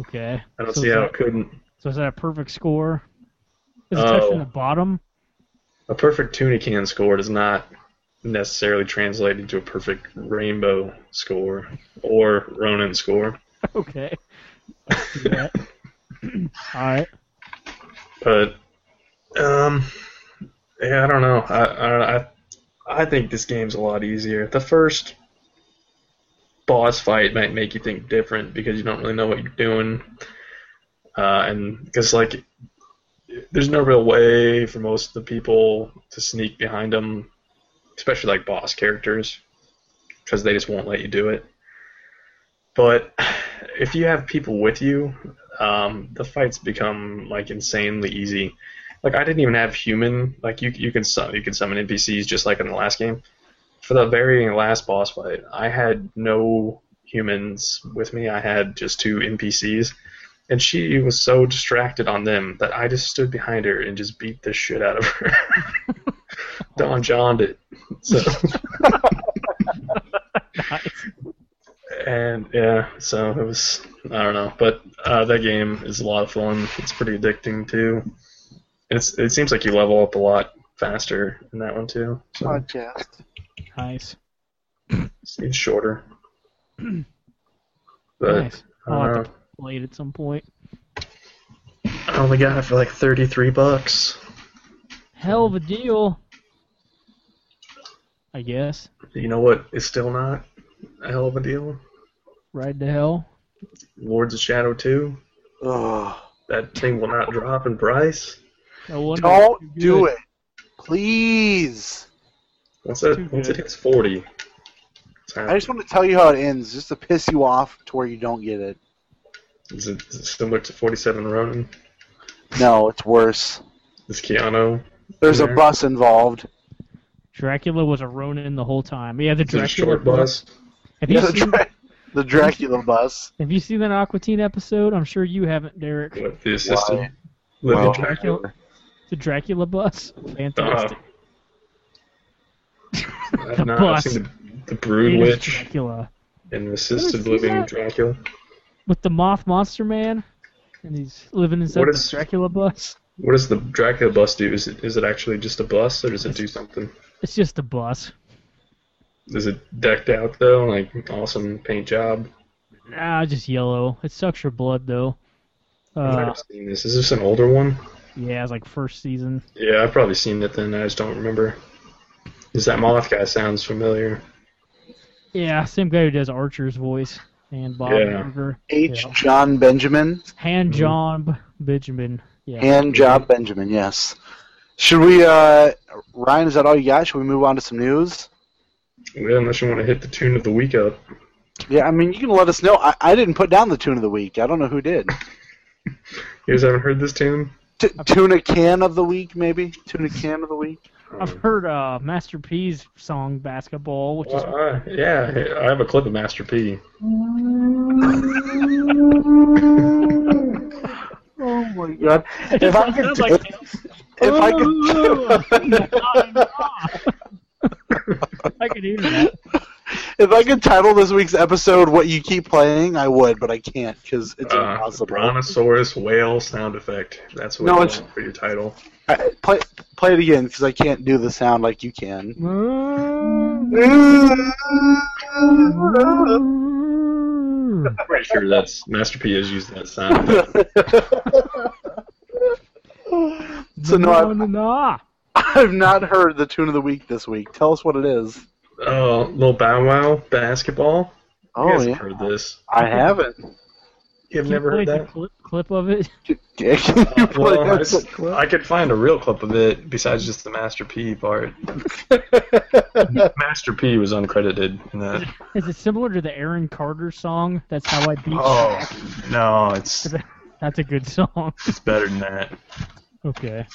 Speaker 2: Okay.
Speaker 4: I don't
Speaker 2: so
Speaker 4: see
Speaker 2: is
Speaker 4: how
Speaker 2: that-
Speaker 4: it couldn't.
Speaker 2: So is that a perfect score? Is it touched
Speaker 4: Oh.
Speaker 2: in the bottom? (laughs)
Speaker 4: A perfect tuna can score does not necessarily translate into a perfect rainbow score or Ronin score.
Speaker 2: Okay. Let's do that.
Speaker 4: (clears throat)
Speaker 2: All right.
Speaker 4: But um, yeah, I don't know. I I I- I think this game's a lot easier. The first boss fight might make you think different because you don't really know what you're doing, uh, and because like there's no real way for most of the people to sneak behind them, especially like boss characters, because they just won't let you do it. But if you have people with you, um, the fights become like insanely easy. Like I didn't even have human. Like you, you can sum, you can summon NPCs just like in the last game. For the very last boss fight, I had no humans with me. I had just two NPCs, and she was so distracted on them that I just stood behind her and just beat the shit out of her. Don Johned it. So. And yeah, so it was. I don't know, but uh, that game is a lot of fun. It's pretty addicting too. It's it seems like you level up a lot faster in that one too. So it
Speaker 3: Podcast.
Speaker 2: Nice. (clears throat)
Speaker 4: seems shorter. But
Speaker 2: nice.
Speaker 4: I don't
Speaker 2: I'll have
Speaker 4: know.
Speaker 2: to play it at some point.
Speaker 4: I only got it for like thirty three bucks.
Speaker 2: Hell of a deal. I guess.
Speaker 4: You know what? It's still not a hell of a deal.
Speaker 2: Ride to hell.
Speaker 4: Lords of Shadow two.
Speaker 3: Ugh.
Speaker 4: That thing will not drop in price.
Speaker 2: No wonder it's
Speaker 3: Don't
Speaker 2: too
Speaker 3: do
Speaker 2: good.
Speaker 3: it. Please.
Speaker 4: Once
Speaker 2: Too
Speaker 4: it once
Speaker 2: good.
Speaker 4: it hits forty. it's
Speaker 3: I just want to tell you how it ends, just to piss you off to where you don't get it.
Speaker 4: Is it is it similar to 47 Ronin?
Speaker 3: No, it's worse.
Speaker 4: Is Keanu?
Speaker 3: There's a
Speaker 4: Yeah.
Speaker 3: bus involved.
Speaker 2: Dracula was a Ronin the whole time. Yeah, the
Speaker 4: Is it a
Speaker 2: Dracula
Speaker 4: short
Speaker 2: book.
Speaker 4: bus?
Speaker 2: Have
Speaker 3: (laughs)
Speaker 2: you,
Speaker 3: The,
Speaker 2: seen,
Speaker 3: Dra- the Dracula bus.
Speaker 2: have you seen that Aqua Teen episode? I'm sure you haven't, Derek.
Speaker 4: What, the assistant?
Speaker 3: Why?
Speaker 4: With
Speaker 3: Well,
Speaker 4: the Dracula?
Speaker 2: Dracula, the Dracula
Speaker 4: (laughs)
Speaker 2: bus.
Speaker 4: Uh-huh.
Speaker 2: Fantastic. (laughs)
Speaker 4: I've
Speaker 2: the
Speaker 4: not
Speaker 2: bus.
Speaker 4: seen the, the
Speaker 2: It
Speaker 4: Brood
Speaker 2: is
Speaker 4: Witch
Speaker 2: Dracula
Speaker 4: and the assisted
Speaker 2: Haven't seen
Speaker 4: living
Speaker 2: that.
Speaker 4: Dracula.
Speaker 2: with the moth monster man, and he's living inside
Speaker 4: What
Speaker 2: the
Speaker 4: is-
Speaker 2: Dracula bus.
Speaker 4: What does the Dracula bus do? Is it is it actually just a bus, or does it do something?
Speaker 2: It's just a bus.
Speaker 4: Is it decked out though, like awesome paint job?
Speaker 2: Nah, just yellow. It sucks your blood though.
Speaker 4: I've
Speaker 2: Uh,
Speaker 4: never seen this. Is this an older one?
Speaker 2: yeah, it's like first season.
Speaker 4: Yeah, I've probably seen it then. I just don't remember. Is that moth guy sounds familiar?
Speaker 2: Yeah, same guy who does Archer's voice and Bob
Speaker 4: Yeah.
Speaker 2: Burger.
Speaker 3: H.
Speaker 2: Yeah.
Speaker 3: John Benjamin.
Speaker 2: Hand
Speaker 4: Mhm.
Speaker 2: John Benjamin. Yeah.
Speaker 3: And Job Benjamin, yes. Should we, uh, Ryan, is that all you got? Should we move on to some news?
Speaker 4: Yeah, unless you want to hit the tune of the week up.
Speaker 3: Yeah, I mean, you can let us know. I, I didn't put down the tune of the week. I don't know who did.
Speaker 4: You guys haven't heard this tune?
Speaker 3: T- tuna can of the week, maybe? Tuna can of the week?
Speaker 2: I've heard uh, Master P's song "Basketball," which
Speaker 4: (laughs)
Speaker 2: is
Speaker 4: Uh, yeah, I have a clip of Master P.
Speaker 3: Oh my god.
Speaker 2: It
Speaker 3: If I could,
Speaker 2: sounds like-
Speaker 3: if I could,
Speaker 2: I could hear that.
Speaker 3: (laughs) if I could title this week's episode "What You Keep Playing," I would, but I can't because it's
Speaker 4: Uh,
Speaker 3: impossible.
Speaker 4: Brontosaurus whale sound effect. That's what
Speaker 3: No,
Speaker 4: you
Speaker 3: it's-
Speaker 4: want for your title.
Speaker 3: I, play play it again because I can't do the sound like you can. (laughs)
Speaker 4: I'm pretty sure that's Master P has used that sound.
Speaker 3: (laughs)
Speaker 4: effect.
Speaker 3: so no, I've,
Speaker 2: nah.
Speaker 3: (laughs) I've not heard the tune of the week this week. Tell us what it is.
Speaker 4: Oh, little Bow Wow basketball. you
Speaker 3: Oh
Speaker 4: guys
Speaker 3: yeah,
Speaker 4: have heard this?
Speaker 3: I haven't.
Speaker 4: You've
Speaker 2: Can you
Speaker 4: never heard
Speaker 2: play
Speaker 4: that?
Speaker 2: (laughs) the clip, clip of it?
Speaker 3: (laughs) Yeah, can you (laughs)
Speaker 4: Uh,
Speaker 3: play
Speaker 4: well, I,
Speaker 3: that?
Speaker 4: s- I could find a real clip of it besides just the Master P
Speaker 2: (laughs)
Speaker 4: part. Master P was uncredited in that.
Speaker 2: Is it similar to the Aaron Carter song? That's how I beat.
Speaker 4: Oh no, it's
Speaker 2: That's a good song. (laughs)
Speaker 4: it's better than that.
Speaker 2: Okay.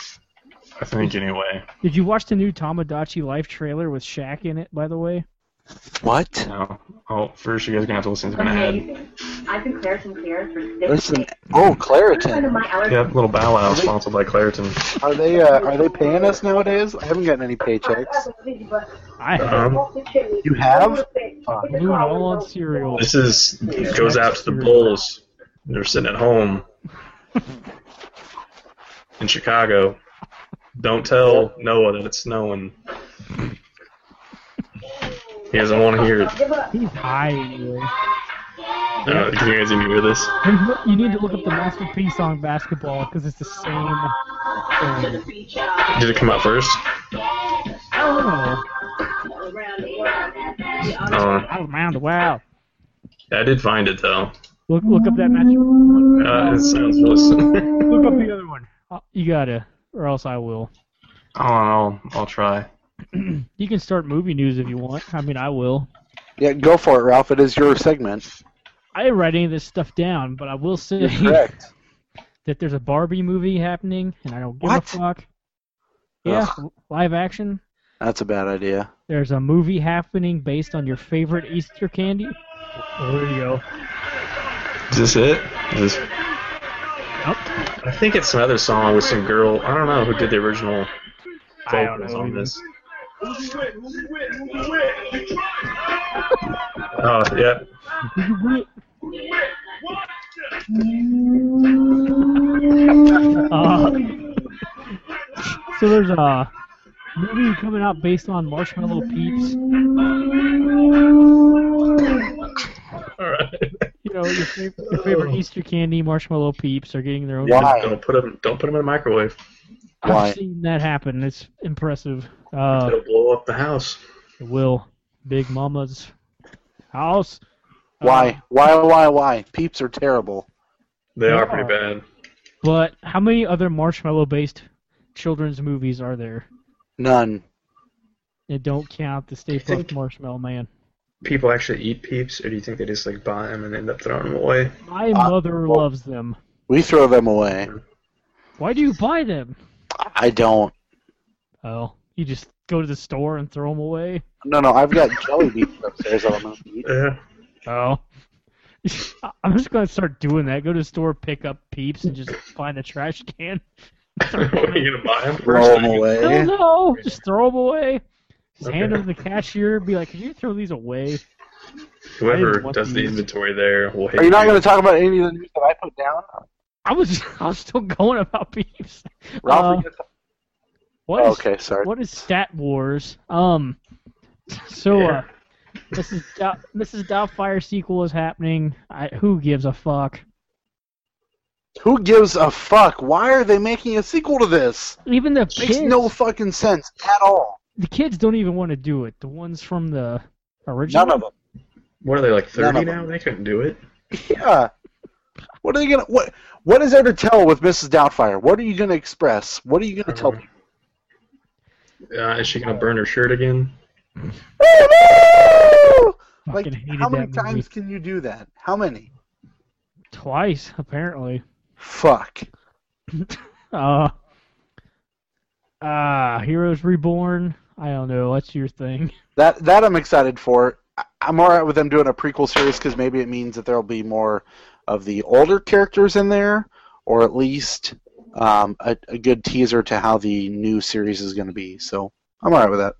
Speaker 4: I think anyway.
Speaker 2: Did you watch the new Tamagotchi Life trailer with Shaq in it? By the way.
Speaker 3: What?
Speaker 4: No. Oh, first you guys are gonna have to listen to an ad.
Speaker 6: Okay, I've been Claritin clear for six
Speaker 3: Listen,
Speaker 6: days.
Speaker 3: oh
Speaker 6: I'm going to
Speaker 3: Claritin.
Speaker 6: my allergy
Speaker 4: Yep, little Bow Wow sponsored by Claritin.
Speaker 3: Are they uh, are they paying us nowadays? I haven't gotten any paychecks.
Speaker 2: I
Speaker 4: Um,
Speaker 3: You have? Fuck.
Speaker 2: doing all on cereal.
Speaker 4: this is it goes out to the Bulls. They're sitting at home in Chicago. Don't tell Noah that it's snowing. He doesn't want to hear it.
Speaker 2: He's high anyway.
Speaker 4: Uh, can you guys even hear this?
Speaker 2: Hey, look, You need to look up the Master P song basketball because it's the same. Thing.
Speaker 6: uh,
Speaker 4: Did it come out first?
Speaker 2: Oh,
Speaker 4: Uh,
Speaker 2: I was around the wow.
Speaker 4: I did find it though.
Speaker 2: Look, look up that Master.
Speaker 4: Uh, it sounds really similar.
Speaker 2: Look up the other one. Uh, You gotta, or else I will.
Speaker 4: Hold on, I'll, I'll try.
Speaker 2: You can start movie news if you want. I mean, I will.
Speaker 3: Yeah, go for it, Ralph. It is your segment.
Speaker 2: I didn't write any of this stuff down, but I will say
Speaker 3: You're correct.
Speaker 2: (laughs) that there's a Barbie movie happening, and I don't give
Speaker 3: What?
Speaker 2: a fuck. Yeah, live action.
Speaker 3: That's a bad idea.
Speaker 2: There's a movie happening based on your favorite Easter candy. There you go.
Speaker 4: Is this it? Is this... I think it's another song with some girl. I don't know who did the original
Speaker 2: I don't
Speaker 4: vocals
Speaker 2: know
Speaker 4: on
Speaker 2: either. (laughs)
Speaker 4: this. Oh yeah,
Speaker 2: Uh, (laughs) so there's a movie coming out based on Marshmallow Peeps.
Speaker 4: all right.
Speaker 2: You know, your, fav- your favorite Easter candy, Marshmallow Peeps, are getting their own.
Speaker 3: Oh. Yeah. Why?
Speaker 4: Don't put them. Don't put them in the microwave.
Speaker 3: Why?
Speaker 2: I've seen that happen. It's impressive. Uh,
Speaker 4: It'll blow up the house.
Speaker 2: it will. Big Mama's house. Uh,
Speaker 3: Why? Why? Why? Why? Peeps are terrible.
Speaker 4: They are
Speaker 2: Yeah.
Speaker 3: Oh.
Speaker 4: pretty bad.
Speaker 2: But how many other marshmallow-based children's movies are there?
Speaker 3: None.
Speaker 2: And don't count the Stay Puft Marshmallow Man.
Speaker 4: People actually eat peeps, or do you think they just like buy them and end up throwing them away?
Speaker 2: My
Speaker 3: Uh,
Speaker 2: mother
Speaker 3: well-
Speaker 2: loves them.
Speaker 3: We throw them away.
Speaker 2: Why do you buy them?
Speaker 3: I don't.
Speaker 2: Oh, you just go to the store and throw them away.
Speaker 3: No, no. I've got jelly beans upstairs that I'm gonna eat.
Speaker 4: (laughs) Yeah.
Speaker 2: Oh. (laughs) I- I'm just gonna start doing that. Go to the store, pick up peeps, and just find a trash can.
Speaker 4: Are you gonna buy them?
Speaker 3: Throw them away.
Speaker 2: No, no, just throw them away. Just hand
Speaker 4: Okay.
Speaker 2: them to the cashier. Be like, "Can you throw these away?"
Speaker 4: Whoever
Speaker 2: want
Speaker 4: does the
Speaker 2: these.
Speaker 4: inventory there will hate
Speaker 3: Are you not
Speaker 4: you.
Speaker 3: gonna talk about any of the news that I put down?
Speaker 2: I was, (laughs) I was still going about peeps.
Speaker 3: Ralph,
Speaker 2: Uh,
Speaker 3: we get-
Speaker 2: What
Speaker 3: oh,
Speaker 2: is
Speaker 3: okay, sorry.
Speaker 2: What is Stat Wars? Um, (laughs) so uh, Mrs. Dou- Mrs. Doubtfire sequel is happening. I, who gives a fuck?
Speaker 3: Who gives a fuck? Why are they making a sequel to this?
Speaker 2: Even the
Speaker 3: Makes
Speaker 2: kids,
Speaker 3: no fucking sense at all.
Speaker 2: the kids don't even want to do it. The ones from the original.
Speaker 3: None of them.
Speaker 4: What are they like
Speaker 3: None of
Speaker 4: thirty
Speaker 3: them.
Speaker 4: now? They couldn't do it.
Speaker 3: Yeah. What are they gonna what what is there to tell with Mrs. Doubtfire? What are you gonna express? What are you gonna tell people?
Speaker 4: Uh, is she gonna burn her shirt again?
Speaker 3: Like
Speaker 2: Fucking hated
Speaker 3: how many
Speaker 2: that movie.
Speaker 3: times can you do that? How many?
Speaker 2: Twice, apparently.
Speaker 3: Fuck.
Speaker 2: Uh, uh, Heroes Reborn. I don't know. That's your thing.
Speaker 3: That that I'm excited for. I- I'm all right with them doing a prequel series because maybe it means that there'll be more of the older characters in there, or at least um, a, a good teaser to how the new series is going to be. So I'm all right with that.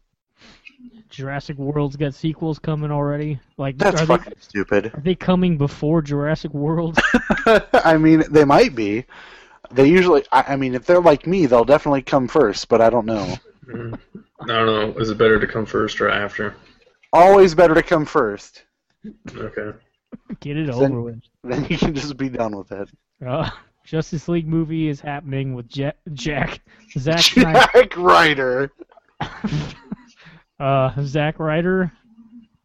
Speaker 2: Jurassic World's got sequels coming already. Like,
Speaker 3: That's
Speaker 2: are,
Speaker 3: fucking stupid. (laughs)
Speaker 2: they, are they coming before Jurassic World?
Speaker 3: I mean, they might be. They usually, I, I mean, if they're like me, they'll definitely come first, but I don't know.
Speaker 4: Mm. I don't know. Is it better to come first or after?
Speaker 3: Always better to come first.
Speaker 4: Okay.
Speaker 2: Get it
Speaker 3: Then-
Speaker 2: over with.
Speaker 3: Then you can just be done with it.
Speaker 2: Uh, Justice League movie is happening with ja- Jack, Zack,
Speaker 3: (laughs)
Speaker 2: Snyder,
Speaker 3: Jack Ryder. (laughs)
Speaker 2: uh, Zack Ryder,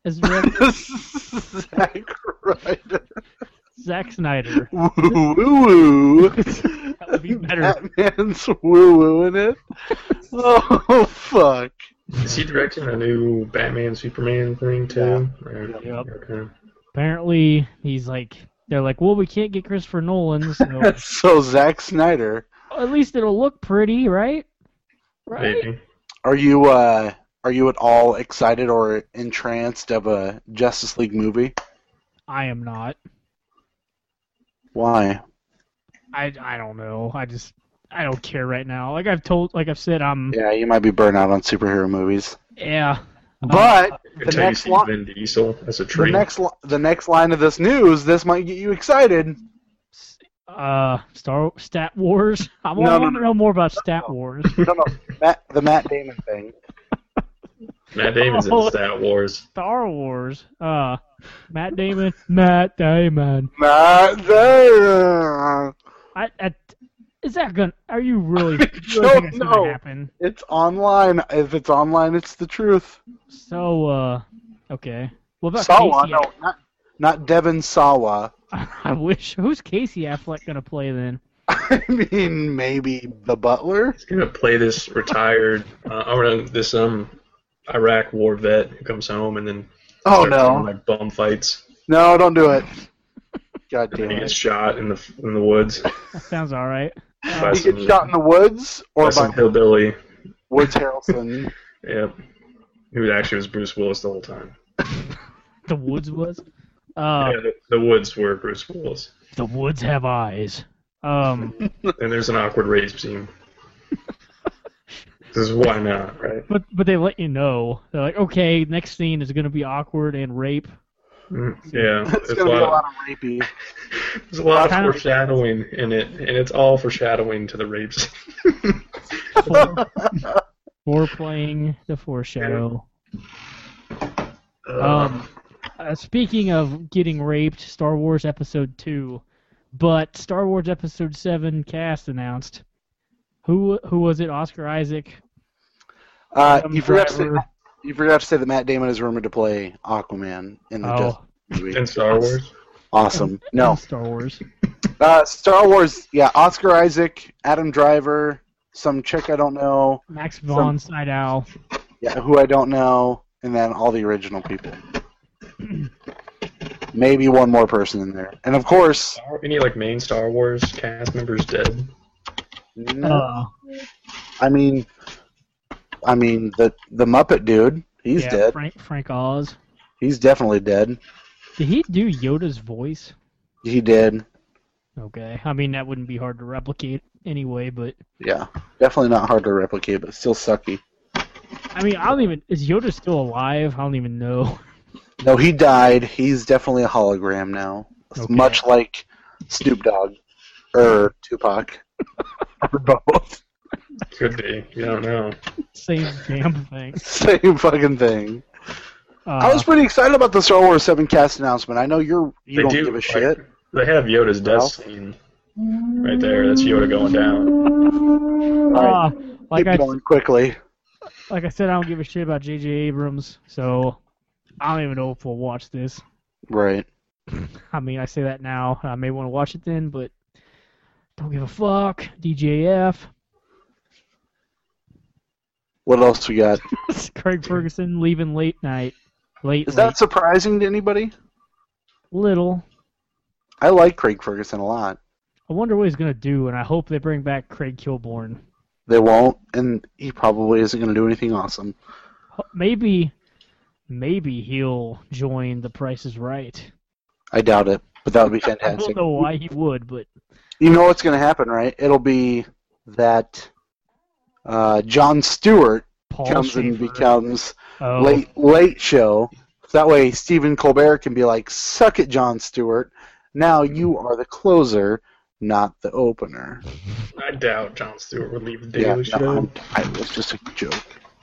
Speaker 2: as
Speaker 3: (laughs)
Speaker 2: well,
Speaker 3: Zack Ryder.
Speaker 2: Zack Snyder.
Speaker 3: Woo woo woo.
Speaker 2: That would be better.
Speaker 3: Batman's woo woo in it. Oh fuck.
Speaker 4: Is he directing a new Batman Superman thing too? Or-
Speaker 2: Yep.
Speaker 4: Okay.
Speaker 2: Apparently, he's like, they're like, well, we can't get Christopher Nolan, so
Speaker 3: (laughs) So Zack Snyder,
Speaker 2: at least it'll look pretty, right? Right.
Speaker 4: Maybe.
Speaker 3: are you uh are you at all excited or entranced of a Justice League movie?
Speaker 2: I am not.
Speaker 3: Why?
Speaker 2: I I don't know. I just I don't care right now. Like I've told, like I've said, I'm
Speaker 3: Yeah, you might be burnt out on superhero movies.
Speaker 2: yeah. uh,
Speaker 3: But the
Speaker 4: Until you
Speaker 3: next
Speaker 4: see
Speaker 3: line,
Speaker 4: Vin Diesel as a
Speaker 3: the
Speaker 4: tree.
Speaker 3: next li- the next line of this news, this might get you excited.
Speaker 2: Uh, Star Stat Wars. (laughs) I'm
Speaker 3: No,
Speaker 2: I
Speaker 3: no,
Speaker 2: want to
Speaker 3: no.
Speaker 2: know more about Stat Wars.
Speaker 3: No, no, Matt, the Matt Damon thing.
Speaker 4: Matt Damon's
Speaker 2: Oh.
Speaker 3: (laughs)
Speaker 4: in Star Wars.
Speaker 2: Star Wars. Uh, Matt Damon. Matt Damon.
Speaker 3: Matt Damon.
Speaker 2: I, I is that gonna? Are you really?
Speaker 3: (laughs) I
Speaker 2: you really think
Speaker 3: don't
Speaker 2: that's
Speaker 3: know.
Speaker 2: gonna happen?
Speaker 3: It's online. If it's online, it's the truth.
Speaker 2: So uh, okay. What about
Speaker 3: Sawa,
Speaker 2: Casey?
Speaker 3: no, not, not Devin Sawa. (laughs)
Speaker 2: I wish. Who's Casey Affleck gonna play then?
Speaker 3: I mean, maybe the butler.
Speaker 4: He's gonna
Speaker 3: (laughs)
Speaker 4: play this retired, uh, or this um Iraq war vet who comes home and then
Speaker 3: Oh
Speaker 4: starts doing,
Speaker 3: no,
Speaker 4: like bum fights
Speaker 3: no, don't do it. God
Speaker 4: and
Speaker 3: damn
Speaker 4: he gets
Speaker 3: it.
Speaker 4: shot in the in the woods
Speaker 2: That sounds all right. Uh,
Speaker 4: by
Speaker 3: He
Speaker 4: some,
Speaker 3: gets shot in the woods
Speaker 4: by
Speaker 3: or
Speaker 4: some
Speaker 3: by
Speaker 4: hillbilly.
Speaker 3: Woods (laughs) Harrelson.
Speaker 4: Yep. Who actually was Bruce Willis the whole time.
Speaker 2: The woods was. Uh,
Speaker 4: yeah, the, the woods were
Speaker 3: (laughs)
Speaker 4: Bruce Willis.
Speaker 2: the woods have eyes. Um.
Speaker 4: And there's an awkward
Speaker 3: (laughs)
Speaker 4: rape scene. This is why not, right?
Speaker 2: But but they let you know. They're like, okay, next scene is gonna be awkward and rape.
Speaker 4: Mm, Yeah,
Speaker 3: It's
Speaker 4: there's a
Speaker 3: gonna be a
Speaker 4: lot,
Speaker 3: lot of rapey.
Speaker 4: there's a lot of
Speaker 2: Kind of-
Speaker 4: foreshadowing in it, and it's all foreshadowing to the rapes.
Speaker 3: (laughs)
Speaker 2: For, playing the foreshadow. Um, uh, speaking of getting raped, Star Wars Episode Two, but Star Wars Episode Seven cast announced. Who who was it? Oscar Isaac.
Speaker 3: Uh,
Speaker 2: Adam
Speaker 3: you forgot to say
Speaker 2: Driver.
Speaker 3: you forgot to say that Matt Damon is rumored to play Aquaman in the
Speaker 2: Oh,
Speaker 3: Justice movie.
Speaker 4: in Star Wars,
Speaker 3: Awesome. No,
Speaker 2: Star Wars.
Speaker 3: uh, Star Wars. Yeah, Oscar Isaac, Adam Driver, some chick I don't know,
Speaker 2: Max von Sydow.
Speaker 3: yeah, who I don't know, and then all the original people. Maybe one more person in there, and of course,
Speaker 4: Star, any like main Star Wars cast members dead?
Speaker 2: Uh,
Speaker 3: I mean, I mean the the Muppet dude. He's
Speaker 2: yeah,
Speaker 3: dead.
Speaker 2: Frank Frank Oz.
Speaker 3: He's definitely dead.
Speaker 2: Did he do Yoda's voice?
Speaker 3: He did.
Speaker 2: Okay. I mean, that wouldn't be hard to replicate anyway, but
Speaker 3: Yeah, definitely not hard to replicate, but still sucky.
Speaker 2: I mean, I don't even is Yoda still alive? I don't even know. (laughs)
Speaker 3: No, he died. He's definitely a hologram now, It's
Speaker 2: Okay.
Speaker 3: much like Snoop Dogg or
Speaker 2: (laughs)
Speaker 3: Tupac. Or both.
Speaker 4: Could be. You don't know.
Speaker 2: Same damn thing.
Speaker 3: (laughs) Same fucking thing.
Speaker 2: Uh,
Speaker 3: I was pretty excited about the Star Wars Seven cast announcement. I know you're you
Speaker 4: They
Speaker 3: don't
Speaker 4: do,
Speaker 3: give a
Speaker 4: like-
Speaker 3: shit.
Speaker 4: They have Yoda's death
Speaker 3: Well.
Speaker 4: scene right there. That's Yoda going down.
Speaker 2: uh, like
Speaker 3: Keep
Speaker 2: I
Speaker 3: going quickly.
Speaker 2: like I said, I don't give a shit about J.J. Abrams, so I don't even know if we'll watch this.
Speaker 3: Right.
Speaker 2: I mean, I say that now. I may want to watch it then, but don't give a fuck. DJF, (laughs)
Speaker 3: What else we got?
Speaker 2: Craig Ferguson leaving late night, late,
Speaker 3: Is
Speaker 2: late
Speaker 3: that surprising to anybody?
Speaker 2: little.
Speaker 3: I like Craig Ferguson a lot.
Speaker 2: I wonder what he's gonna do, and I hope they bring back Craig Kilborn.
Speaker 3: They won't, and he probably isn't going to do anything awesome.
Speaker 2: Maybe, maybe he'll join The Price is Right.
Speaker 3: I doubt it, but that would
Speaker 2: (laughs)
Speaker 3: be
Speaker 2: I don't
Speaker 3: fantastic.
Speaker 2: know why he would, but
Speaker 3: You know what's going to happen, right? It'll be that uh, John Stewart
Speaker 2: Paul
Speaker 3: comes and
Speaker 2: Schaefer-
Speaker 3: becomes
Speaker 2: oh,
Speaker 3: late late show. So that way, Stephen Colbert can be like, "Suck it, John Stewart. Now you are the closer, not the opener.
Speaker 4: I doubt John Stewart would leave the
Speaker 3: yeah,
Speaker 4: Daily
Speaker 3: no,
Speaker 4: Show.
Speaker 3: I'm- I- it was just a joke.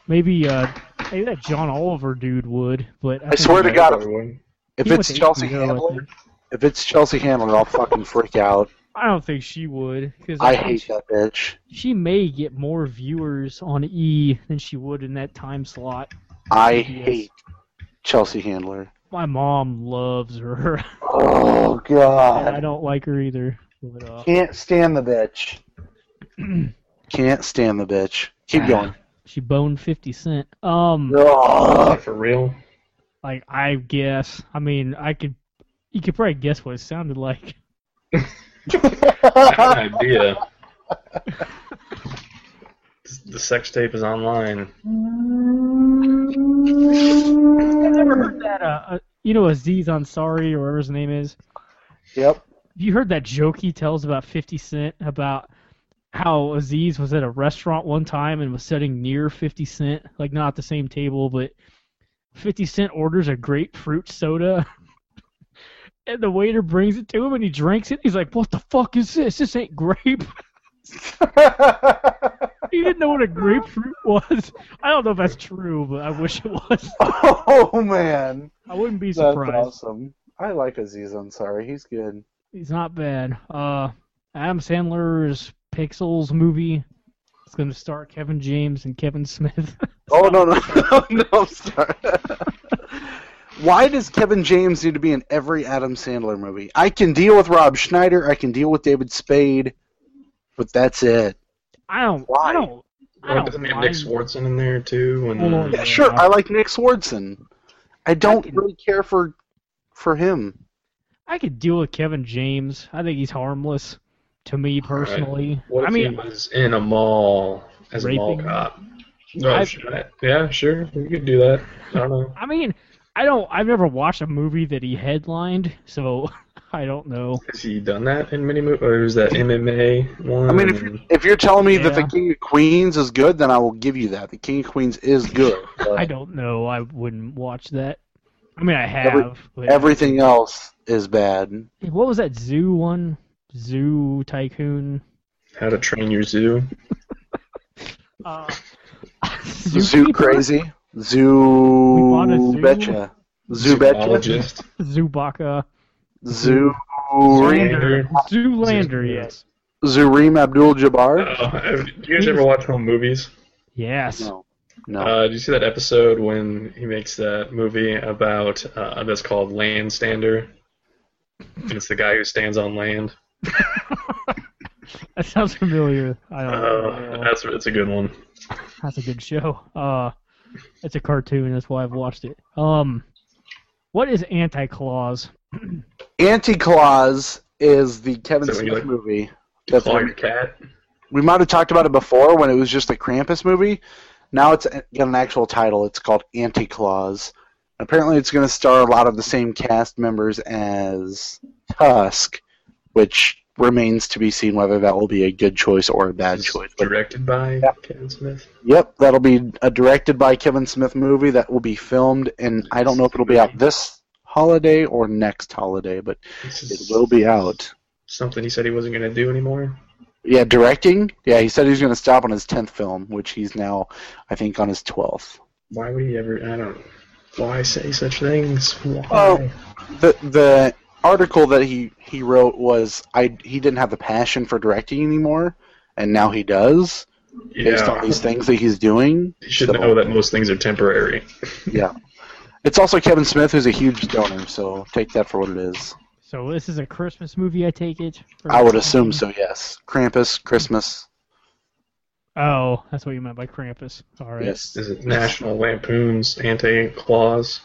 Speaker 2: Maybe uh, maybe that John Oliver dude would, but I,
Speaker 3: I
Speaker 2: think
Speaker 3: swear to
Speaker 4: Yeah,
Speaker 3: God,
Speaker 4: probably wouldn't.
Speaker 3: If
Speaker 2: he went
Speaker 3: it's
Speaker 2: to
Speaker 3: Chelsea
Speaker 2: HBO, I
Speaker 3: Handler,
Speaker 2: think.
Speaker 3: if it's Chelsea Handler, I'll fucking freak out.
Speaker 2: I don't think she would because
Speaker 3: I hate that bitch.
Speaker 2: She may get more viewers on E than she would in that time slot.
Speaker 3: I
Speaker 2: Yes.
Speaker 3: hate Chelsea Handler.
Speaker 2: My mom loves her. (laughs)
Speaker 3: Oh
Speaker 2: and I
Speaker 3: God,
Speaker 2: don't like her either. But, uh,
Speaker 3: can't stand
Speaker 2: (clears throat)
Speaker 3: the bitch. Can't stand the bitch. Keep going.
Speaker 2: she boned Fifty Cent. Um, (laughs)
Speaker 3: Ugh.
Speaker 4: For real?
Speaker 2: like I guess. I mean, I could. You could probably guess what it sounded like.
Speaker 4: I have an idea. (laughs) the sex tape is online.
Speaker 2: I've never heard that. Uh, uh, you know, Aziz Ansari or whatever his name is.
Speaker 3: Yep.
Speaker 2: Have you heard that joke he tells about 50 Cent about how Aziz was at a restaurant one time and was sitting near 50 Cent, like not at the same table, but 50 Cent orders a grapefruit soda. (laughs) And the waiter brings it to him and he drinks it. He's like, What the fuck is this? This ain't grape. (laughs) He didn't know what a grapefruit was. I don't know if that's true, but I wish it was.
Speaker 3: (laughs) oh man,
Speaker 2: I wouldn't be
Speaker 3: that's
Speaker 2: surprised.
Speaker 3: awesome. I like Aziz Ansari. He's good.
Speaker 2: He's not bad. Uh, Adam Sandler's Pixels movie. It's going to star Kevin James and Kevin Smith. (laughs)
Speaker 3: Oh no (laughs) no no, no I'm sorry. (laughs) Why does Kevin James need to be in every Adam Sandler movie? I can deal with Rob Schneider. I can deal with David Spade, but that's it.
Speaker 2: I don't.
Speaker 3: Why?
Speaker 2: I don't. I
Speaker 4: Well,
Speaker 2: don't
Speaker 4: doesn't they have
Speaker 2: mind-
Speaker 4: Nick Swartzen in there too? And
Speaker 2: Hold
Speaker 3: Yeah,
Speaker 2: on.
Speaker 3: sure. I like Nick Swardson. I don't really care for for him.
Speaker 2: I could deal with Kevin James. I think he's harmless to me personally.
Speaker 4: what if
Speaker 2: I
Speaker 4: he
Speaker 2: mean,
Speaker 4: was in a mall as a mall
Speaker 2: Raping?
Speaker 4: cop? No,
Speaker 2: I've-
Speaker 4: should I- yeah, sure, we could do that. I don't know.
Speaker 2: I mean, I don't. I've never watched a movie that he headlined, so (laughs) I don't know.
Speaker 4: Has he done that in many movies? Or is that MMA one?
Speaker 3: I mean, if you're, if you're telling me that the
Speaker 2: Mm. Yeah.
Speaker 3: King of Queens is good, then I will give you that. The King of Queens is good.
Speaker 2: (laughs) I
Speaker 3: but
Speaker 2: don't know. I wouldn't watch that. I mean, I have.
Speaker 3: Every-
Speaker 2: but
Speaker 3: Everything else is bad.
Speaker 2: what was that zoo one? Zoo Tycoon.
Speaker 4: How to Train Your Zoo?
Speaker 2: Uh,
Speaker 3: Zoo crazy. Zoo.
Speaker 2: We bought a zoo?
Speaker 3: Betcha. Zoo betcha.
Speaker 4: Zoologist?
Speaker 2: Zubaka.
Speaker 3: Zoo.
Speaker 4: Zoolander.
Speaker 2: Zoolander, yes.
Speaker 3: Zureem Abdul Jabbar?
Speaker 4: Oh, have- do you guys ever watch home movies?
Speaker 2: Yes.
Speaker 3: No. No.
Speaker 4: Uh, did you see that episode when he makes that movie about uh, that's called Land Stander? And it's the guy who stands on land.
Speaker 2: (laughs) That sounds familiar. I don't
Speaker 4: Uh,
Speaker 3: Oh.
Speaker 2: know.
Speaker 4: that's it's a good one.
Speaker 2: That's a good show. Uh, it's a cartoon. That's why I've watched it. Um, what is Anti-Clause?
Speaker 3: Anticlaws is the Kevin
Speaker 4: So when you,
Speaker 3: Smith
Speaker 4: like,
Speaker 3: movie. That's
Speaker 4: Claw
Speaker 3: like-
Speaker 4: your cat.
Speaker 3: we might have talked about it before when it was just a Krampus movie. Now it's a- got an actual title. It's called Anticlaws. Apparently, it's going to star a lot of the same cast members as Tusk, which remains to be seen whether that will be a good choice or a bad
Speaker 4: It's
Speaker 3: choice. But
Speaker 4: Directed by
Speaker 3: Yeah.
Speaker 4: Kevin Smith.
Speaker 3: yep, that'll be a directed by Kevin Smith movie that will be filmed, and I don't know if it'll be out this holiday or next holiday, but
Speaker 4: This
Speaker 3: it
Speaker 4: is
Speaker 3: will be out.
Speaker 4: something he said he wasn't going to do anymore.
Speaker 3: Yeah, directing. Yeah, he said he was going to stop on his tenth film, which he's now, I think, on his twelfth.
Speaker 4: Why would he ever? I don't. Why say such things? Why?
Speaker 3: Oh. The the article that he he wrote was I he didn't have the passion for directing anymore, and now he does based on
Speaker 4: yeah.
Speaker 3: these things that he's (laughs) doing.
Speaker 4: You should
Speaker 3: So,
Speaker 4: know that most things are temporary.
Speaker 3: Yeah, it's also Kevin Smith, who's a huge donor, so take that for what it is.
Speaker 2: So this is a Christmas movie, I take it. Or
Speaker 3: I would assume
Speaker 2: something?
Speaker 3: so. Yes, Krampus, Christmas.
Speaker 2: Oh, that's what you meant by Krampus. All right.
Speaker 3: Yes,
Speaker 4: Is it National Lampoon's Anti Claws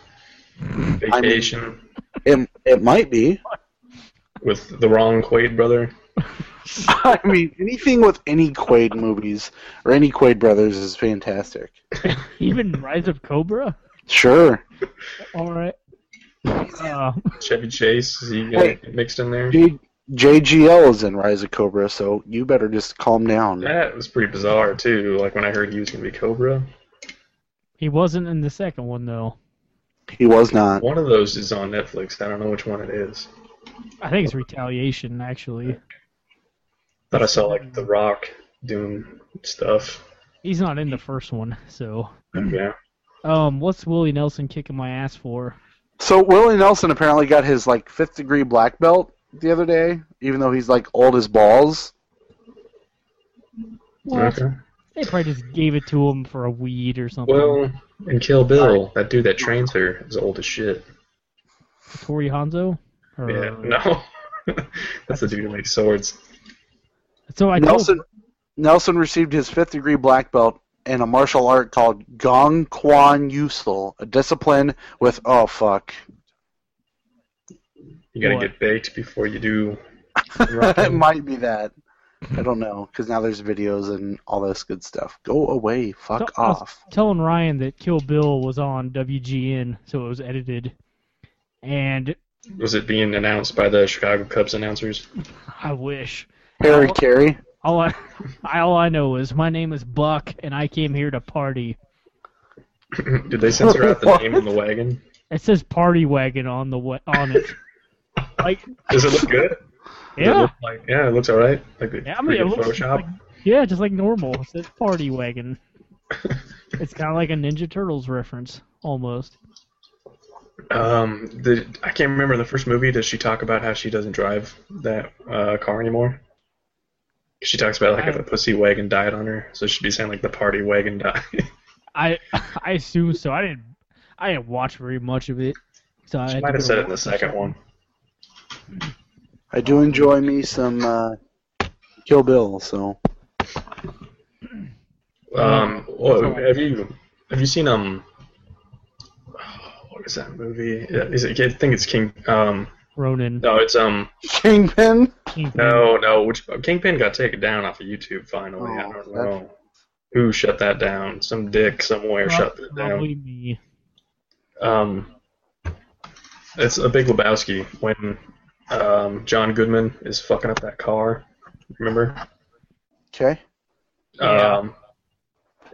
Speaker 4: Vacation
Speaker 3: it it might be.
Speaker 4: with the wrong Quaid brother?
Speaker 3: I mean, anything with any Quaid movies or any Quaid brothers is fantastic.
Speaker 2: Even Rise of Cobra.
Speaker 3: Sure.
Speaker 2: All right. Uh,
Speaker 4: Chevy Chase is he
Speaker 3: Hey.
Speaker 4: got mixed in there?
Speaker 3: J- JGL is in Rise of Cobra, so you better just calm down.
Speaker 4: That was pretty bizarre too. Like when I heard he was gonna be Cobra.
Speaker 2: he wasn't in the second one though.
Speaker 3: He was not.
Speaker 4: One of those is on Netflix. I don't know which one it is.
Speaker 2: I think it's Retaliation actually.
Speaker 4: Thought I saw like The Rock doing stuff.
Speaker 2: He's not in the first one, so.
Speaker 4: Yeah.
Speaker 2: Um, what's Willie Nelson kicking my ass for?
Speaker 3: So Willie Nelson apparently got his like fifth degree black belt the other day, even though he's like old as balls.
Speaker 2: What?
Speaker 4: Okay.
Speaker 2: They probably just gave it to him for a weed or something.
Speaker 4: Well, in Kill Bill, that dude that trains her is old as shit.
Speaker 2: Tori Hanzo. Or- uh,
Speaker 4: Yeah. No. (laughs) That's the dude who makes swords.
Speaker 2: So I told
Speaker 3: Nelson Nelson received his fifth degree black belt in a martial art called Gong Quan Usul, a discipline with oh fuck.
Speaker 4: You gotta
Speaker 2: What?
Speaker 4: get baked before you do.
Speaker 3: (laughs) it might be that. I don't know, because now there's videos and all this good stuff. Go away, fuck
Speaker 2: So-
Speaker 3: off.
Speaker 2: telling Ryan that Kill Bill was on WGN, so it was edited, and
Speaker 4: Was it being announced by the Chicago Cubs announcers? (laughs)
Speaker 2: I wish
Speaker 3: Harry Carey.
Speaker 2: all I (laughs) all I know is my name is Buck, and I came here to party.
Speaker 4: Did they censor out the
Speaker 3: What?
Speaker 4: name on the wagon?
Speaker 2: It says party wagon on the wa- on
Speaker 4: (laughs)
Speaker 2: it. Like
Speaker 4: Does it look good? Does it
Speaker 2: yeah,
Speaker 4: look like- yeah, it looks alright. Like
Speaker 2: Yeah, I mean, it
Speaker 4: pretty good
Speaker 2: looks
Speaker 4: Photoshop.
Speaker 2: like- yeah, just like normal. It says party
Speaker 4: (laughs)
Speaker 2: wagon. It's kind of like a Ninja Turtles reference almost.
Speaker 4: Um, the, I can't remember in the first movie. Does she talk about how she doesn't drive that uh, car anymore? She talks about like if a pussy wagon died on her, so she'd be saying like the party wagon died. (laughs)
Speaker 2: I (laughs) I assume so. I didn't I didn't watch very much of it. So I had
Speaker 4: she
Speaker 2: to
Speaker 4: might
Speaker 2: go
Speaker 4: have said it in
Speaker 2: watch
Speaker 4: the second one.
Speaker 3: I do enjoy me some uh, Kill Bill, so
Speaker 4: Um, well,
Speaker 2: Sorry.
Speaker 4: have you have you seen um? (sighs) What is that movie? Yeah, Is it? I think it's King. Um,
Speaker 2: Ronin.
Speaker 4: no, it's um.
Speaker 3: Kingpin.
Speaker 2: Kingpin.
Speaker 4: No, no. Which Kingpin got taken down off of YouTube finally. I
Speaker 3: Oh,
Speaker 4: don't
Speaker 3: that-
Speaker 4: know who shut that down. Some dick somewhere shut that down.
Speaker 2: Probably me. (laughs)
Speaker 4: Um, it's a big Lebowski when um, John Goodman is fucking up that car. Remember?
Speaker 3: Okay.
Speaker 2: Yeah.
Speaker 4: Um,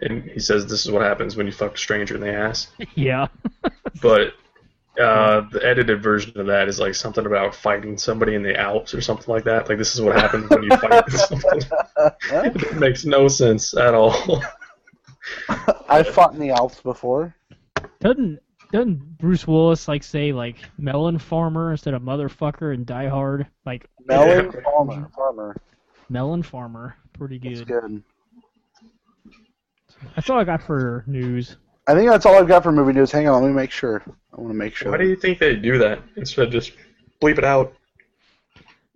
Speaker 4: and he says this is what happens when you fuck a stranger in the ass.
Speaker 2: Yeah.
Speaker 4: But uh, the edited version of that is like something about fighting somebody in the Alps or something like that. Like this is what happens when you fight something. it makes no sense at all. (laughs)
Speaker 3: I fought in the Alps before.
Speaker 2: Doesn't doesn't Bruce Willis like say like melon farmer instead of motherfucker and Die Hard? Like
Speaker 3: Melon
Speaker 4: Yeah.
Speaker 3: Farmer. Farmer.
Speaker 2: melon farmer. Pretty
Speaker 3: That's
Speaker 2: good.
Speaker 3: good.
Speaker 2: That's all I got for news.
Speaker 3: I think that's all I've got for movie news. Hang on, let me make sure. I want to make sure.
Speaker 4: Why do you think they do that instead of just bleep it out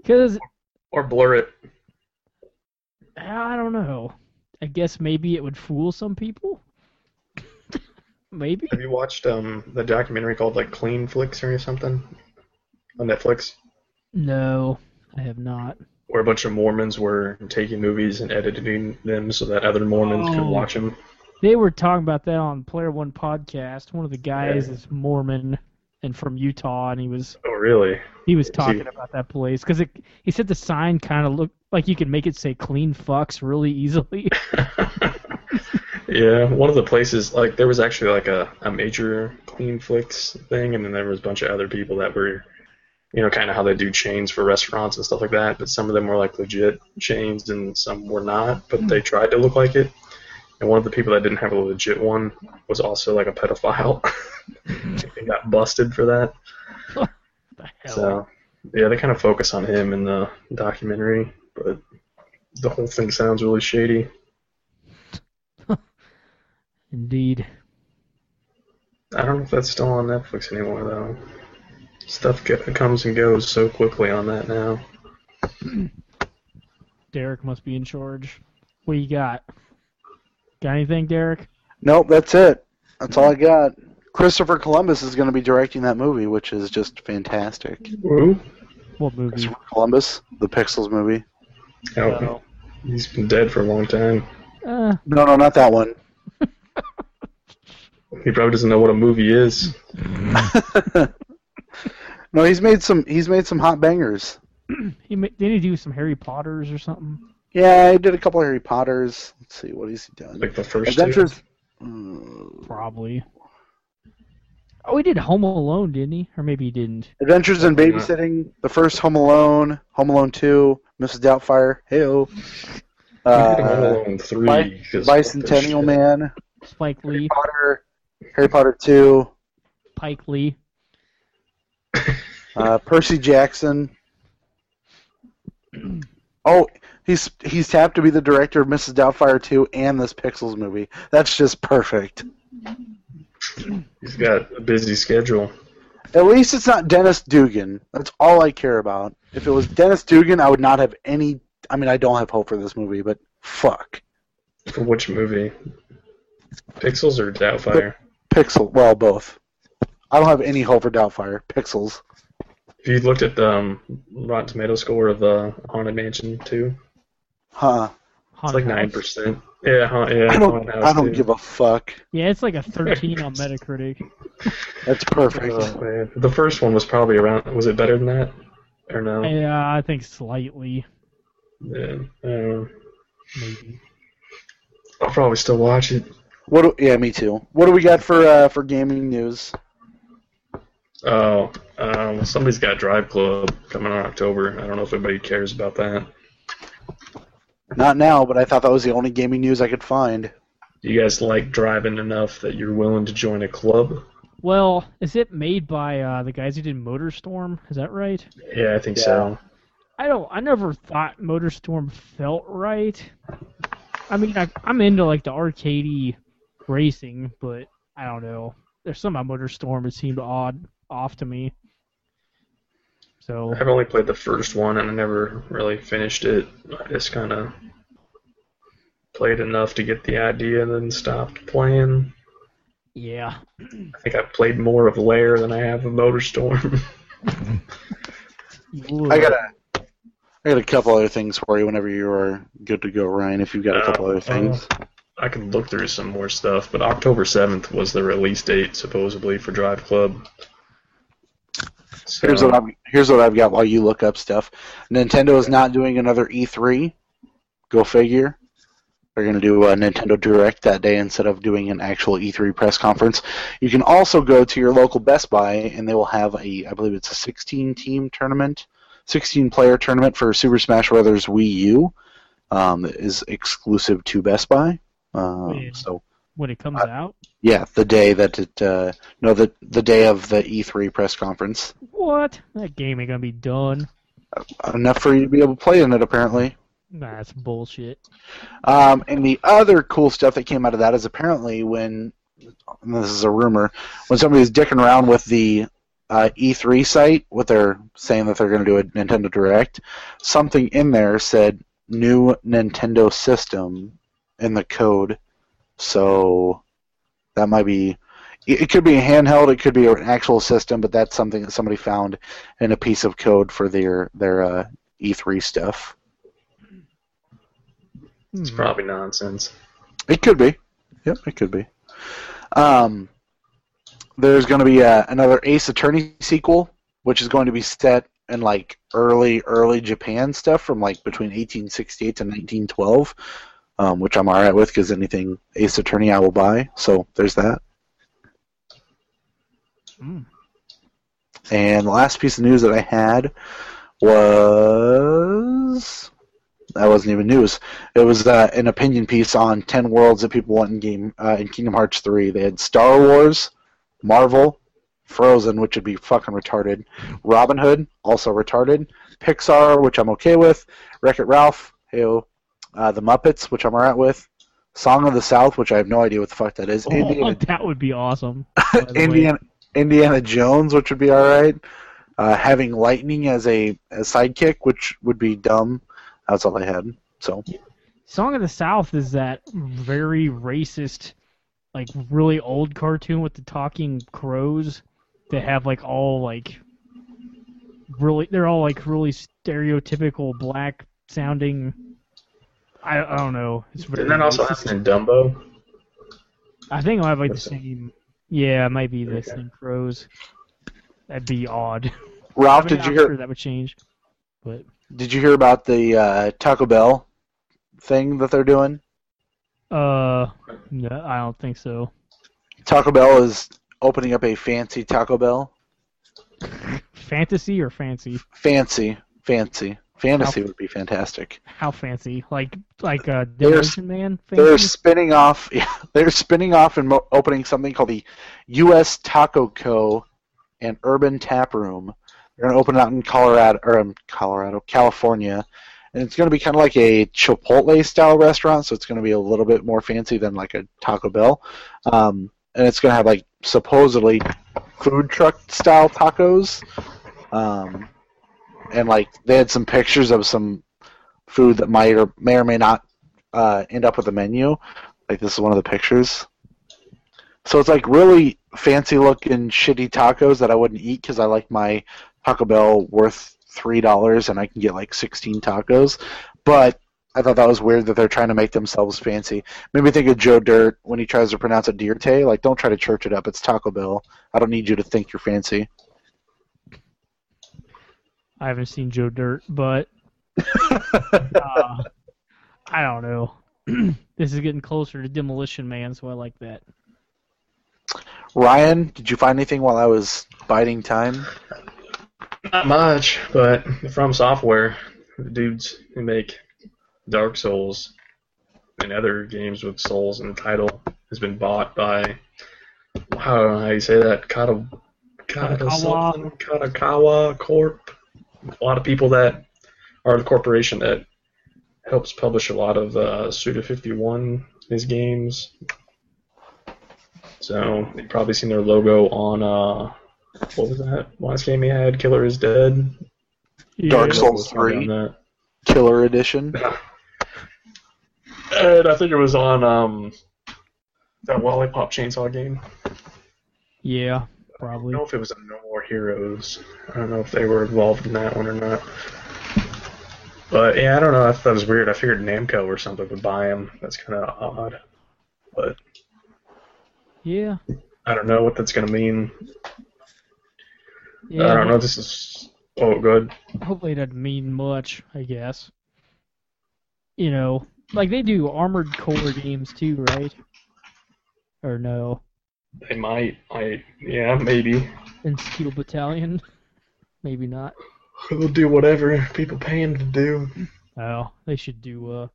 Speaker 2: Cause
Speaker 4: or blur it?
Speaker 2: I don't know. I guess maybe it would fool some people. (laughs) maybe.
Speaker 4: Have you watched um the documentary called like Clean Flicks or something on Netflix,
Speaker 2: No, I have not.
Speaker 4: where a bunch of Mormons were taking movies and editing them so that other Mormons could
Speaker 2: Oh.
Speaker 4: watch them?
Speaker 2: They were talking about that on Player One podcast. One of the guys is Mormon and from Utah, and he was
Speaker 4: Oh, really?
Speaker 2: he was
Speaker 4: he-
Speaker 2: talking about that place because he said the sign kind of looked like you could make it say "clean fucks" really easily.
Speaker 4: yeah, one of the places like there was actually like a, a major Clean Flicks thing, and then there was a bunch of other people that were. You know, kind of how they do chains for restaurants and stuff like that, but some of them were like legit chains and some were not, but they tried to look like it. And one of the people that didn't have a legit one was also like a pedophile. (laughs) and got busted for that.
Speaker 2: The hell?
Speaker 4: (laughs) So, yeah, they kind of focus on him in the documentary, but the whole thing sounds really shady.
Speaker 2: Indeed.
Speaker 4: I don't know if that's still on Netflix anymore, though. Stuff go- comes and goes so quickly on that now.
Speaker 2: Derek must be in charge. What you got? Got anything, Derek?
Speaker 3: Nope, that's it. That's all I
Speaker 4: Mm-hmm.
Speaker 3: got. Christopher Columbus is going to be directing that movie, which is just fantastic.
Speaker 4: Who?
Speaker 2: What movie?
Speaker 3: Christopher Columbus, the Pixels movie.
Speaker 4: Oh, he's been dead for a long time.
Speaker 2: Uh,
Speaker 3: No, no, not that one. (laughs)
Speaker 4: He probably doesn't know what a movie is.
Speaker 3: No, he's made some. He's made some hot bangers.
Speaker 2: he ma- did he do some Harry Potter's or something?
Speaker 3: Yeah, he did a couple of Harry Potters. Let's see, what has he done?
Speaker 4: Like the first two.
Speaker 3: Adventures. Mm,
Speaker 2: Probably. Oh, he did Home Alone, didn't he? Or maybe he didn't.
Speaker 3: Adventures in
Speaker 4: Definitely not.
Speaker 3: Babysitting, the first Home Alone, Home Alone 2, Mrs. Doubtfire, Heyo, uh,
Speaker 4: Home Alone three.
Speaker 3: Bi-
Speaker 4: 'cause what the
Speaker 3: Bicentennial
Speaker 4: shit.
Speaker 3: Man,
Speaker 2: Spike
Speaker 3: Harry
Speaker 2: Lee,
Speaker 3: Potter, Harry Potter 2,
Speaker 2: Pike Lee.
Speaker 3: uh, Percy Jackson. (clears throat) Oh, he's he's tapped to be the director of Mrs. Doubtfire 2 and this Pixels movie. That's just perfect.
Speaker 4: He's got a busy schedule.
Speaker 3: At least it's not Dennis Dugan. That's all I care about. If it was Dennis Dugan, I would not have any. I mean, I don't have hope for this movie, but fuck.
Speaker 4: For which movie? Pixels or Doubtfire?
Speaker 3: Pixel. Well, both. I don't have any hope for Doubtfire. Pixels.
Speaker 4: If you looked at the um, Rotten Tomato score of the Haunted Mansion too,
Speaker 3: Huh.
Speaker 4: it's like
Speaker 2: Haunted
Speaker 4: nine
Speaker 2: House.
Speaker 4: percent. Yeah, haunt, yeah.
Speaker 3: I don't. I don't give a fuck.
Speaker 2: Yeah, it's like a 13 on Metacritic.
Speaker 3: That's perfect.
Speaker 4: Oh, man. The first one was probably around. Was it better than that? Or no?
Speaker 2: Yeah, I think slightly,
Speaker 4: Yeah, I don't know.
Speaker 2: maybe.
Speaker 4: I'll probably still watch it.
Speaker 3: What? Do, yeah, me too. What do we got for uh, for gaming news?
Speaker 4: Oh, um, somebody's got Drive Club coming on October. I don't know if anybody cares about that.
Speaker 3: Not now, but I thought that was the only gaming news I could find.
Speaker 4: Do you guys like driving enough that you're willing to join a club?
Speaker 2: Well, is it made by uh, the guys who did Motorstorm? Is that right?
Speaker 4: Yeah, I think so.
Speaker 2: I don't. I never thought Motorstorm felt right. I mean, I, I'm into like the arcadey racing, but I don't know. There's something about Motorstorm that seemed odd, off to me. So
Speaker 4: I've only played the first one and I never really finished it. I just kind of played enough to get the idea and then stopped playing.
Speaker 2: yeah,
Speaker 4: I think I've played more of Lair than I have of Motorstorm. (laughs)
Speaker 3: I got a. I got a couple other things for you whenever you are good to go, Ryan. If you've got a couple
Speaker 4: Uh,
Speaker 3: other things.
Speaker 4: I can look through some more stuff, but October 7th was the release date, supposedly, for Drive Club. So,
Speaker 3: Here's what I'm here's what I've got while you look up stuff. Nintendo is not doing another E3. Go figure. They're going to do a Nintendo Direct that day instead of doing an actual E3 press conference. You can also go to your local Best Buy and they will have a I believe it's a 16 team tournament, 16 player tournament for Super Smash Brothers Wii U. Um, that is exclusive to Best Buy. Um,
Speaker 2: Yeah.
Speaker 3: so
Speaker 2: when it comes
Speaker 3: I-
Speaker 2: out.
Speaker 3: yeah, the day that it uh, no the the day of the E3 press conference.
Speaker 2: What? That game ain't gonna be done.
Speaker 3: enough for you to be able to play in it apparently.
Speaker 2: Nah, that's bullshit.
Speaker 3: Um, and the other cool stuff that came out of that is apparently when and this is a rumor when somebody's dicking around with the uh, E3 site, what they're saying that they're going to do a Nintendo Direct, something in there said new Nintendo system in the code, so that might be. It it could be a handheld, it could be an actual system, but that's something that somebody found in a piece of code for their their uh, E3 stuff.
Speaker 4: It's
Speaker 2: Hmm.
Speaker 4: probably nonsense.
Speaker 3: It could be. Yep, it could be. Um, there's going to be uh another Ace Attorney sequel, which is going to be set in like early, early Japan stuff from like between 1868 to 1912, um, which I'm all right with because anything Ace Attorney I will buy. So there's that.
Speaker 2: Mm.
Speaker 3: And the last piece of news that I had was that wasn't even news. It was uh, an opinion piece on ten worlds that people want in game uh, in Kingdom Hearts three. They had Star Wars, Marvel, Frozen, which would be fucking retarded. Robin Hood, also retarded. Pixar, which I'm okay with. Wreck It Ralph, heyo. Uh, the Muppets, which I'm alright with. Song of the South, which I have no idea what the fuck that is.
Speaker 2: Oh,
Speaker 3: Indiana
Speaker 2: (laughs) that would be
Speaker 3: (laughs)
Speaker 2: awesome. by the way.
Speaker 3: Indiana Indiana Jones, which would be all right. Uh, having lightning as a as sidekick, which would be dumb. That's all I had. So
Speaker 2: Song of the South is that very racist, like really old cartoon with the talking crows that have like all like really they're all like really stereotypical black sounding. I, I don't know. It's very
Speaker 4: Didn't that also
Speaker 2: racist.
Speaker 4: happen in Dumbo?
Speaker 2: I think I have like the
Speaker 4: Listen.
Speaker 2: same. Yeah, it might be the
Speaker 4: Okay.
Speaker 2: same crows. That'd be odd. (laughs) I
Speaker 3: Ralph,
Speaker 2: mean,
Speaker 3: did
Speaker 2: I'm
Speaker 3: you hear
Speaker 2: sure that would change? But
Speaker 3: did you hear about the uh, Taco Bell thing that they're doing?
Speaker 2: uh, no, I don't think so.
Speaker 3: Taco Bell is opening up a fancy Taco Bell.
Speaker 2: Fantasy or fancy?
Speaker 3: Fancy, fancy, fantasy would be fantastic.
Speaker 2: How fancy? Like like uh,
Speaker 3: There's-
Speaker 2: Demolition Man?
Speaker 3: They're
Speaker 2: Fancy?
Speaker 3: spinning off. (laughs) they're spinning off and mo- opening something called the U.S. Taco Co. and Urban Tap Room. They're going to open it out in Colorado or um, Colorado, California, and it's going to be kind of like a Chipotle style restaurant. So it's going to be a little bit more fancy than like a Taco Bell, um, and it's going to have like supposedly food truck style tacos. Um, and like they had some pictures of some food that might or may or may not uh, end up with a menu. Like this is one of the pictures. So it's like really fancy looking shitty tacos that I wouldn't eat because I like my Taco Bell worth three dollars and I can get like sixteen tacos. But I thought that was weird that they're trying to make themselves fancy. Made me think of Joe Dirt when he tries to pronounce a deer tay. Like, don't try to church it up. It's Taco Bell. I don't need you to think you're fancy.
Speaker 2: I haven't seen Joe Dirt, but uh, I don't know. (clears throat) this is getting closer to Demolition Man, so I like that.
Speaker 3: Ryan, did you find anything while I was biding time?
Speaker 4: Not much, but from software, the dudes who make Dark Souls and other games with souls in the title has been bought by wow, how do you say that? Kata, Kata
Speaker 2: Katakawa.
Speaker 4: something? Katakawa Corp. A lot of people that are the corporation that helps publish a lot of uh, Suda 51 his games. So you've probably seen their logo on uh, what was that last game he had? Killer is Dead.
Speaker 3: Dark
Speaker 2: Yeah.
Speaker 3: Souls
Speaker 4: Probably
Speaker 3: 3.
Speaker 4: on that.
Speaker 3: Killer
Speaker 2: (laughs)
Speaker 3: Edition.
Speaker 4: And I think it was on um, that Lollipop Chainsaw game.
Speaker 2: Yeah,
Speaker 4: I
Speaker 2: probably.
Speaker 4: don't know if it was on No More Heroes. I don't know if they were involved in that one or not. But yeah, I don't know. I thought it was weird. I figured Namco or something would buy him. That's kind of odd. But
Speaker 2: Yeah.
Speaker 4: I don't know what that's gonna mean.
Speaker 2: yeah
Speaker 4: I don't know. This is oh good.
Speaker 2: hopefully it doesn't mean much, I guess. You know, like they do armored core games too, right? Or no,
Speaker 4: They might. I yeah maybe.
Speaker 2: and Steel Battalion, (laughs) maybe not.
Speaker 4: They'll do whatever people pay him to do.
Speaker 2: Oh, they should do. Uh,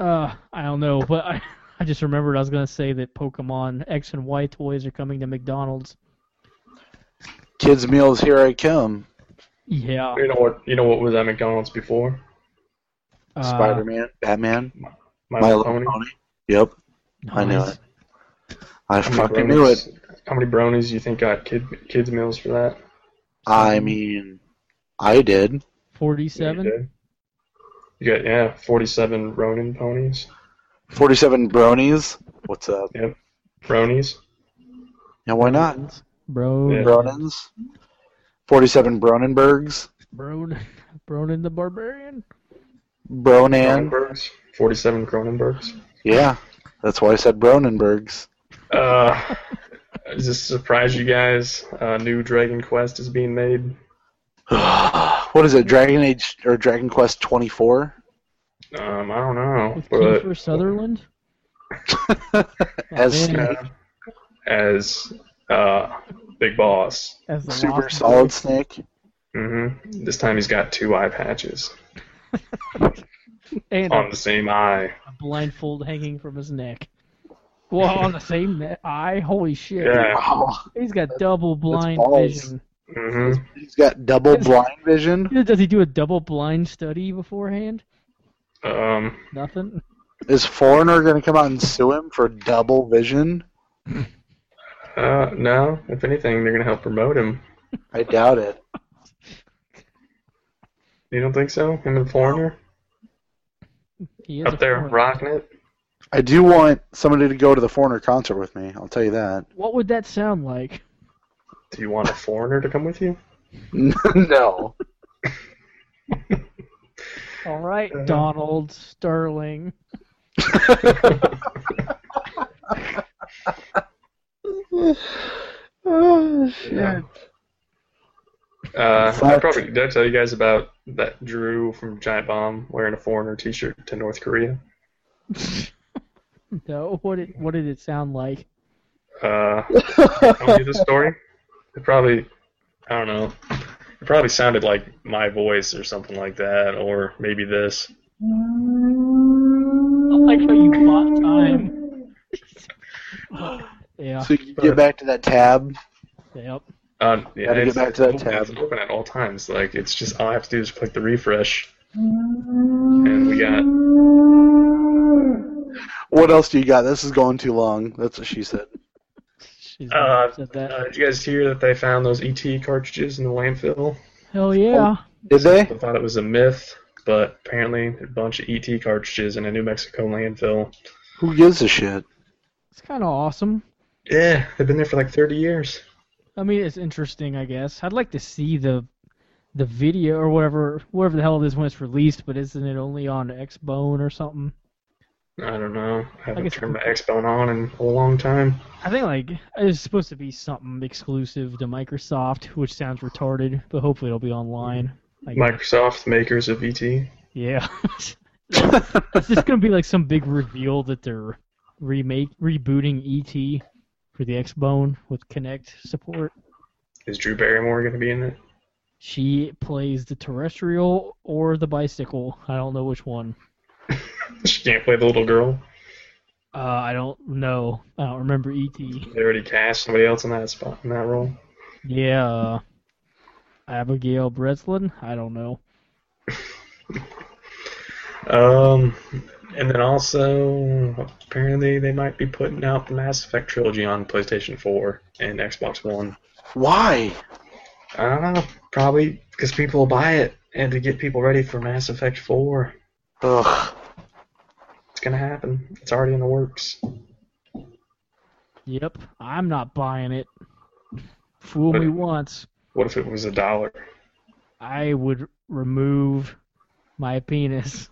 Speaker 2: uh, I don't know, but I, (laughs) I just remembered I was gonna say that Pokemon X and Y toys are coming to McDonald's.
Speaker 3: Kids Meals, here I come.
Speaker 2: Yeah,
Speaker 4: You know what? You know what was at McDonald's before?
Speaker 2: uh,
Speaker 3: Spider Man, Batman,
Speaker 4: My,
Speaker 3: My
Speaker 4: Little
Speaker 3: Little Pony. Yep, I knew
Speaker 2: nice.
Speaker 3: it. I
Speaker 4: How many
Speaker 3: fucking
Speaker 4: bronies-
Speaker 3: knew it.
Speaker 4: How many bronies do you think got kid kids meals for that?
Speaker 3: I mean, I did.
Speaker 2: Forty-seven.
Speaker 4: You did. You got yeah, forty-seven Ronin ponies,
Speaker 3: 47 bronies. What's up?
Speaker 4: bronies.
Speaker 3: Yeah, why not?
Speaker 2: Bro,
Speaker 4: Yeah.
Speaker 3: Bronins. 47 Bronenbergs.
Speaker 2: Brown, (laughs) Bronin the Barbarian.
Speaker 3: Bronan.
Speaker 4: Cronenbergs. Forty-seven Cronenbergs.
Speaker 3: Yeah, that's why I said Bronenbergs. (laughs)
Speaker 4: Uh, does this surprise you guys? Uh, new Dragon Quest is being made.
Speaker 3: what is it, Dragon Age or Dragon
Speaker 2: (laughs)
Speaker 3: Quest 24?
Speaker 4: Um, I don't know,
Speaker 2: With
Speaker 4: but
Speaker 2: Kiefer Sutherland?
Speaker 3: As-
Speaker 2: Man,
Speaker 4: uh, as uh, big boss.
Speaker 2: as the
Speaker 3: Super
Speaker 2: Lost
Speaker 3: Solid
Speaker 2: Boys.
Speaker 3: Snake.
Speaker 4: hmm This time he's got two eye patches
Speaker 2: And
Speaker 4: on
Speaker 2: a
Speaker 4: the same eye.
Speaker 2: blindfold hanging from his neck. Well, on the same ne- eye? Holy shit.
Speaker 4: Yeah.
Speaker 3: Wow.
Speaker 2: He's got double blind
Speaker 3: balls.
Speaker 2: vision.
Speaker 4: hmm
Speaker 3: He's got double blind vision.
Speaker 2: Does he do a double blind study beforehand?
Speaker 4: Um,
Speaker 2: Nothing?
Speaker 3: Is Foreigner going to come out and sue him for double vision?
Speaker 4: uh, no. If anything, they're gonna help promote him.
Speaker 3: I doubt it.
Speaker 4: You don't think so? Him and Foreigner
Speaker 2: He is a
Speaker 4: up there
Speaker 2: foreigner.
Speaker 4: rocking it.
Speaker 3: I do want somebody to go to the Foreigner concert with me. I'll tell you that.
Speaker 2: What would that sound like?
Speaker 4: Do you want a foreigner to come with you?
Speaker 3: no.
Speaker 2: All right,
Speaker 4: Uh-huh.
Speaker 2: Donald Sterling.
Speaker 3: Oh, shit.
Speaker 4: Yeah. Uh, I
Speaker 3: Fuck.
Speaker 4: probably did I tell you guys about that Drew from Giant Bomb wearing a foreigner T-shirt to North Korea.
Speaker 2: No, what did what did it sound like?
Speaker 4: uh, tell me the story? It probably, I don't know. It probably sounded like my voice or something like that, or maybe this.
Speaker 2: I like how you bought time. (gasps) yeah. Uh,
Speaker 3: So you can get back to that tab.
Speaker 2: Yep.
Speaker 4: Uh, yeah,
Speaker 3: Gotta get
Speaker 4: it's-
Speaker 3: back to that
Speaker 4: it's
Speaker 3: tab.
Speaker 4: open- It's open at all times. Like it's just all I have to do is click the refresh, and we got
Speaker 3: What else do you got? This is going too long. That's what she said.
Speaker 2: She's
Speaker 4: Uh,
Speaker 2: said that.
Speaker 4: Uh, did you guys hear that they found those ET cartridges in the landfill?
Speaker 2: Hell yeah.
Speaker 3: Did
Speaker 4: I
Speaker 3: they?
Speaker 4: thought it was a myth, but apparently a bunch of ET cartridges in a New Mexico landfill.
Speaker 3: Who gives a shit?
Speaker 2: It's kind of awesome.
Speaker 4: Yeah, they've been there for like 30 years.
Speaker 2: I mean, it's interesting, I guess. I'd like to see the the video or whatever, whatever the hell it is when it's released. But isn't it only on Xbone or something?
Speaker 4: I don't know. I haven't
Speaker 2: guess-
Speaker 4: turned my Xbone on in a long time.
Speaker 2: I think like it's supposed to be something exclusive to Microsoft, which sounds retarded, but hopefully it'll be online. I guess.
Speaker 4: Microsoft, makers of E ET.
Speaker 2: Yeah. (laughs) it's just gonna be like some big reveal that they're remake rebooting ET for the Xbone with Connect support.
Speaker 4: Is Drew Barrymore going to be in it? (laughs)
Speaker 2: She plays the terrestrial or the bicycle. I don't know which one.
Speaker 4: She can't play the little girl.
Speaker 2: Uh, I don't know. I don't remember E ET.
Speaker 4: They already cast somebody else in that spot in that role.
Speaker 2: Yeah. Uh, Abigail Breslin. I don't know.
Speaker 4: Um, and then also apparently they might be putting out the Mass Effect trilogy on PlayStation 4 and Xbox One.
Speaker 3: Why?
Speaker 4: I don't know. Probably because people will buy it and to get people ready for Mass Effect 4.
Speaker 3: Ugh.
Speaker 4: It's going to happen. It's already in the works.
Speaker 2: Yep. I'm not buying it. Fool me once.
Speaker 4: What if it was a dollar?
Speaker 2: I would remove my (laughs) penis.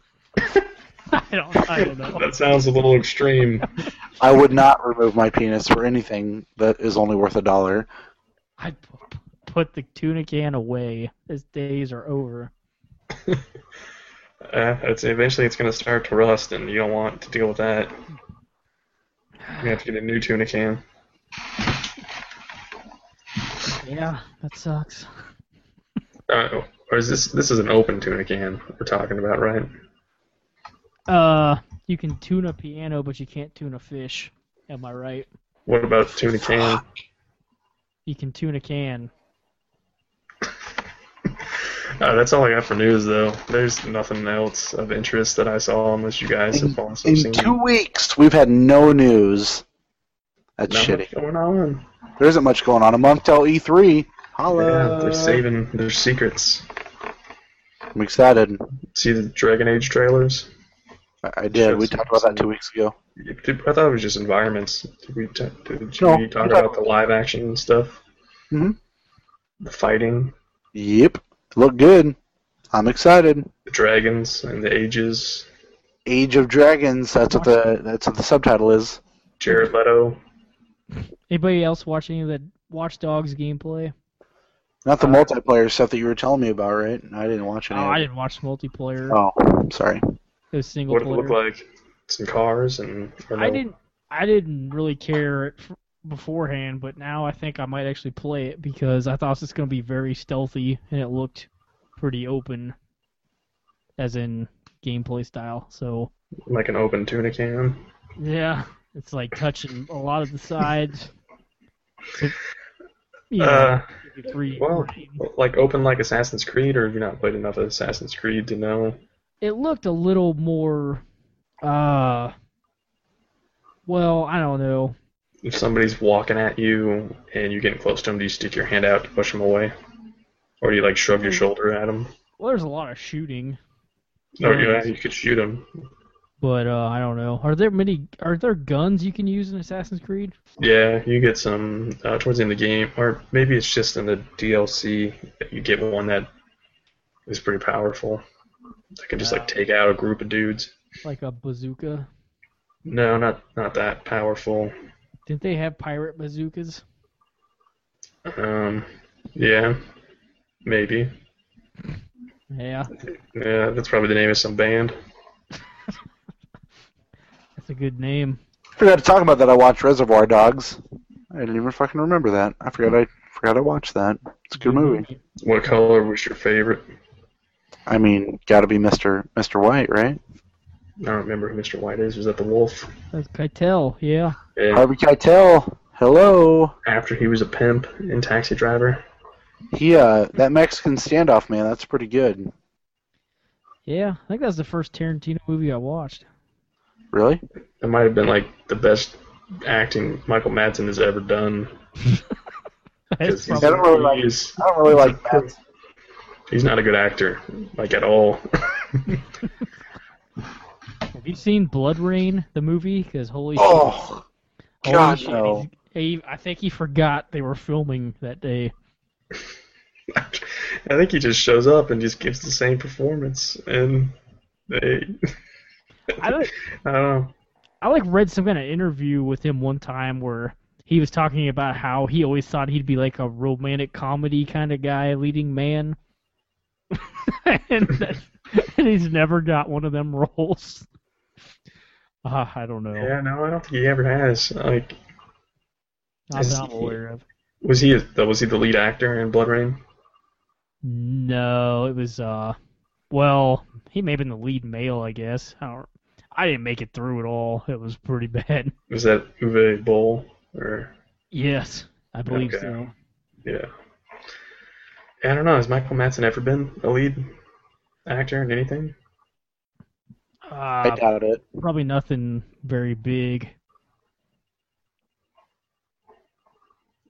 Speaker 2: I don't. I don't know.
Speaker 4: That sounds a little extreme.
Speaker 3: I would not remove my penis for anything that is only worth a dollar.
Speaker 2: I put the tuna can away. His days are over.
Speaker 4: uh, it's, eventually, it's going to start to rust, and you don't want to deal with that. You have to get a new tuna can.
Speaker 2: Yeah, that sucks.
Speaker 4: Uh, or is this this is an open tuna can we're talking about, right?
Speaker 2: Uh, you can tune a piano, but you can't tune a fish. Am I right?
Speaker 4: What about tuna can?
Speaker 2: You can tune a can.
Speaker 4: Uh, that's all I got for news, though. There's nothing else of interest that I saw unless you guys have also
Speaker 3: In
Speaker 4: seen
Speaker 3: two weeks, we've had no news. That's
Speaker 4: not
Speaker 3: shitty.
Speaker 4: much going on.
Speaker 3: There isn't much going on. A month till E E3.
Speaker 4: Yeah,
Speaker 3: Holla.
Speaker 4: they're saving their secrets.
Speaker 3: I'm excited.
Speaker 4: See the Dragon Age trailers?
Speaker 3: I- I did. We
Speaker 4: Shows-
Speaker 3: talked about that two weeks ago.
Speaker 4: I thought it was just environments. Did we, ta- did
Speaker 3: No,
Speaker 4: we talk
Speaker 3: we talked-
Speaker 4: about the live action and stuff?
Speaker 3: Mhm.
Speaker 4: The fighting,
Speaker 3: Yep. Look good. I'm excited.
Speaker 4: the dragons, and the ages.
Speaker 3: Age of Dragons. That's what the that's what the subtitle is.
Speaker 4: Jared Leto.
Speaker 2: Anybody else watch any of that Watch Dogs gameplay?
Speaker 3: Not the
Speaker 4: Uh,
Speaker 3: multiplayer stuff that you were telling me about, right? I didn't watch any.
Speaker 2: Oh,
Speaker 3: of
Speaker 2: I
Speaker 3: it.
Speaker 2: didn't watch multiplayer.
Speaker 3: oh sorry.
Speaker 2: It was single
Speaker 4: What did it
Speaker 2: player.
Speaker 4: look like? Some cars and. or
Speaker 2: I
Speaker 4: no?
Speaker 2: didn't. I didn't really care at f- beforehand, but now I think I might actually play it because I thought it was just going to be very stealthy, and it looked pretty open, as in gameplay style. So
Speaker 4: Like an open tuna can.
Speaker 2: yeah, it's like touching a lot of the sides. So, you know,
Speaker 4: Uh,
Speaker 2: give you free
Speaker 4: well,
Speaker 2: reign.
Speaker 4: like open like Assassin's Creed, or have you not played enough of Assassin's Creed to know?
Speaker 2: it looked a little more. Uh, well, I don't know.
Speaker 4: If somebody's walking at you and you're getting close to them, do you stick your hand out to push them away? Or do you like shrug your shoulder at them?
Speaker 2: Well, there's a lot of shooting.
Speaker 4: Or
Speaker 2: Yeah.
Speaker 4: yeah, you could shoot them.
Speaker 2: But uh, I don't know. Are there many? Are there guns you can use in Assassin's Creed?
Speaker 4: Yeah, you get some uh, towards the end of the game, or maybe it's just in the DLC that you get one that is pretty powerful. That can just like take out a group of dudes.
Speaker 2: Like a bazooka?
Speaker 4: No, not not that powerful.
Speaker 2: Didn't they have pirate bazookas?
Speaker 4: Um, yeah, maybe.
Speaker 2: Yeah,
Speaker 4: Yeah, that's probably the name of some band.
Speaker 2: that's a good name.
Speaker 3: Forgot to talk about that. I watched Reservoir Dogs. I didn't even fucking remember that. I forgot I forgot I watched that. It's a good movie.
Speaker 4: What color was your favorite?
Speaker 3: I mean, gotta be Mr. Mr. White, right?
Speaker 4: I don't remember who Mr. White is. Was that the wolf?
Speaker 2: That's Keitel, yeah.
Speaker 4: Yeah,
Speaker 3: Harvey Keitel. Hello.
Speaker 4: after he was a pimp and taxi driver.
Speaker 3: He uh, that Mexican standoff man. That's pretty good.
Speaker 2: Yeah, I think that's the first Tarantino movie I watched. (laughs)
Speaker 3: Really?
Speaker 4: That might have been like the best acting Michael Madsen has ever done.
Speaker 2: That's
Speaker 4: 'cause he's-
Speaker 3: I don't really like-
Speaker 4: he's-
Speaker 3: I don't really like that.
Speaker 4: He's not a good actor, like at all. (laughs)
Speaker 2: Have you seen Blood Rain, the movie? Because holy shit.
Speaker 3: Oh,
Speaker 2: holy
Speaker 3: God,
Speaker 2: shit,
Speaker 3: no.
Speaker 2: he's- he- I think he forgot they were filming that day.
Speaker 4: I think he just shows up and just gives the same performance, and they, (laughs)
Speaker 2: I, don't,
Speaker 4: I don't know.
Speaker 2: I like read some kind of interview with him one time where he was talking about how he always thought he'd be like a romantic comedy kind of guy, leading man. (laughs) and, that's- and he's never got one of them (laughs) roles. Uh, I don't know.
Speaker 4: Yeah, no, I don't think he ever has. Like,
Speaker 2: I'm
Speaker 4: Is
Speaker 2: not
Speaker 4: (laughs) he-
Speaker 2: aware of.
Speaker 4: was he a, was he the lead actor in Blood Rain?
Speaker 2: No, it was uh well, he may have been the lead male, I guess. I don't I didn't make it through at all. It was pretty (laughs) bad.
Speaker 4: Was that Uwe Boll or
Speaker 2: Yes, I believe
Speaker 4: Okay.
Speaker 2: so.
Speaker 4: yeah? I don't know. Has Michael Madsen ever been a lead actor in anything?
Speaker 3: I
Speaker 2: Uh,
Speaker 3: doubt it.
Speaker 2: probably nothing very big.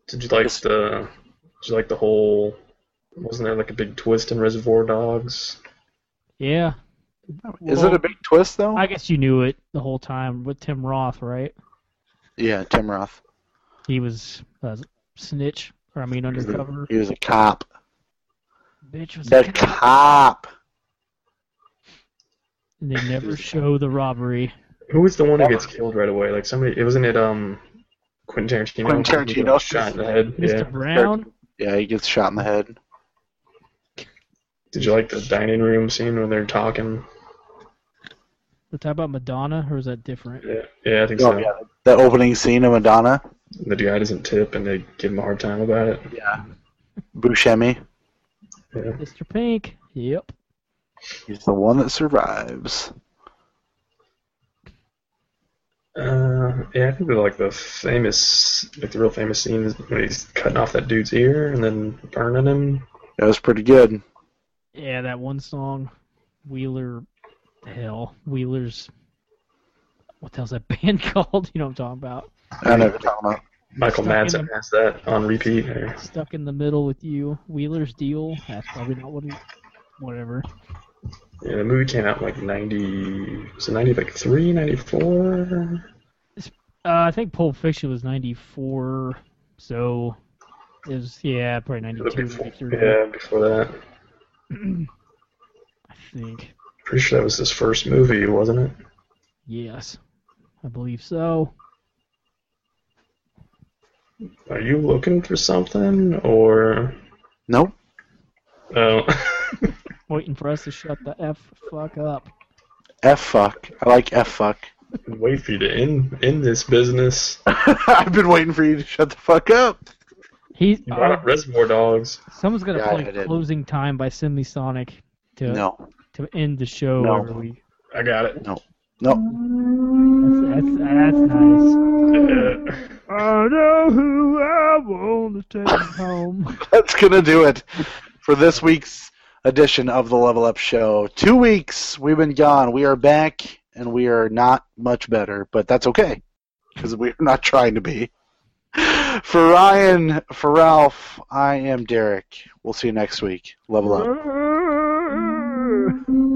Speaker 4: Did you like
Speaker 3: Yes.
Speaker 4: the? Did you like the whole? Wasn't there like a big twist in Reservoir Dogs?
Speaker 2: Yeah,
Speaker 3: Is it a big twist though?
Speaker 2: I guess you knew it the whole time with Tim Roth, right?
Speaker 3: Yeah, Tim Roth.
Speaker 2: He was a snitch, or I mean undercover.
Speaker 3: He was a cop.
Speaker 2: Bitch was
Speaker 3: The cop.
Speaker 2: and they
Speaker 3: (laughs)
Speaker 2: never show the robbery.
Speaker 4: Who was the one who gets killed right away? Like somebody, it wasn't it um Quentin Tarantino.
Speaker 3: Quentin
Speaker 4: He
Speaker 3: Tarantino.
Speaker 4: got shot in the head.
Speaker 2: Mr.
Speaker 4: Yeah.
Speaker 2: Brown?
Speaker 3: Yeah, he gets shot in the head.
Speaker 4: Did you like the dining room scene when they're talking?
Speaker 2: We're talking about Madonna, or is that different?
Speaker 4: Yeah, yeah I think
Speaker 3: Oh
Speaker 4: so.
Speaker 3: yeah, the opening scene of Madonna.
Speaker 4: The guy doesn't tip, and they give him a hard time about it.
Speaker 3: Yeah. Buscemi.
Speaker 4: Yeah.
Speaker 2: Mr. Pink. Yep.
Speaker 3: He's the one that survives.
Speaker 4: Uh, yeah, I think they're like the famous, like the real famous scene is when he's cutting off that dude's ear and then burning him.
Speaker 3: That was pretty good.
Speaker 2: Yeah, that one song, Wheeler, hell, Wheeler's. What the hell's that (laughs) band called? You know what I'm talking about?
Speaker 3: I know what you're talking about.
Speaker 4: Michael
Speaker 2: Stuck in
Speaker 4: Madsen has that on repeat. There.
Speaker 2: Stuck in the middle with you, Wheeler's deal. That's probably not what. It, whatever.
Speaker 4: Yeah, the movie came out in like ninety, was it ninety like three, ninety four?
Speaker 2: Uh, I think Pulp Fiction was '94, so it was yeah, probably '92, '93.
Speaker 4: Yeah, before that.
Speaker 2: I think
Speaker 4: Pretty sure that was his first movie, wasn't it?
Speaker 2: yes, I believe so.
Speaker 4: Are you looking for something or
Speaker 3: Nope.
Speaker 4: oh (laughs)
Speaker 2: Waiting for us to shut the f fuck up.
Speaker 3: F fuck. I like F fuck. (laughs)
Speaker 4: wait for you to end end this business.
Speaker 3: I've been waiting for you to shut the fuck up.
Speaker 2: He's
Speaker 4: You brought up Reservoir Dogs.
Speaker 2: uh, Someone's gonna
Speaker 3: Yeah, I
Speaker 2: play
Speaker 3: did.
Speaker 2: closing time by Simi Sonic to
Speaker 3: No.
Speaker 2: to end the show
Speaker 3: No.
Speaker 2: every week.
Speaker 4: I got it.
Speaker 3: No.
Speaker 2: That's, that's, that's nice.
Speaker 4: Yeah.
Speaker 2: I know who I want (laughs) to take home.
Speaker 3: (laughs) That's gonna do it for this week's edition of the Level Up Show. Two weeks we've been gone. We are back and we are not much better, but that's okay. Because we're not trying to be. (laughs) For Ryan, for Ralph, I am Derek. We'll see you next week. Level up.
Speaker 2: Love.